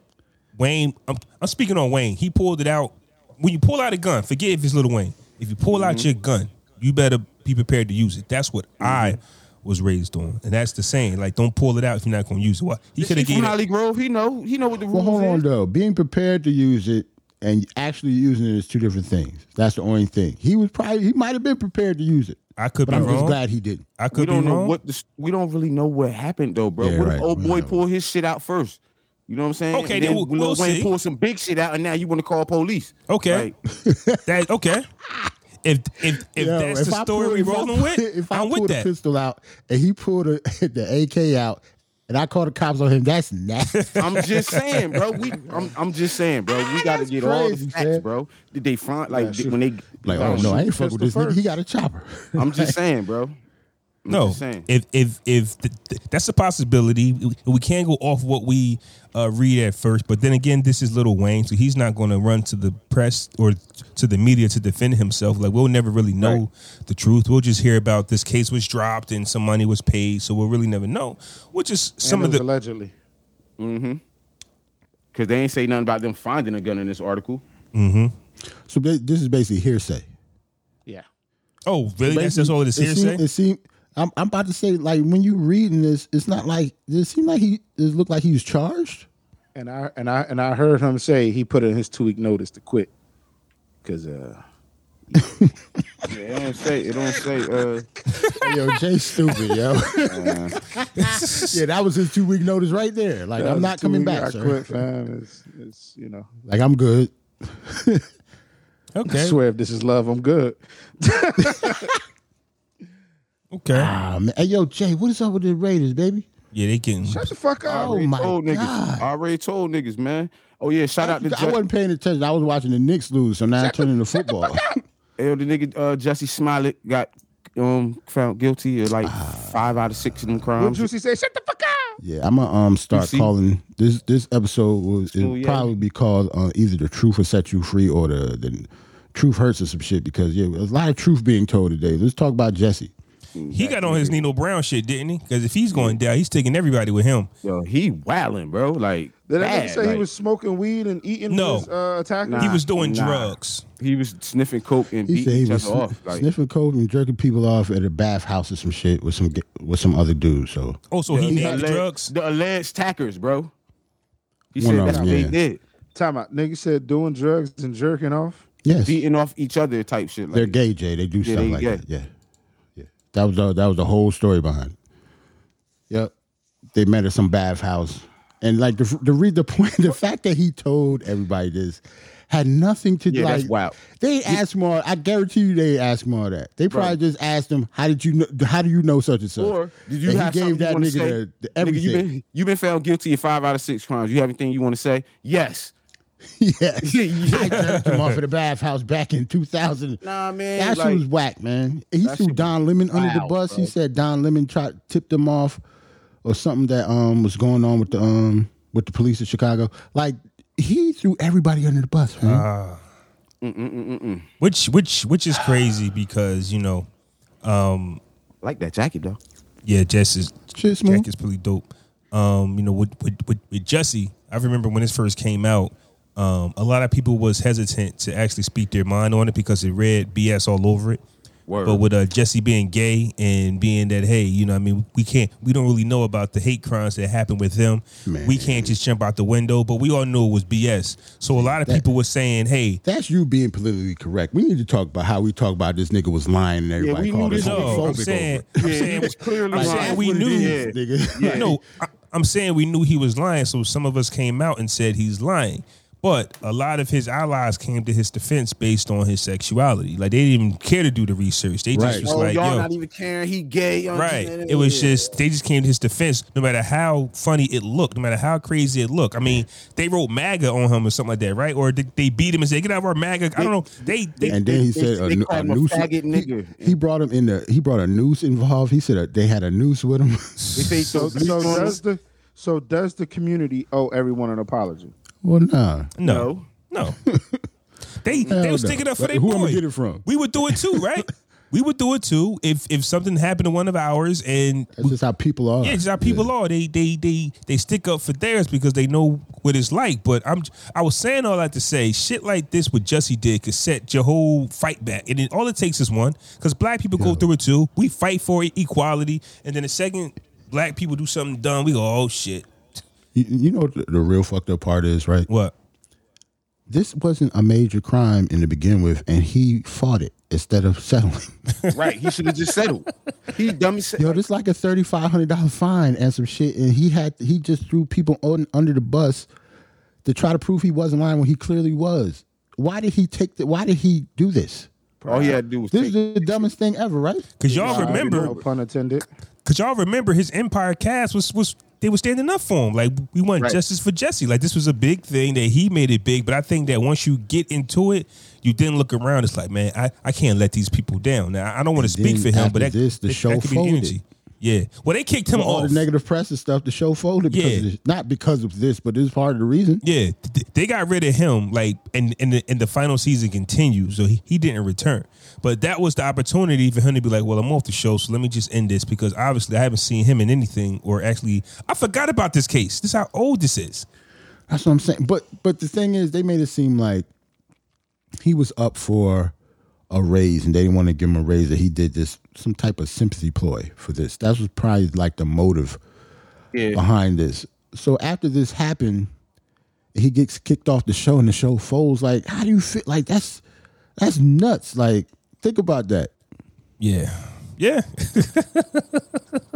A: Wayne. I'm, I'm speaking on Wayne. He pulled it out. When you pull out a gun, forget if it's little Wayne. If you pull out your gun, you better be prepared to use it. That's what I was raised on, and that's the saying. Like, don't pull it out if you're not going to use it. What he could
C: He
A: have
C: from
A: given. it-
C: Holly Grove. He know. He know what the
B: Well,
C: rules
B: hold on
C: is.
B: though. Being prepared to use it and actually using it is two different things. That's the only thing. He was probably he might have been prered to use it,
A: I could
B: but
A: be
B: I'm just
A: wrong.
B: glad he didn't.
A: I
C: We
A: could be
C: don't know
A: wrong.
C: what the, we don't really know what happened though, bro.
B: Yeah,
C: what
B: right.
C: if old
B: We
C: boy
B: don't know.
C: pulled his shit out first? You know what I'm saying?
A: Okay,
C: And then
A: then we'll-
C: Lil
A: we'll
C: Wayne
A: see.
C: pulled some big shit out, and now you want to call police?
A: Okay,
C: Like,
A: that okay. If if if
B: Yo,
A: that's
B: if
A: the
B: I
A: story
B: pull-
A: we
B: if I
A: rolling
B: pull-
A: with,
B: if I
A: I'm
B: pull
A: with
B: the
A: that.
B: pistol out and he pulled the, the AK out and I call the cops on him, that's nasty.
C: I'm just saying, bro. We, I'm, I'm just saying, bro. We got to
B: that's
C: get all the
B: crazy,
C: facts,
B: man.
C: bro. Did they find like
D: shoot.
C: when they
B: like,
C: I
B: oh
C: don't
B: no,
C: know.
B: I
D: shoot
B: ain't
D: the
B: fuck with
D: pistol
B: this nigga. He
D: first.
B: got a chopper.
C: I'm just saying, bro. I'm
A: No,
C: just saying.
A: if if if th- th- that's a possibility, we, we can go off what we uh, read at first. But then again, this is Little Wayne, so he's not going to run to the press or to the media to defend himself. Like we'll never really know the truth. We'll just hear about this case was dropped and some money was paid, so we'll really never know. Which is some of the
D: allegedly.
C: Because Mm-hmm. they ain't say nothing about them finding a gun in this article.
A: Mm-hmm.
B: so ba- this is basically hearsay.
D: Yeah.
A: oh really? That's, that's all it is
B: It seem-
A: hearsay.
B: It seemed. I'm, I'm about to say, like when you reading this, it's not like it seemed like he it looked like he was charged.
D: And I and I and I heard him say he put in his two week notice to quit. Cause uh
C: Yeah, it don't say. It don't say. Uh,
B: yo, Jay, stupid, yo. yeah, that was his two week notice right there. Like, I'm not coming back,
D: I
B: sir.
D: quit, fam. It's, it's you know.
B: Like, I'm good.
A: Okay,
D: I swear, if this is love, I'm good.
A: okay,
B: Ah, man. Hey, yo, Jay, what is up with the Raiders, baby?
A: yeah, they getting
D: Shut the fuck up.
B: Oh, my
C: told
B: God.
C: niggas. I already told niggas, man. Oh yeah, shout out to
B: I
C: Ju-
B: wasn't paying attention. I was watching the Knicks lose, so now I'm turning to football.
C: Yo, the nigga uh, Jesse Smollett got um found guilty of like
B: Ah.
C: five out of six of them
B: Um,
D: What
C: crimes.
D: Juicy say? Shut the fuck up.
B: yeah, I'm gonna um start
C: see?
B: calling this this episode will
C: Smooth,
B: it'll
C: yeah.
B: probably be called uh, either the truth will set you free or the, the truth hurts or some shit because yeah, there's a lot of truth being told today. Let's talk about Jesse.
A: he got on his Nino Brown shit, didn't he? Because if he's going down, he's taking everybody with him.
C: Yo, he wilding, bro. Like
D: Did I
C: bad,
D: say
C: like,
D: he was smoking weed and eating
A: No.
D: with his, uh, attacker?
A: He
C: Nah,
A: was doing
C: nah.
A: drugs.
C: he was sniffing coke and
B: He
C: beating
B: said he
C: each
B: was
C: other
B: sn-
C: off. Like
B: sniffing coke and jerking people off at a bathhouse or some shit with some g- with some other dude. So
A: Oh, so he
C: the
A: named
C: alleged-
A: drugs.
C: The alleged tackers, bro. He
B: One
C: said
B: of
C: that's
B: them,
C: what
B: yeah.
C: they did,
D: Time out. Nigga said doing drugs and jerking off.
B: yes,
C: beating off each other type shit. Like,
B: they're gay, Jay. They do stuff
C: they
B: like
C: gay.
B: that. Yeah, yeah. That was the, that was the whole story behind. It. Yep, they met at some bathhouse, and like the the read the point the fact that he told everybody this had nothing to do.
C: Yeah,
B: like
C: that's wild.
B: they asked more. I guarantee you, they asked more of that. They probably
C: Right.
B: just asked him, "How did you know? How do you know such and such?"
C: Or did you
B: and
C: have
B: he gave
C: something
B: that
C: you wanna
B: nigga
C: say?
B: the, the
C: Nigga, you
B: everything.
C: been you been found guilty of five out of six crimes. You have anything you want to say? Yes.
B: yes. I jerked him off at the bathhouse back in 2000.
C: Nah, man,
B: That
C: like-
B: shit was whack, man. He
C: That
B: threw
C: shit
B: Don Lemon under the
C: wild,
B: bus. He
C: bro.
B: said Don Lemon tried tipped him off or something that um was going on with the um with the police in Chicago. Like he threw everybody under the bus, man.
C: Uh,
A: Ah. which which which is crazy because you know
C: Like that jacket though.
A: Um, yeah Jesse's
B: Shit, smooth.
A: jacket's pretty dope um you know with with, with, with Jesse I remember when this first came out um a lot of people was hesitant to actually speak their mind on it because it read BS all over it
C: Word.
A: but with uh, Jesse being gay and being that hey you know what I mean we can't we don't really know about the hate crimes that happened with them we can't just jump out the window but we all knew it was BS so a lot of people were saying hey
B: That's you being politically correct. We need to talk about how we talk about this nigga was lying and everybody
C: we
B: called
C: knew
B: us
C: this
A: no I'm
B: homophobic.
A: saying
B: over it.
A: I'm
C: Yeah,
A: saying
C: he was clearly
A: I'm saying
C: lying.
A: we
B: That's what it
A: knew
B: is, nigga.
A: No, I, I'm saying we knew he was lying, so some of us came out and said he's lying. But a lot of his allies came to his defense based on his sexuality. Like they didn't even care to do the research. They just
B: Right.
A: was
C: Oh,
A: like,
C: y'all
A: yo,
C: not even caring. He gay. y'all
A: Right.
C: just-
A: It was just they just came to his defense, no matter how funny it looked, no matter how crazy it looked. I mean, they wrote MAGA on him or something like that, right? Or they, they beat him and said, "Get out of our MAGA." I don't know. They, they
B: and then he
C: they-
B: said
C: they
B: a,
C: call
B: a
C: him a
B: noose.
C: faggot
B: he,
C: nigga.
B: he brought him in the. He brought a noose involved. He said uh they had a noose with him.
C: If they
D: So,
C: throw meat
D: so
C: on us-
D: does the so does the community owe everyone an apology?
B: well, nah.
A: no, no. they they
B: Hell
A: was
B: no.
A: sticking up for
B: Like,
A: their
B: who
A: boy.
B: I'ma get it from?
A: We would do it too, right? we would do it too if if something happened to one of ours and
B: That's just how people are.
A: Yeah, it's how people are. They they they they stick up for theirs because they know what it's like. But I'm I was saying all that to say shit like this what Jussie did could set your whole fight back. And then all it takes is one because black people go through it too. We fight for e- equality, and then the second black people do something dumb, we go oh shit.
B: You, you know what the, the real fucked up part is, right?
A: What?
B: This wasn't a major crime in the begin with, and he fought it instead of settling.
C: right. He should have just settled. He dummy. Set-
B: Yo, this like a thirty five hundred dollar fine and some shit, and he had he just threw people on, under the bus to try to prove he wasn't lying when he clearly was. Why did he take the? Why did he do this?
C: all he had to do was
B: This
C: take.
B: is the dumbest thing ever, right?
A: Because y'all
D: Uh,
A: remember,
D: no pun intended.
A: because y'all remember his Empire cast was was they were standing up for him. Like we want
C: Right.
A: justice for Jesse. Like this was a big thing that he made it big. But I think that once you get into it, you then look around. It's like, man, I, I can't let these people down. Now I don't want to speak
B: then
A: for him,
B: after
A: but that,
B: this, the
A: that-
B: show
A: that could be the
B: folded.
A: energy. Yeah. Well, they kicked him
B: All
A: off.
B: the negative press and stuff. The show folded because
A: Yeah.
B: of this. not because of this, but this is part of the reason.
A: Yeah, th- they got rid of him. Like, and and the, and the final season continues, so he, he didn't return. But that was the opportunity for him to be like, well, I'm off the show, so let me just end this because obviously I haven't seen him in anything, or actually I forgot about this case. This is how old this is.
B: That's what I'm saying. But but the thing is, they made it seem like he was up for a raise, and they didn't want to give him a raise. That he did this some type of sympathy ploy for this. That was probably like the motive
C: Yeah.
B: behind this. So after this happened, he gets kicked off the show, and the show folds. Like, how do you fit? Like that's that's nuts. Like, think about that.
A: Yeah. Yeah.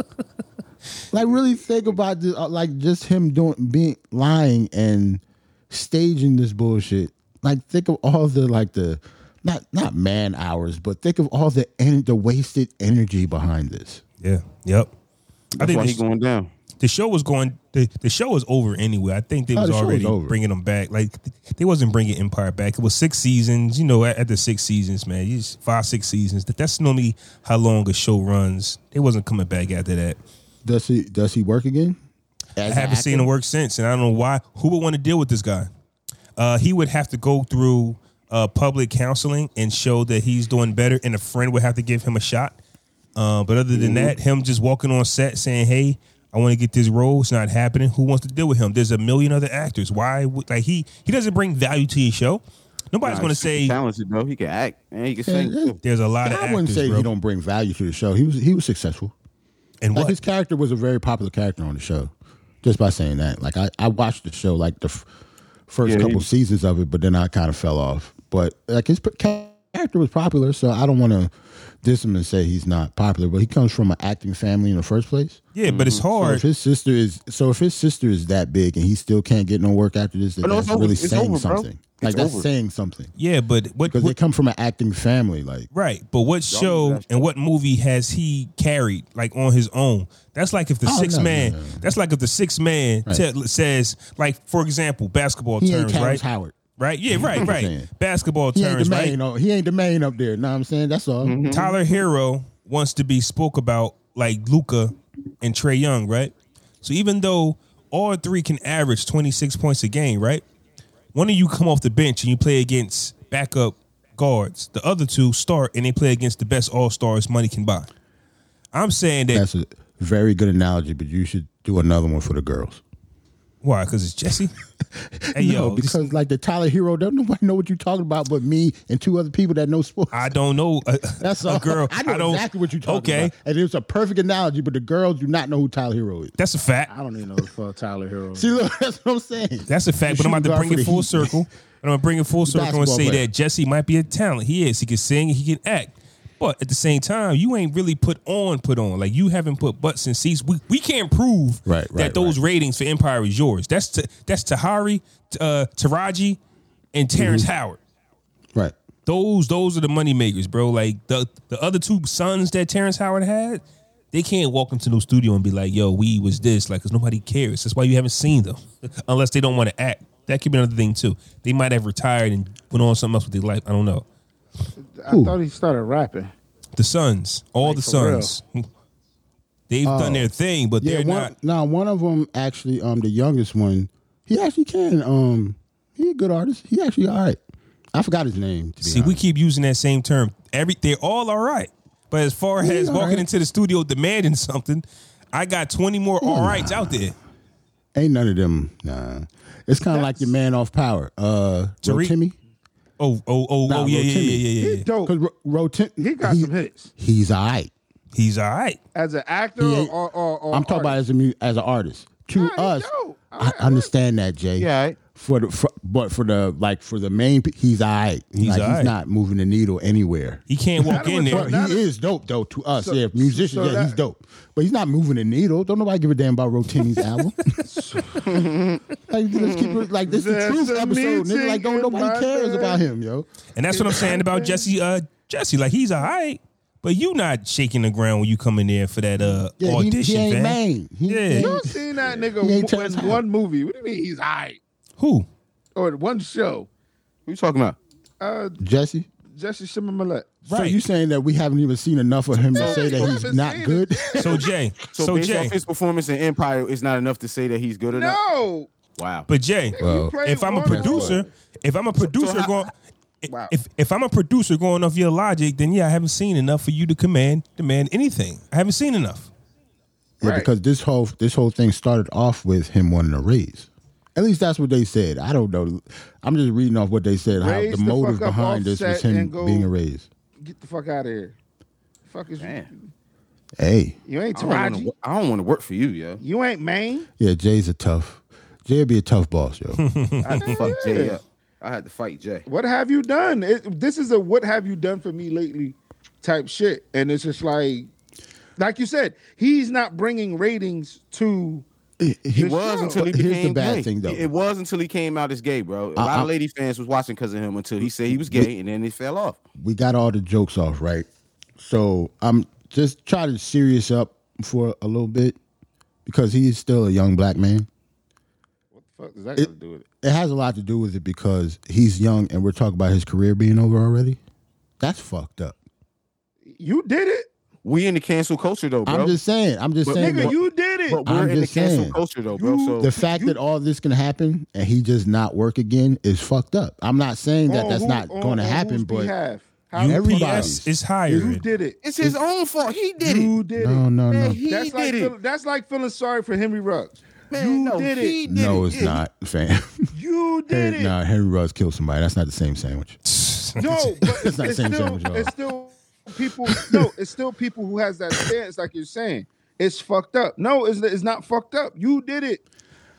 B: Like, really think about this. uh, Like, just him doing being lying and staging this bullshit. Like, think of all the like the not not man hours, but think of all the en- the wasted energy behind this.
A: Yeah. Yep. I
C: That's
A: think
C: why
A: the,
C: he going down.
A: the show was going. The, the show was over anyway. I think they
B: Oh,
A: was
B: the show was
A: already
B: over.
A: bringing them back. Like they wasn't bringing Empire back. It was six seasons. You know, at, at the six seasons, man, you just five six seasons. That that's normally how long a show runs. They wasn't coming back after that.
B: Does he does he work again?
A: I haven't seen him work since, and I don't know why. Who would want to deal with this guy? Uh, he would have to go through uh, public counseling and show that he's doing better, and a friend would have to give him a shot. Uh, but other than that, him just walking on set saying, "Hey, I want to get this role. It's not happening. Who wants to deal with him?" There's a million other actors. Why? Would, like he he doesn't bring value to your show. Nobody's
C: Nah,
A: going
C: he's
A: to
C: super
A: say
C: talented though. He can act and he can
B: Yeah,
C: sing.
B: yeah.
C: too.
A: there's a lot of
B: I
A: actors.
B: wouldn't say
A: bro.
B: he don't bring value to the show. He was he was successful.
A: and
B: Like
A: what?
B: his character was a very popular character on the show. Just by saying that, like I, I watched the show like the f- first
C: Yeah, he-
B: couple seasons of it, but then I kind of fell off. But like his p- character was popular, so I don't want to diss him and say he's not popular. But he comes from an acting family in the first place.
A: yeah,
C: Mm-hmm.
A: but it's
B: So
A: hard.
B: if his sister is so if his sister is that big and he still can't get no work after this, then
C: Oh, no,
B: that's
C: it's over.
B: really
C: It's
B: saying
C: over, bro.
B: something.
C: It's
B: Like that's
C: over.
B: saying something
A: yeah, but what?
B: because
A: what
B: they come from an acting family. Like
A: Right, but what show
C: that's-
A: and what movie has he carried like on his own? That's like if the
B: Oh,
A: six
B: no, no,
A: man.
B: no, no.
A: That's like if the six man
B: Right.
A: te- says like for example basketball
B: he ain't
A: terms,
B: Terrence
A: right?
B: Howard.
A: Right, yeah, right, right.
B: saying.
A: Basketball
B: He ain't
A: terms,
B: the
A: right?
B: main. oh, He ain't the main up there. Know what I'm saying? That's all.
A: Tyler Hero wants to be spoke about like Luca and Trey Young, right? So even though all three can average twenty six points a game, right? One of you come off the bench and you play against backup guards. The other two start and they play against the best all stars money can buy. I'm saying that
B: That's a very good analogy, but you should do another one for the girls.
A: why? Because it's Jesse. hey,
B: no,
A: yo, this-
B: because like the Tyler Hero, don't nobody know what you're talking about but me and two other people that know sports.
A: I don't know a,
B: That's
A: a
B: all.
A: girl.
B: I know
A: don't,
B: exactly what you're talking
A: okay,
B: about. And it's a perfect analogy, but the girls do not know who Tyler Hero is.
A: that's a fact.
D: I don't even know if uh, Tyler Hero.
B: See, look, that's what I'm saying.
A: That's a fact, but I'm
B: shooting
A: about to
B: guard
A: bring
B: for
A: it
B: the
A: full
B: Heat.
A: circle. And I'm gonna bring it full circle and
B: basketball
A: say
B: player.
A: that Jesse might be a talent. He is. He can sing. He can act. But at the same time, you ain't really put on, put on. Like you haven't put butts in seats. We we can't prove
B: Right,
A: that
B: right,
A: those ratings for Empire is yours. That's t- that's Tahari, t- uh, Taraji, and Terrence Howard.
B: Mm-hmm. Right.
A: Those those are the money makers, bro. Like the the other two sons that Terrence Howard had, they can't walk into no studio and be like, "Yo, we was this," like, cause nobody cares. That's why you haven't seen them, unless they don't want to act. That could be another thing too. They might have retired and went on something else with their life. I don't know.
D: I thought he started rapping.
A: The sons, all the
D: for real.
A: sons, they've done their thing, but
B: Oh. Uh, Yeah.
A: they're
B: One,
A: not.
B: now one of them actually, um, the youngest one, he actually can. Um, he a good artist. He actually all right. I forgot his name. To be
A: See, we
B: honest.
A: keep using that same term. Every they're all all right, but as far as
B: all
A: walking
B: right.
A: into the studio demanding something, I got twenty more all rights out there.
B: ain't none of them. Nah. It's kind of like your man off power. Uh,
A: Tariq?
B: Timmy.
A: Oh, oh, oh,
B: Nah,
A: oh, yeah,
B: Lil'
A: yeah,
B: Timmy.
A: yeah, yeah, yeah, yeah.
D: Dope.
B: Because Rotim,
D: He got some hits
B: He's all right.
A: He's all right.
D: as an actor
B: He ain't-
D: or, or, or
B: I'm talking about as a mu- as an artist. To
D: Nah, he
B: us,
D: dope.
B: I understand that, Jay.
C: Yeah, all right.
B: For the for, but for the like for the main, pe- he's all right. He's, like,
A: all right.
B: he's not moving the needle anywhere.
A: He can't walk
D: That
A: in
D: was
A: there.
D: what-
B: But
D: that
B: he
D: is-
B: is dope though to us.
D: So-
B: yeah, musicians,
D: so
B: yeah,
D: that-
B: he's dope. But he's not moving the needle. Don't nobody give a damn about Rotimi's album. like, let's keep it, like this is the
D: There's
B: truth
D: a
B: episode, nigga. Like, don't
D: meeting in
B: nobody
D: my
B: cares
D: bed.
B: about him, yo.
A: And that's what I'm saying about Jesse. Uh, Jesse, like he's all right, but you not shaking the ground when you come in there for that uh
B: Yeah, he,
A: audition,
B: he ain't
A: fam.
B: main. He-
A: Yeah.
B: he ain't-
D: You seen that nigga
B: He
D: w-
B: ain't Terrence
D: in
B: Howard.
D: one movie? What do you mean he's high?
A: Who?
D: Or in one show?
C: Who you talking about?
D: Uh,
B: Jesse.
D: Jesse Shimmer Millet.
B: So
A: Right.
B: you saying that we haven't even seen enough of him to
D: No,
B: say that
D: we
B: he's
D: haven't
B: not
D: seen
B: good?
A: So Jay.
C: So,
A: So,
C: based
A: Jay.
C: off his performance in Empire, it's not enough to say that he's good or not.
D: No.
C: Wow.
A: But Jay,
B: Well,
D: played
A: if I'm a
D: one and
A: producer, if I'm a producer
C: how-
A: going
D: Wow.
A: if if I'm a producer going off your logic, then yeah, I haven't seen enough for you to command demand anything. I haven't seen enough.
B: Yeah,
D: Right.
B: because this whole this whole thing started off with him wanting a raise. At least that's what they said. I don't know. I'm just reading off what they said. How
D: Raise
B: the
D: the
B: motive
D: fuck up,
B: behind this was
D: offset,
B: him
D: and go-
B: being a raise.
D: Get the fuck out of here. Fuck is you?
C: Man.
B: Hey,
D: You ain't
C: I don't wanna
D: Taraji.
C: wo- I don't want to work for you, yo.
D: You ain't Maine.
B: yeah, Jay's a tough. Jay'd be a tough boss, yo.
C: I had to fuck Jay up. I had to fight Jay.
D: What have you done? It, this is a what have you done for me lately type shit. And it's just like, like you said, he's not bringing ratings to.
C: He was until he
B: But here's
C: became
B: the bad
C: gay.
B: thing, though.
C: It was until he came out as gay, bro. A lot
B: I-
C: of lady fans was watching because of him until he said he was gay, and then it fell off.
B: we got all the jokes off, right? So I'm just try to serious up for a little bit because he is still a young black man.
D: What the fuck does that got to do with it?
B: It has a lot to do with it because he's young and we're talking about his career being over already. That's fucked up.
D: You did it.
C: We in the cancel culture though, bro.
B: I'm just saying. I'm just
C: But-
B: saying.
D: Nigga,
B: that
D: you did it.
C: but
B: I'm
C: we're in the
B: just
C: cancel
B: saying.
C: culture though, bro. So
B: the fact that all this can happen and he just not work again is fucked up. I'm not saying that
D: On
B: that's
D: who-
B: not
D: on-
B: going to
D: on
B: happen,
D: whose
B: but
D: behalf? How the fuck-
B: Everybody's.
A: UPS is
D: you
A: hiring.
D: did it.
C: it's his own fault. He did it.
D: You did
B: no,
D: it.
B: no,
C: Man,
B: no,
C: he
D: That's
C: did
D: like
C: it.
D: feel- that's like feeling sorry for Henry Ruggs.
C: Man,
D: you
C: no,
D: did
C: he
D: it.
C: did
B: no,
C: it.
B: it's
C: Yeah,
B: not, fam.
D: You did it.
B: nah, Henry Russ killed somebody. That's not the same sandwich.
D: No, but it's,
B: not the
D: it's
B: same
D: still
B: sandwich at all.
D: it's still people. No, it's still people who has that stance, like you're saying. It's fucked up. No, it's it's not fucked up. You did it.
B: I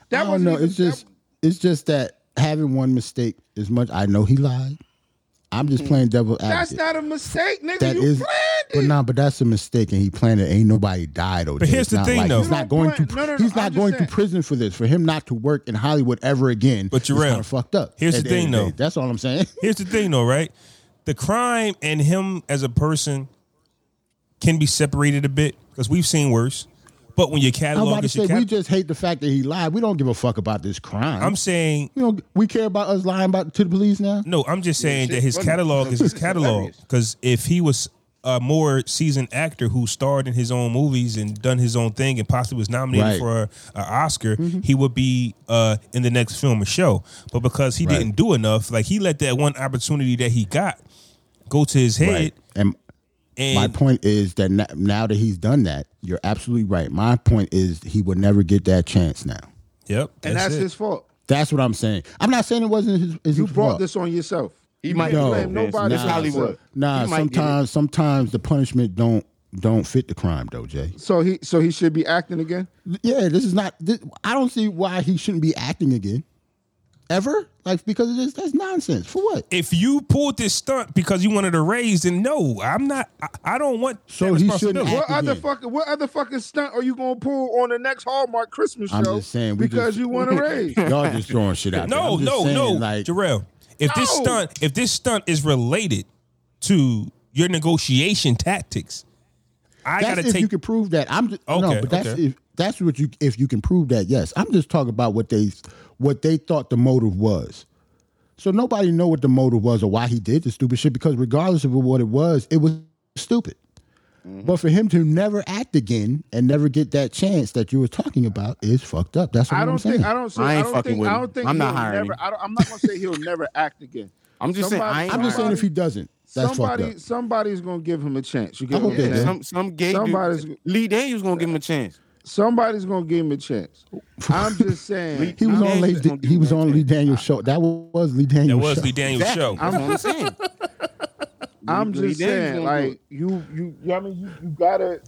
D: That
B: don't
D: wasn't
B: know.
D: even-
B: Oh, It's just, it's just that having one mistake as much. I know he lied. I'm just playing devil
D: that- Mm. that's not
B: advocate.
D: a mistake, nigga.
B: That
D: you
B: is-
D: planned
B: but
D: it.
B: nah, but that's a mistake, and he planned it. Ain't nobody died. OJ.
A: But here's
B: It's
A: the
B: not
A: thing,
B: like-
A: though.
B: he's not going to.
D: No, no, no,
B: he's
D: I'm
B: not
D: just
B: going
D: saying.
B: to prison for this. For him not to work in Hollywood ever again.
A: But Jarrell,
B: kind of fucked up.
A: here's
B: At
A: the
B: end
A: thing,
B: of day.
A: though.
B: That's all I'm saying.
A: Here's the thing, though, right? The crime and him as a person can be separated a bit because we've seen worse. But when your
B: I'm about
A: catalog
B: to
A: is
B: say
A: your catalog,
B: we just hate the fact that he lied. We don't give a fuck about this crime.
A: I'm saying
B: you know, we care about us lying about to the police now.
A: no. I'm just saying
D: shit
A: that his
D: funny.
A: catalog is his
D: It's
A: catalog
D: hilarious.
A: because if he was a more seasoned actor who starred in his own movies and done his own thing and possibly was nominated
B: Right. Mm-hmm.
A: for an Oscar, he would be uh, in the next film or show. But because he
B: Right.
A: didn't do enough, like he let that one opportunity that he got go to his head,
B: And
A: and
B: my point is that na- now that he's done that, you're absolutely right. My point is he will never get that chance now.
A: yep,
D: and that's
A: it.
D: his fault.
B: That's what I'm saying. I'm not saying it wasn't his. his
D: You brought
B: fault.
D: this on yourself.
C: He might
B: No.
C: blame nobody.
D: Nah,
C: It's Hollywood.
B: Nah,
C: He might get
B: sometimes sometimes the punishment don't don't fit the crime though, Jay.
D: So he so he should be acting again.
B: Yeah, this is not. This, I don't see why he shouldn't be acting again. ever? Like because of this? That's nonsense. For what?
A: If you pulled this stunt because you wanted a raise, then no, I'm not. I, I don't want.
B: So
A: that
B: he
A: responsibility.
B: shouldn't
D: What
B: Act
D: other
B: again.
D: fucking what other fucking stunt are you gonna pull on the next Hallmark Christmas show?
B: I'm just saying, we
D: because
B: just-
D: you want to raise.
B: Y'all just throwing shit out. there.
A: No,
B: I'm just
A: no,
B: saying,
A: no,
B: Like
A: Jarrell. If this
D: No.
A: stunt, if this stunt is related to your negotiation tactics, I
B: that's
A: gotta
B: if you
A: take.
B: can prove that. I'm just,
A: Okay,
B: no, but that's
A: okay.
B: if that's what you if you can prove that. Yes, I'm just talking about what they what they thought the motive was. So nobody know what the motive was or why he did the stupid shit because regardless of what it was, it was stupid.
C: Mm-hmm.
B: But for him to never act again and never get that chance that you were talking about is fucked up. That's what
D: I
B: I'm
D: don't
B: saying.
D: think I don't say
C: I
D: I,
C: ain't
D: don't
C: fucking
D: think
C: with
D: I
C: him.
D: don't think
C: I'm not
D: he'll
C: hiring
D: never
C: him.
D: I don't, I'm not gonna say he'll never act again.
C: I'm just saying, I
D: Somebody-
C: ain't
D: I'm
B: am just saying if he doesn't, that's
D: somebody
B: fucked up.
D: somebody's gonna give him a chance. You get what
B: I hope
D: I'm
B: they
D: saying?
B: do.
C: some some gay
D: Somebody's-
C: dude. Lee Daniels gonna give him a chance.
D: Somebody's gonna give him a chance. I'm just saying.
B: He was
C: Lee
B: on
C: Daniels
B: Lee,
C: gonna do
B: he was
C: that
B: on
C: thing.
B: Lee Daniels show. That was Lee Daniels.
A: That was
B: show.
A: Lee Daniels' show.
C: That's what I'm saying.
D: I'm
C: Lee Daniels
D: just saying.
C: gonna do
D: Like you, you, you. I mean, you, you gotta.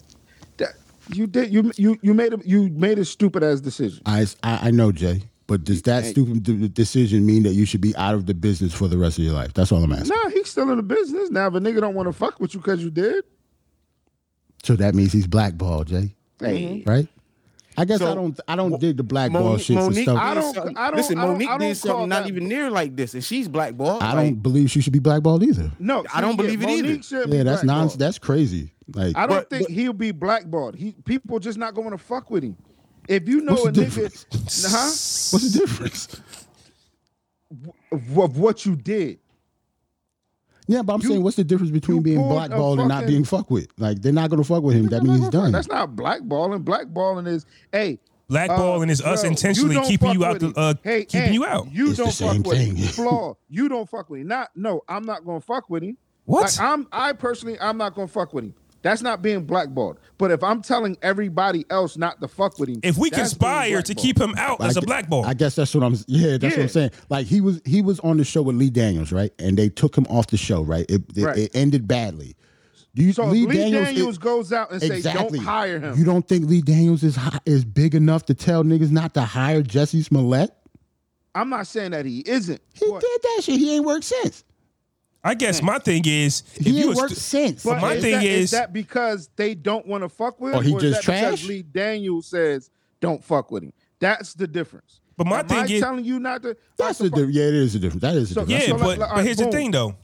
D: that- You did. You you you made a you made a stupid ass decision.
B: I, I I know, Jay, but does that stupid d- decision mean that you should be out of the business for the rest of your life? That's all I'm asking.
D: Nah, he's still in the business now. If a nigga don't want to fuck with you because you did,
B: So that means he's blackballed, Jay,
C: Mm-hmm.
D: hey,
B: right? I guess
C: So,
B: I don't I don't dig the blackball
C: Moni-
B: shit and stuff.
D: I
B: I,
C: did
D: don't-
C: something-
D: I don't-
C: Listen,
D: I don't-
C: Monique
D: I don't
C: did
D: call
C: something not
D: that-
C: even near like this, and she's blackballed.
B: don't
C: Like,
B: believe she should be blackballed either.
D: no,
C: I don't believe it either.
D: either.
B: Yeah, that's nonsense. That's crazy. Like
D: I
C: But-
D: don't think
C: but-
D: he'll be blackballed. He people just not going to fuck with him. If you know
B: What's
D: a
B: the
D: nigga, huh,
B: what's the difference?
D: of, of what you did,
B: Yeah, but I'm
D: You-
B: saying what's the difference between
D: you
B: being
D: pulled a
B: blackballed and not
D: fucking-
B: being fucked with? Like they're not gonna fuck with him. That means he's done.
D: That's not blackballing. Blackballing is hey.
A: Blackballing
D: uh,
A: is us
D: yo,
A: intentionally
D: don't
A: keeping
D: fuck
A: you out
D: with
A: the
D: it.
A: uh,
D: hey,
A: keeping
D: Ant,
A: you out.
D: You
B: It's the
D: don't fuck
B: same
D: with him.
B: thing.
D: Flaw. You don't fuck with him. Not no. I'm not gonna fuck with him.
A: What?
D: Like, I'm I personally I'm not gonna fuck with him. That's not being blackballed. But if I'm telling everybody else not to fuck with him,
A: If we
D: that's being
A: conspire to
D: blackballed.
A: keep him out as a
B: gu-
A: blackball,
B: I guess that's what I'm. Yeah, that's what
D: Yeah.
B: I'm saying. Like he was he was on the show with Lee Daniels, right? And they took him off the show, right? It it,
D: Right.
B: it ended badly. Do you
D: so Lee, Daniels,
B: it-
D: goes out and say, "Don't hire him."
B: You don't think Lee Daniels is hi- is big enough to tell niggas not to hire Jesse Smollett?
D: I'm not saying that he isn't.
B: He
D: but-
B: did that shit. He ain't worked since.
A: I guess my thing is if
B: He
A: you
B: ain't
A: was
B: worked since.
D: But
A: my
D: is
A: thing
D: that,
A: is-
D: that because they don't want to fuck with him,
B: Or Oh, he
D: is
B: just
D: that because
B: trash?
D: Lee Daniel says don't fuck with him. That's the difference.
A: But my
D: Am
A: thing
D: I
A: is-
D: telling you not to.
B: that's
D: not
B: the
D: to fuck-
B: difference. Yeah, it is a difference. That is a
D: So-
A: yeah,
B: difference.
D: So,
B: That's-
D: like,
A: but
D: like,
A: but here's the
D: boom.
A: thing though,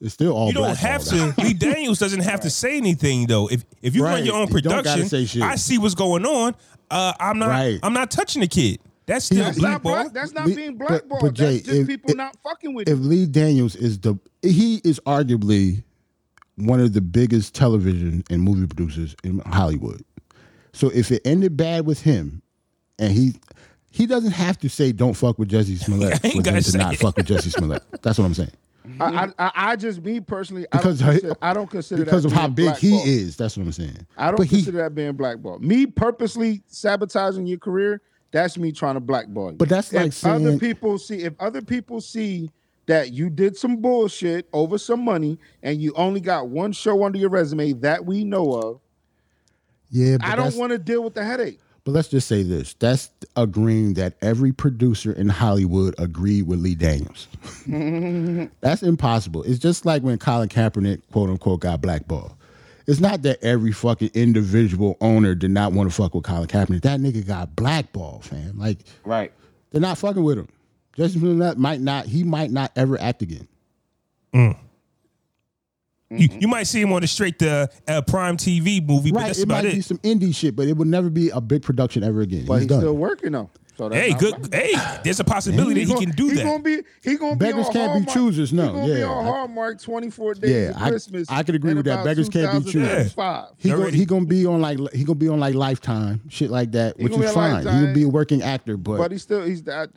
B: it's still all
A: you don't
B: blackballed.
A: have to. Lee Daniels doesn't have to say anything though. If if you run
B: Right.
A: your own
B: You don't gotta
A: production,
B: say shit.
A: I see what's going on. Uh, I'm not.
B: Right.
A: I'm not touching the kid. That's still
B: He's
D: That's not,
A: blackball.
D: black, that's not
B: Lee-
D: being
B: but-
D: blackballed.
B: but Jay,
D: that's just
B: if-
D: people
B: if-
D: not fucking with
B: if
D: him.
B: Lee Daniels is the he is arguably one of the biggest television and movie producers in Hollywood. So if it ended bad with him, and he he doesn't have to say don't fuck with Jesse Smollett
A: I ain't gotta
B: for them to
A: say
B: not
A: it.
B: fuck with Jesse Smollett. That's what I'm saying.
D: I, I, I just me personally,
B: Because
D: I
B: her-
D: don't consider, I don't consider
B: Because
D: that
B: of how
D: being
B: big he
D: blackballed.
B: is, that's what I'm saying.
D: I don't
B: but he,
D: consider that being blackballed. Me purposely sabotaging your career, that's me trying to blackball you.
B: But that's like
D: if
B: saying-
D: other people see if other people see that you did some bullshit over some money and you only got one show under your resume that we know of,
B: yeah, but
D: I don't
B: that's-
D: want to deal with the headache.
B: But let's just say this: that's agreeing that every producer in Hollywood agreed with Lee Daniels. that's impossible. It's just like when Colin Kaepernick, quote unquote, got blackballed. It's not that every fucking individual owner did not want to fuck with Colin Kaepernick. That nigga got blackballed, fam. Like
C: right.
B: they're not fucking with him. Justin Smollett might not. He might not ever act again.
A: You, you might see him on the straight to uh, Prime TV movie, but
B: Right?
A: that's
B: it
A: about
B: might be
A: it.
B: some indie shit, but it would never be a big production ever again.
D: But
B: he's,
D: he's,
B: done.
D: still working though. So that's
A: Hey,
D: not
A: good.
D: blackball.
A: Hey, there's a possibility that he can do
D: he
A: that.
D: Gonna be, he gonna be
B: Beggars
D: on
B: can't be
D: Hallmark-
B: choosers, no.
D: He gonna be
B: Yeah,
D: on
B: I-
D: Hallmark 24 days
B: Yeah,
D: of
B: I-
D: Christmas.
B: I could agree
D: in
B: with that.
D: about
B: Beggars can't be choosers.
D: 2005.
B: He gonna,
A: Already.
B: he gonna be on like he gonna be on like Lifetime shit like that, which
D: gonna be on
B: is fine.
D: Lifetime.
B: He'll be a working actor, but,
D: But he's still he's that.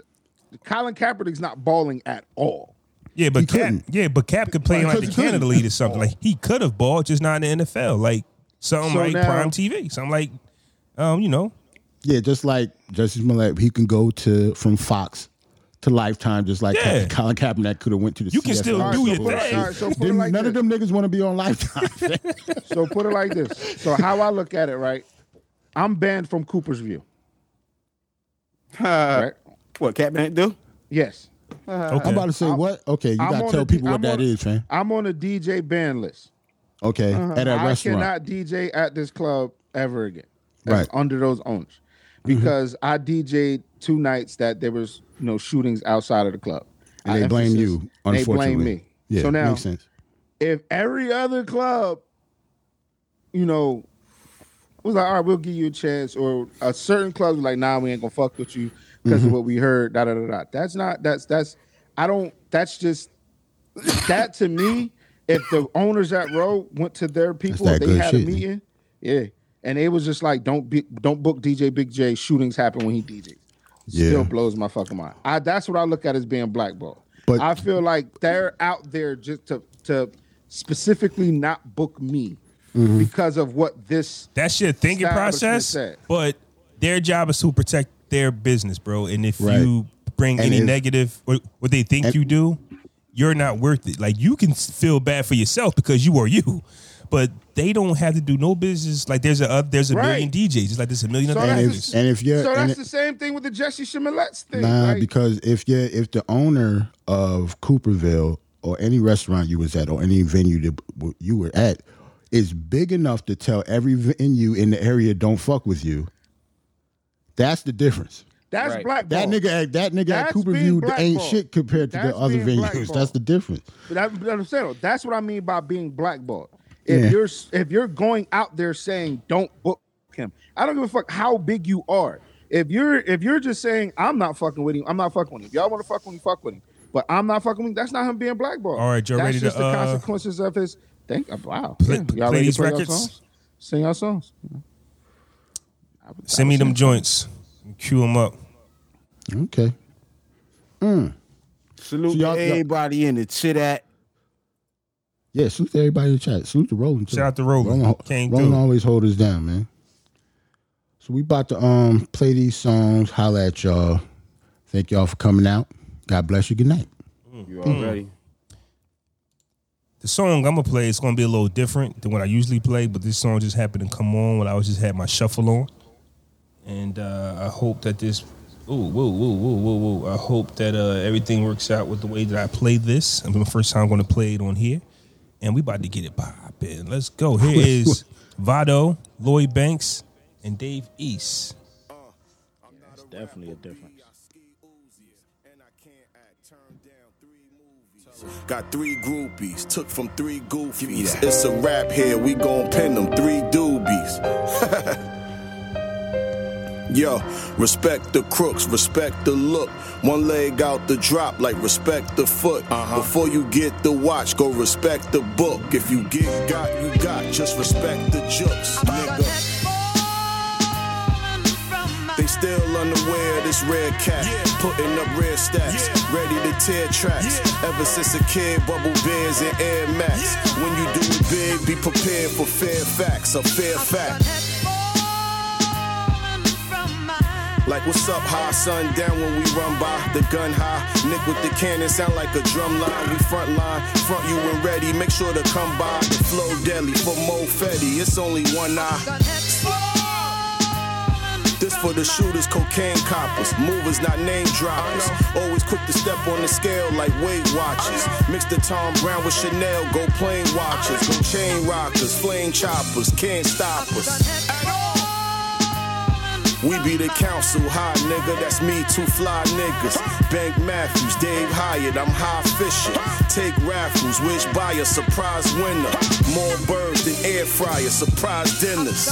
D: Colin Kaepernick's not balling at all.
A: Yeah, but
B: He
A: Cap,
B: couldn't.
A: yeah, but Cap could play in, like the
B: Because he
A: Canada
B: couldn't.
A: lead or something. Like he could have balled, just not in the NFL. Like something
D: So
A: like
D: now-
A: Prime TV, something like, um, you know,
B: yeah, just like Justice Smollett, he can go to from Fox to Lifetime, just like
A: Yeah.
B: Colin Kaepernick could have went to the.
A: You can
B: CFL
A: still
B: or
A: do
B: some
A: your
B: bullshit.
A: thing.
D: All right, so put it
B: Them-
D: like
B: none of
D: this.
B: them niggas want to be on Lifetime.
D: So put it like this. So how I look at it, right? I'm banned from Cooper's View. Right?
C: What Catman do?
D: Yes.
B: I'm about to say what? Okay, you
D: Uh-huh. uh, I'm
B: gotta
D: on
B: tell
D: the D-
B: people what
D: I'm
B: that
D: on-
B: is, man.
D: I'm on a DJ ban list.
B: Okay, at a
D: Uh-huh. I
B: restaurant.
D: cannot DJ at this club ever again. as-
B: Right.
D: under those owners,
B: Mm-hmm.
D: because I DJ'd two nights that there was you know shootings outside of the club.
B: and
D: I
B: they blame
D: emphasis-
B: you.
D: They
B: Unfortunately,
D: blame me.
B: Yeah,
D: so now
B: makes sense.
D: if every other club, you know, was like, all right, we'll give you a chance, or a certain club was like, nah, we ain't gonna fuck with you because
B: Mm-hmm.
D: of what we heard, da da da da. That's not that's that's I don't that's just that to me, if the owners at Row went to their people,
B: that
D: they
B: good
D: had
B: shit,
D: a
B: man.
D: meeting, yeah. And it was just like, don't be, don't book DJ Big J. Shootings happen when he DJs.
B: Yeah.
D: Still blows my fucking mind. I that's what I look at as being blackballed.
B: But-
D: But I feel like they're out there just to to specifically not book me
B: Mm-hmm.
D: because of what this.
A: That's your thinking
D: Establishment
A: process.
D: said.
A: But their job is to protect their business, bro. And if
B: Right.
A: you bring
B: And
A: any
B: if-
A: negative, what, what they think you do, you're not worth it. Like you can s- feel bad for yourself because you are you, but they don't have to do no business. Like there's a uh, there's a
D: Right.
A: million DJs. It's like there's a million
D: So
A: other
D: that's
B: And
A: artists.
B: if, and if you're
D: so
B: and
D: that's
B: it-
D: the same thing with the Jesse Shimaletz thing.
B: Nah,
D: like,
B: because if you if the owner of Cooperville or any restaurant you was at or any venue that w- you were at is big enough to tell every venue in the area don't fuck with you, that's the difference.
D: that's
C: Right.
D: blackballed.
B: That nigga at that nigga at
D: That's being
B: Cooperville ain't
D: blackballed.
B: shit compared to
D: That's
B: the other
D: being
B: venues.
D: blackballed.
B: That's the difference.
D: But I, but I'm saying, though, that's what I mean by being blackballed. If
B: Yeah.
D: you're s- if you're going out there saying don't book him, I don't give a fuck how big you are. If you're if you're just saying I'm not fucking with him, I'm not fucking with him. If y'all want to fuck with him, fuck with him. But I'm not fucking with him. That's not him being blackballed.
A: All right, Joe,
D: that's
A: ready to,
D: just the
A: uh,
D: consequences of his. Thank uh, wow.
A: play-
D: Yeah.
A: play
D: Y'all ready
A: these
D: to play
A: records?
D: Our songs? Sing our songs. I would- I
A: Send me
D: would
A: them
D: say-
A: joints. Cue them up.
B: Okay. Hmm.
C: Salute
B: So y'all-
C: to everybody in the chit at.
B: Yeah, salute to everybody in the chat. Salute to Roland. too.
A: Shout out to Roland.
B: Roland,
A: Came
B: Roland
A: through.
B: always hold us down, man. So we about to um play these songs. Holla at y'all. Thank y'all for coming out. God bless you. Good night.
A: Mm.
C: You already.
A: The song I'm gonna play is gonna be a little different than what I usually play, but this song just happened to come on when I was just had my shuffle on, and uh, I hope that this, ooh, whoa, whoa, whoa, whoa, whoa, I hope that uh, everything works out with the way that I play this. I'm my first time gonna play it on here, and we about to get it poppin'. Let's go. Here is Vado, Lloyd Banks, and Dave East.
E: It's definitely a difference.
F: Got three groupies, took from three goofies. It's a rap here, we gon' pin them three doobies. Yo, respect the crooks, respect the look. One leg out the drop, like respect the foot.
E: Uh-huh.
F: Before you get the watch, go respect the book. If you get got, you got. Just respect the jokes, nigga. They still unaware of this red cat. Putting up red stacks, ready to tear tracks. Ever since a kid, bubble bears and Air Max. When you do it big, be prepared for fair facts, a fair fact. Like what's up, high sun down when we run by the gun high. Nick with the cannon sound like a drum line. We front line, front you and ready. Make sure to come by the flow deli for Mo Fetty. It's only one eye. This for the shooters, cocaine coppers, movers, not name droppers. Always quick to step on the scale like Weight Watchers. Mix the Tom Brown with Chanel, go plane watchers, go chain rockers, flame choppers, can't stop us. We be the council, high nigga, that's me, two fly niggas. Bank Matthews, Dave Hyatt, I'm High Fisher. Take raffles, wish by a surprise winner. More birds than air fryer, surprise dinners.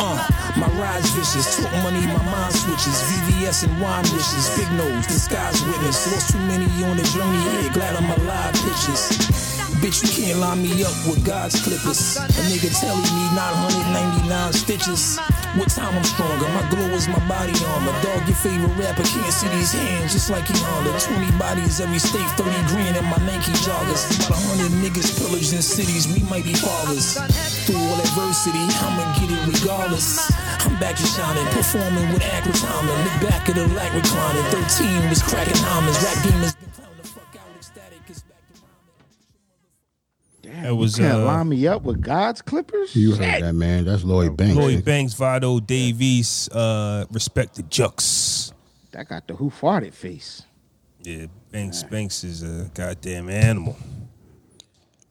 G: Uh, my ride's vicious, talk money, my mind switches. VVS and wine wishes, big nose, disguise witness. Lost too many on the journey here, glad I'm alive, bitches. Bitch, you can't line me up with God's clippers. A nigga telling me 999 stitches. What time I'm stronger, my glow is my body armor. Dog, your favorite rapper can't see these hands, just like he Honda. 20 bodies every state, 30 grand in my Nike joggers. About 100 niggas pillaged in cities, we might be fathers. Through all adversity, I'ma get it regardless. I'm back to shining, performing with accurate timing. Look back at the light reclining. 13 was cracking diamonds. Rap game is
A: That was
D: Can't
A: uh,
D: line me up with God's Clippers.
B: You heard that, man. That's Lloyd Banks.
A: Lloyd Banks, Vado, Dave East. Uh, respect the Jux.
D: That got the who farted face.
A: Yeah, Banks Banks is a goddamn animal.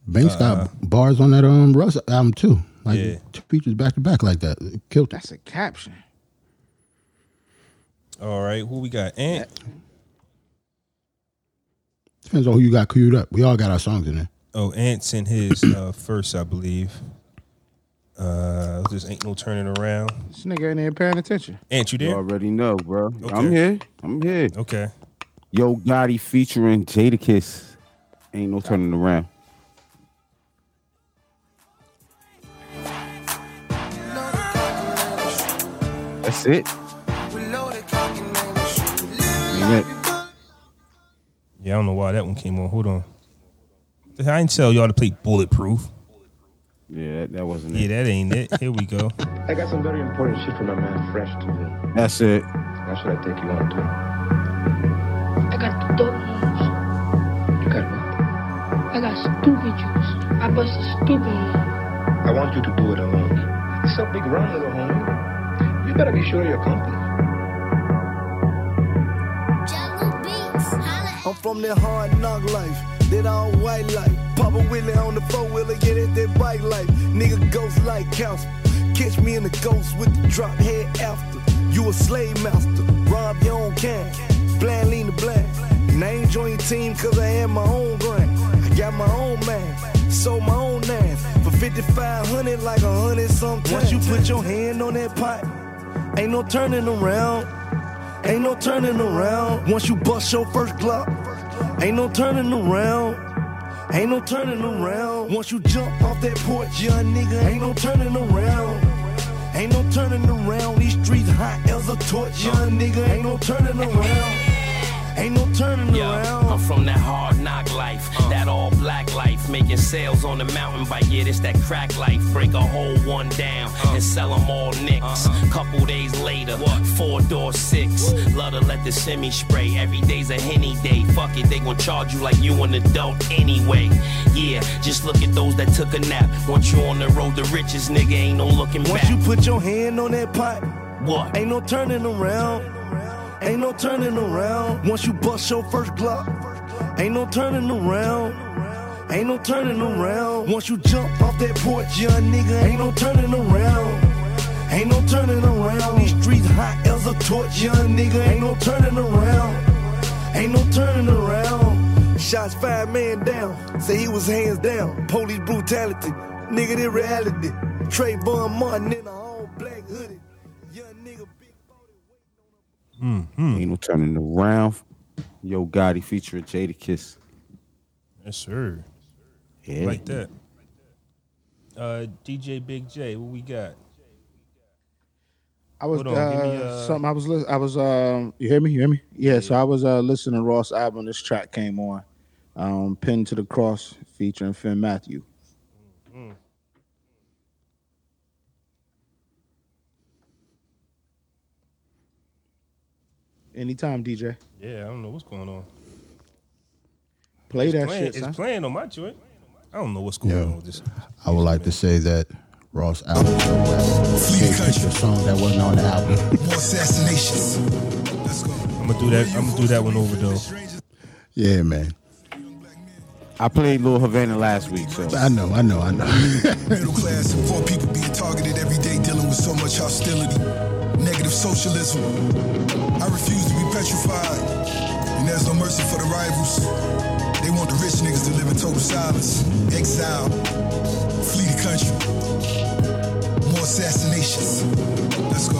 B: Banks got bars on that um Russ album too. Like
A: Yeah.
B: two features back to back like that. It killed it.
D: That's a caption.
A: All right, who we got? Ant.
B: Depends on who you got queued up. We all got our songs in there.
A: Oh, Ant's in his uh, first, I believe. Uh, this ain't no turning around.
D: This nigga ain't even paying attention.
A: Ant, you
C: You
A: there?
C: already know, bro.
A: Okay.
C: I'm here. I'm here.
A: Okay.
C: Yo Gotti featuring Jadakiss. Ain't no turning around. That's it. Ain't it?
A: Yeah, I don't know why that one came on. Hold on. I didn't tell y'all to play Bulletproof.
C: Yeah, that, that wasn't
A: Yeah,
C: it.
A: that ain't it. Here we go.
G: I got some very important shit for my man Fresh to do.
C: That's it.
G: Why should I think you want to do it?
H: I got the dope ones.
G: You got what?
H: I got stupid juice. I bust a stupid one.
G: I want you to do it alone. It's a big run, little homie. You better be sure of your company.
I: I'm from that hard knock life, that all white life. Papa Willie on the four wheeler, yeah, that's that bike life. Nigga ghost like council. Catch me in the ghost with the drop head after. You a slave master, rob your own can. Blind lean to blind. And I ain't join your team cause I am my own grind. I got my own man, sold my own nines. For 5500 like a hundred something. Once you put your hand on that pot, ain't no turning around. Ain't no turning around. Once you bust your first Glock, ain't no turning around. Ain't no turning around. Once you jump off that porch, young nigga, ain't no turning around. Ain't no turning around. These streets hot as a torch, young nigga, ain't no turning around. Ain't no turning
J: Yo, I'm
I: around. Uh.
J: from that hard knock life, that all black life, making sales on the mountain bike. Yeah, this that crack life. Break a whole one down
I: Uh.
J: and sell 'em all nicks.
I: Uh-huh.
J: Couple days later, four door six. Love to let the semi spray. Every day's a henny day. Fuck it, they gon' charge you like you an adult anyway. Yeah, just look at those that took a nap. Once you on the road to riches, nigga, ain't no looking
I: Once
J: back.
I: you put your hand on that pot,
J: what?
I: ain't no turning around. Ain't no turning around. Once you bust your first Glock, ain't no turning around. Ain't no turning around. Once you jump off that porch, young nigga, ain't no turning around. Ain't no turning around. These streets hot as a torch, young nigga, ain't no turning around. Ain't no turning around. Shots five man down. Say he was hands down. Police brutality. Nigga, the reality. Trayvon Martin in a all black hoodie. Young nigga, big body.
A: Mm,
C: Ain't no turning around. Yo Gotti featuring Jadakiss.
A: Yes, sir.
C: Yeah.
A: Like that. Uh, DJ Big J, what we got?
D: I was
A: Hold on, give me,
D: uh,
A: uh,
D: something. I was lis- I was um. You hear me? You hear me? Yeah. So I was uh listening to Ross album. This track came on, um, pinned to the cross featuring Finn Matthew.
A: Mm-hmm.
D: Anytime, DJ.
A: Yeah, I don't know what's going on.
D: Play that
A: Playing-
D: shit,
A: it's
D: son.
A: playing on my joint. I don't know what's going
B: Yeah.
A: on with this.
B: I would like to say that Ross album is a song that wasn't on the album.
K: More assassinations.
A: I'm gonna do that. I'm gonna do that one over though.
B: yeah, man.
C: I played Lil Havana last week, so
B: I know, I know, I know.
K: Middle class and poor people being targeted every day, dealing with so much hostility, negative socialism. I refuse to be petrified, and there's no mercy for the rivals. They want the rich niggas to live in total silence, exile, flee the country. More assassinations. Let's go.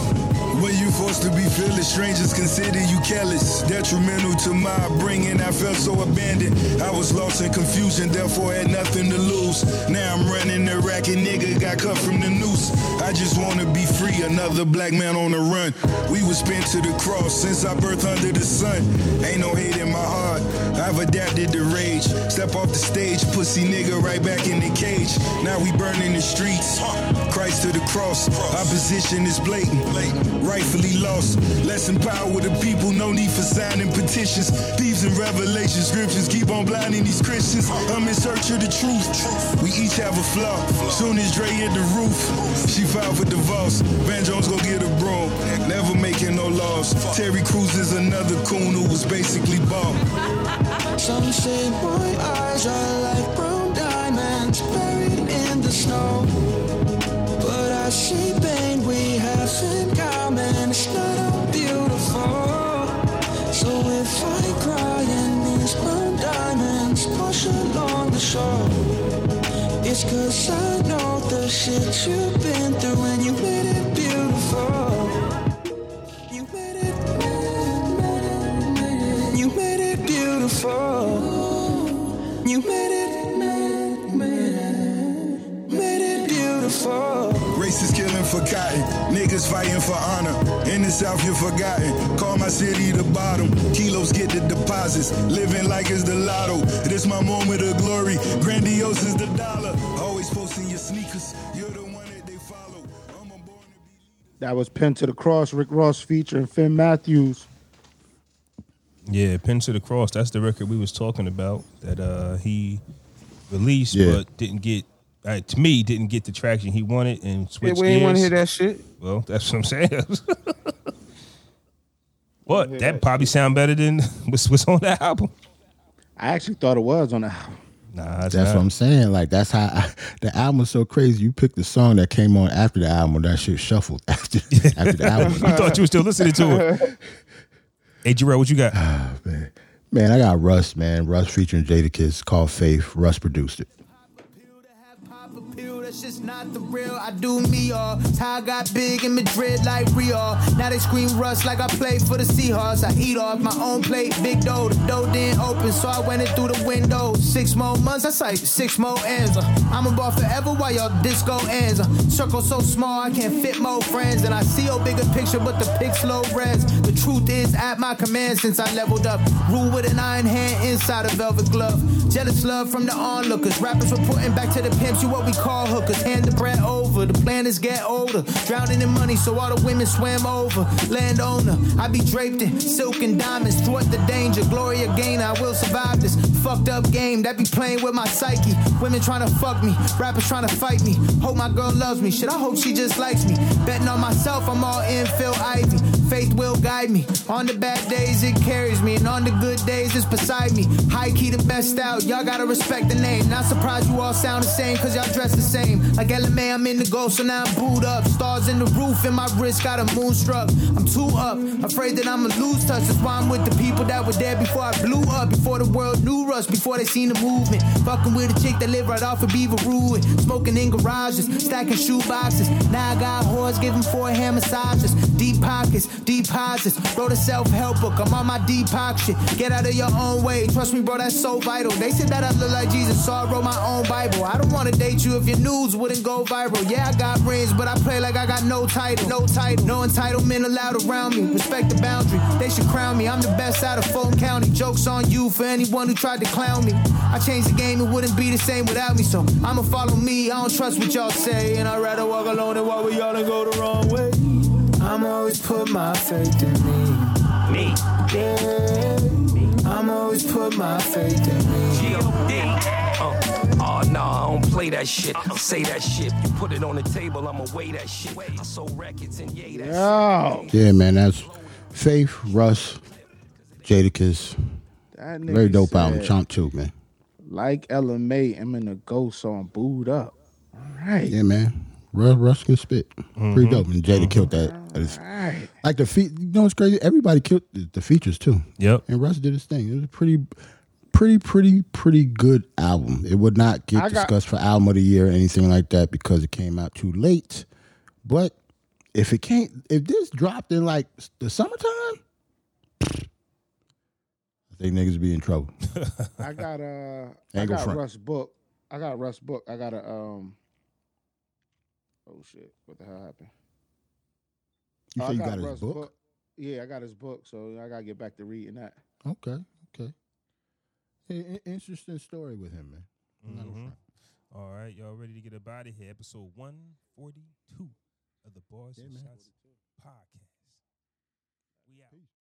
K: When you forced to be fearless, strangers consider you careless. Detrimental to my upbringing, I felt so abandoned. I was lost in confusion, therefore had nothing to lose. Now I'm running the racket, nigga got cut from the noose. I just wanna be free, another black man on the run. We was spent to the cross since I birthed under the sun. Ain't no hate in my heart, I've adapted to rage. Step off the stage, pussy nigga right back in the cage. Now we burning the streets. Christ to the cross. Opposition is blatant. Rightfully easily lost. Less empowered the people, no need for signing petitions. Thieves and revelation scriptures keep on blinding these Christians. I'm in search of the truth. We each have a flaw. Soon as Dre hit the roof, she filed for divorce. Van Jones gon' get a broom, never making no laws. Terry Crews is another coon who was basically bald.
G: Some say my eyes are like brown diamonds buried in the snow. But I see pain we have in common. It's not all beautiful. So if I cry in these brown diamonds push along the shore, it's cause I know the shit you've been through and you made it beautiful. You made it beautiful. You made it, made, made, made it beautiful.
K: Races killing for cotton, niggas fighting for honor. In the South, you're forgotten. Call my city the bottom. Kilos get the deposits. Living like it's the lotto. This my moment of glory. Grandiose is the dollar. Always posting your sneakers. You're the one that they follow.
D: That was Pen to the Cross, Rick Ross featuring Finn Matthews.
A: Yeah, Pin to the Cross. That's the record we was talking about that uh, he released,
B: Yeah.
A: but didn't get. Uh, to me, didn't get the traction he wanted, and switched
C: we ain't
A: gears.
C: wanna hear that shit.
A: Well, that's what I'm saying. what that, probably sound better than what's, what's on that album.
D: I actually thought it was on the album.
A: Nah, it's
B: That's
A: not.
B: what I'm saying. Like that's how I, the album was so crazy. You picked the song that came on after the album. That shit shuffled after after the album.
A: you thought you were still listening to it. Hey, Jarrell, what you got?
B: Ah, Man, I got Russ, man. Russ featuring Jada Kiss called Faith. Russ produced it.
L: pill, that's just not the real. I do me all. It's how I got big in Madrid like Rio. Now they scream rust like I played for the Seahawks. I eat off my own plate, big dough. The dough didn't open, so I went in through the window. Six more months, that's like six more ends. Uh, I'm a ball forever while y'all disco ends. Uh, Circle so small, I can't fit more friends. And I see your bigger picture, but the pic's low res. The truth is at my command since I leveled up. Rule with an iron hand inside a velvet glove. Jealous love from the onlookers. Rappers reporting back to the pimps, you what we call hookers. Hand the bread over, the plan is get older. Drowning in money, so all the women swam over. Landowner, I be draped in silk and diamonds. Thwart the danger, glory of gain, I will survive this. Fucked up game that be playing with my psyche. Women trying to fuck me, rappers trying to fight me. Hope my girl loves me, shit, I hope she just likes me. Betting on myself, I'm all in Phil Ivy. Faith will guide me. On the bad days, it carries me. And on the good days, it's beside me. High key, the best out. Y'all gotta respect the name. Not surprised you all sound the same, cause y'all dress the same. Like LMA, I'm in the gold, so now I'm booed up. Stars in the roof, and my wrist got a moonstruck. I'm too up, afraid that I'ma lose touch. That's why I'm with the people that were there before I blew up. Before the world knew us, before they seen the movement. Fucking with a chick that lived right off of Beaver Ruin. Smoking in garages, stacking shoe boxes. Now I got whores, giving four hand massages. Deep pockets, deposits. Wrote a self help book, I'm on my detox shit. Get out of your own way, trust me, bro, that's so vital. They said that I look like Jesus, so I wrote my own Bible. I don't wanna date you if your news wouldn't go viral. Yeah, I got rings, but I play like I got no title. No title, no entitlement allowed around me. Respect the boundary, they should crown me. I'm the best out of Fulton County. Joke's on you for anyone who tried to clown me. I changed the game, it wouldn't be the same without me, so I'ma follow me. I don't trust what y'all say, and I'd rather walk alone than walk with y'all and go the wrong way. I'm always put my faith in me. Me. Yeah. I'm always put my faith in me.
J: Uh, oh, nah, I don't play that shit. Say that shit. You put it on the table, I'ma weigh that shit. I sold records and yay, that
D: Oh,
B: Yeah, man. That's Faith, Russ, Jada Kiss.
D: That nigga
B: Very dope album.
D: said-
B: Chomp too, man.
D: like LMA, I'm in the ghost song, booed up. All right.
B: Yeah, man. Russ, Russ can spit. Pretty
A: Mm-hmm.
D: Mhm.
B: dope. And Jada
D: Mhm.
B: killed that.
D: Right.
B: Like the feet. You know what's crazy? Everybody killed the, the features too.
A: Yep.
B: And Russ did his thing. It was a pretty, pretty, pretty, pretty good album. It would not get
D: I got-
B: discussed for album of the year or anything like that because it came out too late. But if it can't, if this dropped in like s- the summertime, I think niggas be in trouble.
D: I got uh I
B: Angle
D: got
B: front.
D: Russ book. I got Russ book. I got a um Oh shit, what the hell happened?
B: You
D: Oh,
B: say
D: I
B: you got his
D: Russ
B: book?
D: Yeah, I got his book, so I gotta get back to reading that.
B: Okay, okay. interesting story with him, man.
A: Mhm. All right, y'all ready to get up out of here? Episode 142 of the Bars and Shots podcast.
M: We out.
C: Peace.